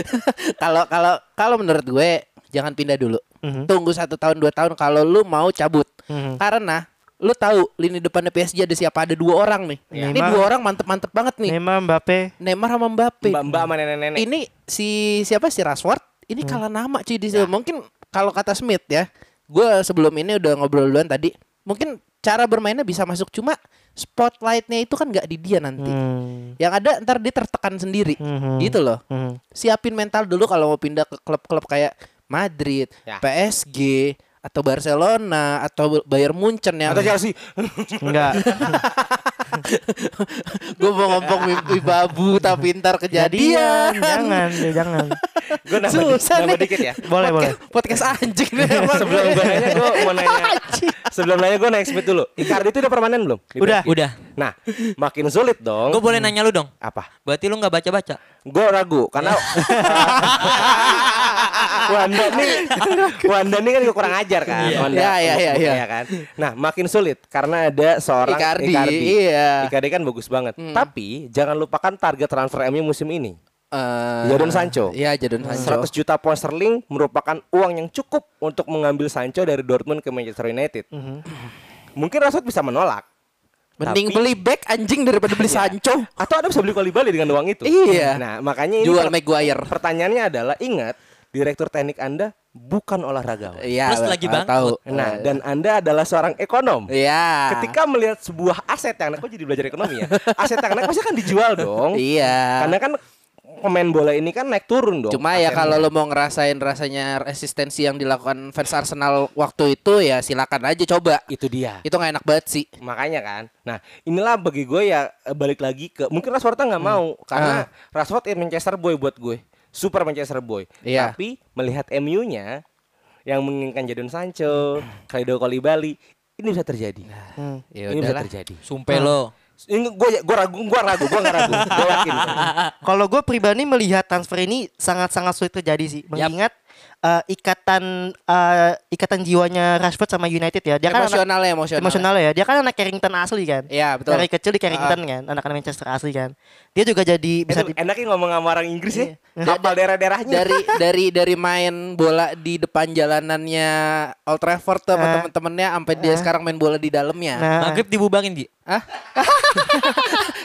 Speaker 6: Kalau kalau kalau menurut gue jangan pindah dulu.
Speaker 4: Mhm.
Speaker 6: Tunggu satu tahun dua tahun kalau lu mau cabut.
Speaker 4: Mhm.
Speaker 6: Karena lu tahu lini depannya PSG ada siapa? Ada dua orang nih.
Speaker 4: Iya.
Speaker 6: Ini
Speaker 4: Neymar.
Speaker 6: dua orang mantep-mantep banget nih.
Speaker 4: Neymar, Mbappe.
Speaker 6: Neymar sama Mbappe.
Speaker 7: Mbak-mbak sama nenek-nenek.
Speaker 6: Ini si siapa si Rashford? Ini kalah nama cuy di Mungkin kalau kata Smith ya, gue sebelum ini udah ngobrol duluan tadi. Mungkin cara bermainnya bisa masuk cuma spotlightnya itu kan nggak di dia nanti.
Speaker 4: Hmm.
Speaker 6: Yang ada ntar dia tertekan sendiri,
Speaker 4: Mhm.
Speaker 6: gitu loh
Speaker 4: Mhm.
Speaker 6: siapin mental dulu kalau mau pindah ke klub-klub kayak Madrid,
Speaker 7: Ya.
Speaker 6: PSG atau Barcelona atau Bayern Munchen ya. yang
Speaker 7: Atau Chelsea.
Speaker 4: Enggak.
Speaker 6: gue mau ngomong mimpi babu tapi ntar kejadian.
Speaker 4: Jadian. jangan, ya, jangan.
Speaker 7: Gue nambah, di-
Speaker 6: Susah
Speaker 7: nambah
Speaker 6: nih. Iya.
Speaker 7: dikit ya.
Speaker 4: Boleh, boleh.
Speaker 6: Podcast anjing nih. emang.
Speaker 7: sebelum gue nanya gue mau nanya. sebelum nanya gue naik speed dulu. Icardi itu udah permanen belum? Di
Speaker 4: Udah.
Speaker 7: PSIS?
Speaker 5: Udah.
Speaker 7: Nah, makin sulit dong.
Speaker 5: Gue
Speaker 6: Hmm.
Speaker 5: boleh nanya lu dong.
Speaker 7: apa?
Speaker 5: Berarti lu nggak baca-baca.
Speaker 7: Gue ragu karena Wanda nih Wanda nih kan juga kurang ajar kan.
Speaker 5: Iya.
Speaker 7: Wanda.
Speaker 6: Iya, iya, iya, iya.
Speaker 7: kan. Nah, makin sulit karena ada seorang
Speaker 6: Icardi,
Speaker 7: Icardi.
Speaker 6: iya.
Speaker 7: Icardi kan bagus banget. Tapi jangan lupakan target transfer MU musim ini.
Speaker 6: Eh,
Speaker 7: Jadon Sancho.
Speaker 6: Iya, Jadon
Speaker 4: Hmm.
Speaker 6: Sancho.
Speaker 7: 100 juta pound sterling merupakan uang yang cukup untuk mengambil Sancho dari Dortmund ke Manchester United.
Speaker 6: Mm-hmm.
Speaker 7: Mungkin Rashford bisa menolak
Speaker 6: Mending
Speaker 7: Tapi-
Speaker 6: beli back anjing daripada beli
Speaker 4: Iya.
Speaker 6: Sancho.
Speaker 7: atau Anda bisa beli Koulibaly dengan uang itu.
Speaker 6: Iya.
Speaker 7: Nah, makanya ini
Speaker 6: Jual
Speaker 7: per-
Speaker 6: Maguire.
Speaker 7: pertanyaannya adalah ingat direktur teknik Anda bukan olahragawan.
Speaker 6: Iya.
Speaker 5: Terus
Speaker 6: ah,
Speaker 5: lagi bangkrut.
Speaker 6: tahu.
Speaker 7: Nah, dan Anda adalah seorang ekonom.
Speaker 6: Iya.
Speaker 7: Ketika melihat sebuah aset yang anak kok jadi belajar ekonomi ya. Aset yang anak pasti kan dijual dong.
Speaker 6: Iya.
Speaker 7: Karena kan pemain bola ini kan naik turun dong.
Speaker 6: Cuma ya
Speaker 7: asetnya.
Speaker 6: kalau lo mau ngerasain rasanya resistensi yang dilakukan fans Arsenal waktu itu ya silakan aja coba.
Speaker 7: itu dia.
Speaker 6: Itu nggak enak banget sih.
Speaker 7: Makanya kan. Nah, inilah bagi gue ya eh, balik lagi ke mungkin Rashford nggak
Speaker 6: Hmm.
Speaker 7: mau karena
Speaker 6: Ah.
Speaker 7: Rashford eh, Manchester boy buat gue. Super Manchester boy.
Speaker 6: Iya.
Speaker 7: Tapi melihat MU-nya yang menginginkan Jadon Sancho, Kalidou Koulibaly, ini bisa terjadi.
Speaker 6: Ya
Speaker 7: ini bisa
Speaker 6: udahlah.
Speaker 7: terjadi.
Speaker 6: Ah.
Speaker 5: Sumpah lo.
Speaker 7: Ini gue gue ragu, gue ragu, gue nggak ragu, gue yakin.
Speaker 4: Kalau gue pribadi melihat transfer ini sangat-sangat sulit terjadi sih, mengingat eh, ikatan eh, ikatan jiwanya Rashford sama United ya. Dia kan anak,
Speaker 6: Emosional ya, emosional.
Speaker 4: emosional ya. Dia kan anak Carrington asli kan.
Speaker 6: Iya, betul.
Speaker 4: Dari kecil di Carrington kan, anak anak Manchester asli kan. Dia juga jadi bisa
Speaker 7: Itu
Speaker 4: di-
Speaker 7: enaknya ngomong sama orang Inggris ya.
Speaker 6: Iya.
Speaker 7: Hafal daerah-daerahnya.
Speaker 6: dari dari dari main bola di depan jalanannya Old Trafford tuh sama
Speaker 4: Ah.
Speaker 6: temen-temennya sampai dia sekarang main bola di dalamnya.
Speaker 4: Nah,
Speaker 5: Maghrib dibubangin Gi.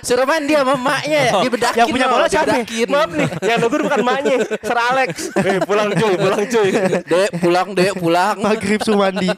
Speaker 6: Suruh mandi sama emaknya ya, dibedakin.
Speaker 4: Oh, Yang punya
Speaker 6: loh,
Speaker 4: bola siapa?
Speaker 6: dibedakin.
Speaker 7: Maaf nih, yang negur bukan maknya, Sir Alex. Eh, pulang cuy, pulang cuy.
Speaker 6: Dek pulang, Dek pulang.
Speaker 4: Maghrib Sumandi.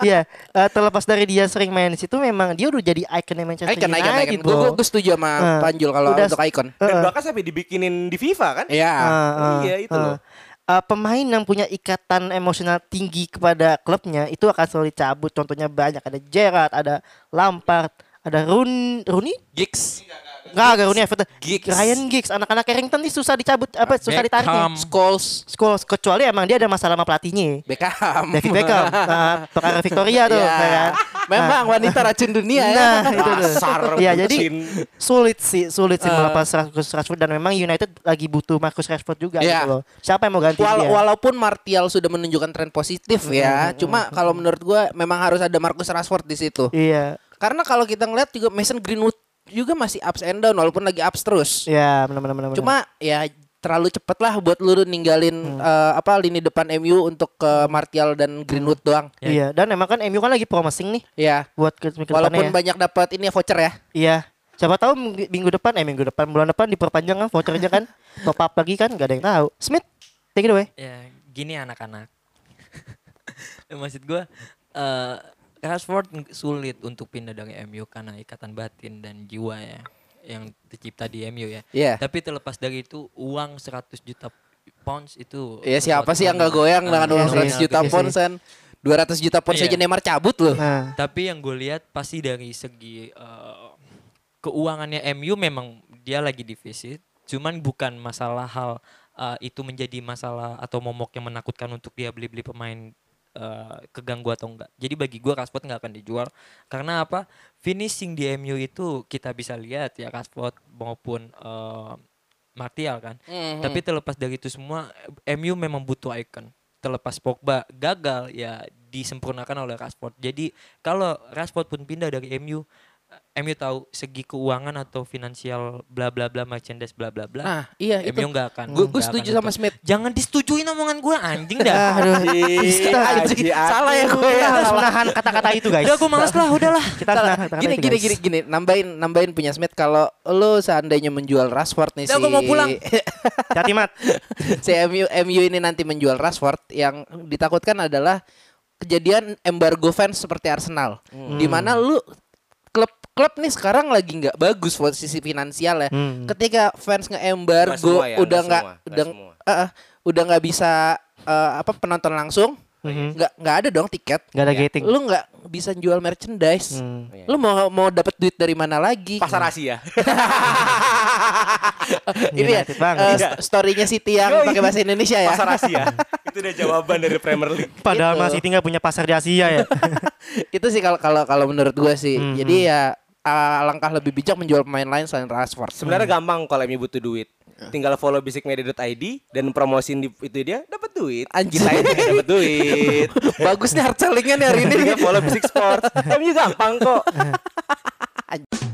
Speaker 4: Iya, eh, terlepas dari dia sering main di situ memang dia udah jadi ikonnya Manchester
Speaker 6: Icon, icon,
Speaker 4: United.
Speaker 6: icon. Gue
Speaker 4: bro.
Speaker 6: gue setuju sama
Speaker 4: gitu. Ah.
Speaker 6: Panjul kalau
Speaker 4: Udah
Speaker 6: untuk
Speaker 4: s-
Speaker 6: icon.
Speaker 7: Dan bahkan sampai dibikinin di FIFA kan?
Speaker 6: Iya.
Speaker 4: Ah,
Speaker 7: Iya,
Speaker 4: ah,
Speaker 7: itu
Speaker 4: ah.
Speaker 7: loh.
Speaker 4: Ah, pemain yang punya ikatan emosional tinggi kepada klubnya itu akan selalu dicabut. Contohnya banyak ada Gerrard, ada Lampard, ada Run Rooney,
Speaker 5: Gigs.
Speaker 4: enggak ada Rooney Everton.
Speaker 5: Giggs.
Speaker 4: Ryan Giggs, anak-anak Carrington nih susah dicabut apa susah ditarik.
Speaker 5: Beckham.
Speaker 6: Scholes,
Speaker 4: Scholes kecuali emang dia ada masalah sama pelatihnya.
Speaker 6: Beckham.
Speaker 4: David Beckham, nah, perkara Victoria tuh,
Speaker 6: Iya.
Speaker 4: ya kan?
Speaker 6: Memang wanita racun dunia ya.
Speaker 4: Nah, itu tuh.
Speaker 7: Dasar
Speaker 4: Iya, jadi
Speaker 7: bucin.
Speaker 4: sulit sih, sulit sih melepas Marcus Rashford dan memang United lagi butuh Marcus Rashford juga
Speaker 6: Iya.
Speaker 4: gitu loh. Siapa yang mau ganti
Speaker 6: Wala-
Speaker 4: dia?
Speaker 6: walaupun Martial sudah menunjukkan tren positif
Speaker 4: Hmm,
Speaker 6: ya, cuma kalau menurut gua memang harus ada Marcus Rashford di situ.
Speaker 4: Iya.
Speaker 6: Karena kalau kita ngeliat juga Mason Greenwood juga masih ups and down walaupun lagi ups terus.
Speaker 4: Ya, benar-benar benar.
Speaker 6: Cuma ya terlalu cepet lah buat lu
Speaker 5: Hmm.
Speaker 6: ninggalin eh, apa lini depan MU untuk ke Martial dan Greenwood doang.
Speaker 5: Ya.
Speaker 4: iya, dan emang kan MU kan lagi promising nih
Speaker 6: Ya,
Speaker 4: buat ke ke depannya.
Speaker 6: walaupun
Speaker 4: ya.
Speaker 6: banyak dapat ini ya voucher ya.
Speaker 4: Iya. Siapa tahu minggu minggu depan eh minggu depan bulan depan diperpanjang kan vouchernya kan. Top up lagi kan gak ada yang tahu. Smith, take it away.
Speaker 5: Ya, gini anak-anak. Ya, Maksud gue eh Rashford ng- sulit untuk pindah dari MU karena ikatan batin dan jiwa ya yang tercipta di MU ya.
Speaker 6: Iya.
Speaker 5: Tapi terlepas dari itu uang 100 juta pounds itu
Speaker 6: Ya siapa
Speaker 5: sesuatu
Speaker 6: sih yang
Speaker 5: yang-
Speaker 6: gak goyang dengan
Speaker 5: Ah,
Speaker 6: uang
Speaker 5: iya,
Speaker 6: 100
Speaker 5: iya,
Speaker 6: juta
Speaker 5: iya.
Speaker 6: pound sen. 200 juta pound
Speaker 5: Iya.
Speaker 6: saja Neymar cabut loh.
Speaker 4: Nah,
Speaker 5: Tapi yang gue lihat pasti dari segi eh, keuangannya MU memang dia lagi defisit. Cuman bukan masalah hal eh, itu menjadi masalah atau momok yang menakutkan untuk dia beli-beli pemain eh, keganggu atau enggak. Jadi bagi gue Rashford nggak akan dijual karena apa? Finishing di MU itu kita bisa lihat ya Rashford maupun eh, Martial kan.
Speaker 6: Hmm.
Speaker 5: Tapi
Speaker 6: Eh.
Speaker 5: terlepas dari itu semua, eh, MU memang butuh icon. Terlepas Pogba gagal ya disempurnakan oleh Rashford. Jadi kalau Rashford pun pindah dari MU, eh, MU tahu segi keuangan atau finansial bla bla bla merchandise bla bla bla.
Speaker 6: Nah, iya itu.
Speaker 5: MU nggak akan.
Speaker 6: Gue
Speaker 5: nggak akan
Speaker 6: setuju
Speaker 5: itu.
Speaker 6: sama Ah, Smith.
Speaker 5: Jangan disetujuin omongan gue anjing
Speaker 6: Ya.
Speaker 5: dah.
Speaker 7: Ih,
Speaker 6: Anjing,
Speaker 7: aji,
Speaker 6: salah ya gue
Speaker 4: kita
Speaker 6: ya.
Speaker 4: harus menahan kata-kata itu guys.
Speaker 5: Udah gue males lah, udahlah.
Speaker 4: Kita harus menahan kata-kata
Speaker 6: Gini
Speaker 4: itu,
Speaker 6: gini
Speaker 4: guys.
Speaker 6: gini gini nambahin nambahin punya Smith kalau lo seandainya menjual Rashford nih
Speaker 5: Udah,
Speaker 6: si
Speaker 5: gua mau pulang.
Speaker 4: Hati mat.
Speaker 6: si MU MU ini nanti menjual Rashford yang ditakutkan adalah kejadian embargo fans seperti Arsenal.
Speaker 4: Hmm.
Speaker 6: Di mana lu klub klub nih sekarang lagi nggak bagus posisi finansial ya.
Speaker 4: Hmm.
Speaker 6: Ketika fans
Speaker 7: Nggak
Speaker 6: nge-embargo
Speaker 7: semua ya,
Speaker 6: udah
Speaker 7: nggak
Speaker 6: nggak
Speaker 7: semua, nggak
Speaker 6: udah
Speaker 7: semua.
Speaker 6: eh, eh, udah nggak bisa eh, apa penonton langsung
Speaker 4: Hmm.
Speaker 7: Iya.
Speaker 6: nggak nggak ada dong tiket
Speaker 4: Gak ada gating.
Speaker 6: Iya. lu nggak bisa jual merchandise
Speaker 7: Iya.
Speaker 4: Hmm.
Speaker 6: lu mau mau dapat duit dari mana lagi
Speaker 7: Pasar Asia.
Speaker 6: Ini ya,
Speaker 4: United banget.
Speaker 6: eh,
Speaker 4: Iya.
Speaker 6: st- story-nya City yang
Speaker 7: Yoi.
Speaker 6: pakai bahasa Indonesia ya.
Speaker 7: Pasar Asia. itu udah jawaban dari Premier League.
Speaker 4: Padahal
Speaker 6: Gitu.
Speaker 4: masih tinggal punya pasar di Asia ya.
Speaker 6: itu sih kalau kalau kalau menurut gua sih.
Speaker 4: Mhm.
Speaker 6: Jadi ya alangkah lebih bijak menjual pemain lain selain Rashford.
Speaker 7: Sebenarnya gampang kalau emi butuh duit. Tinggal follow bisikmedia.id dan promosiin di itu dia dapat duit.
Speaker 6: Anjir.
Speaker 7: Kita ini dapat duit.
Speaker 6: Bagus nih hard selling-nya nih hari ini.
Speaker 7: Juga follow bisik sport. Tapi gampang kok.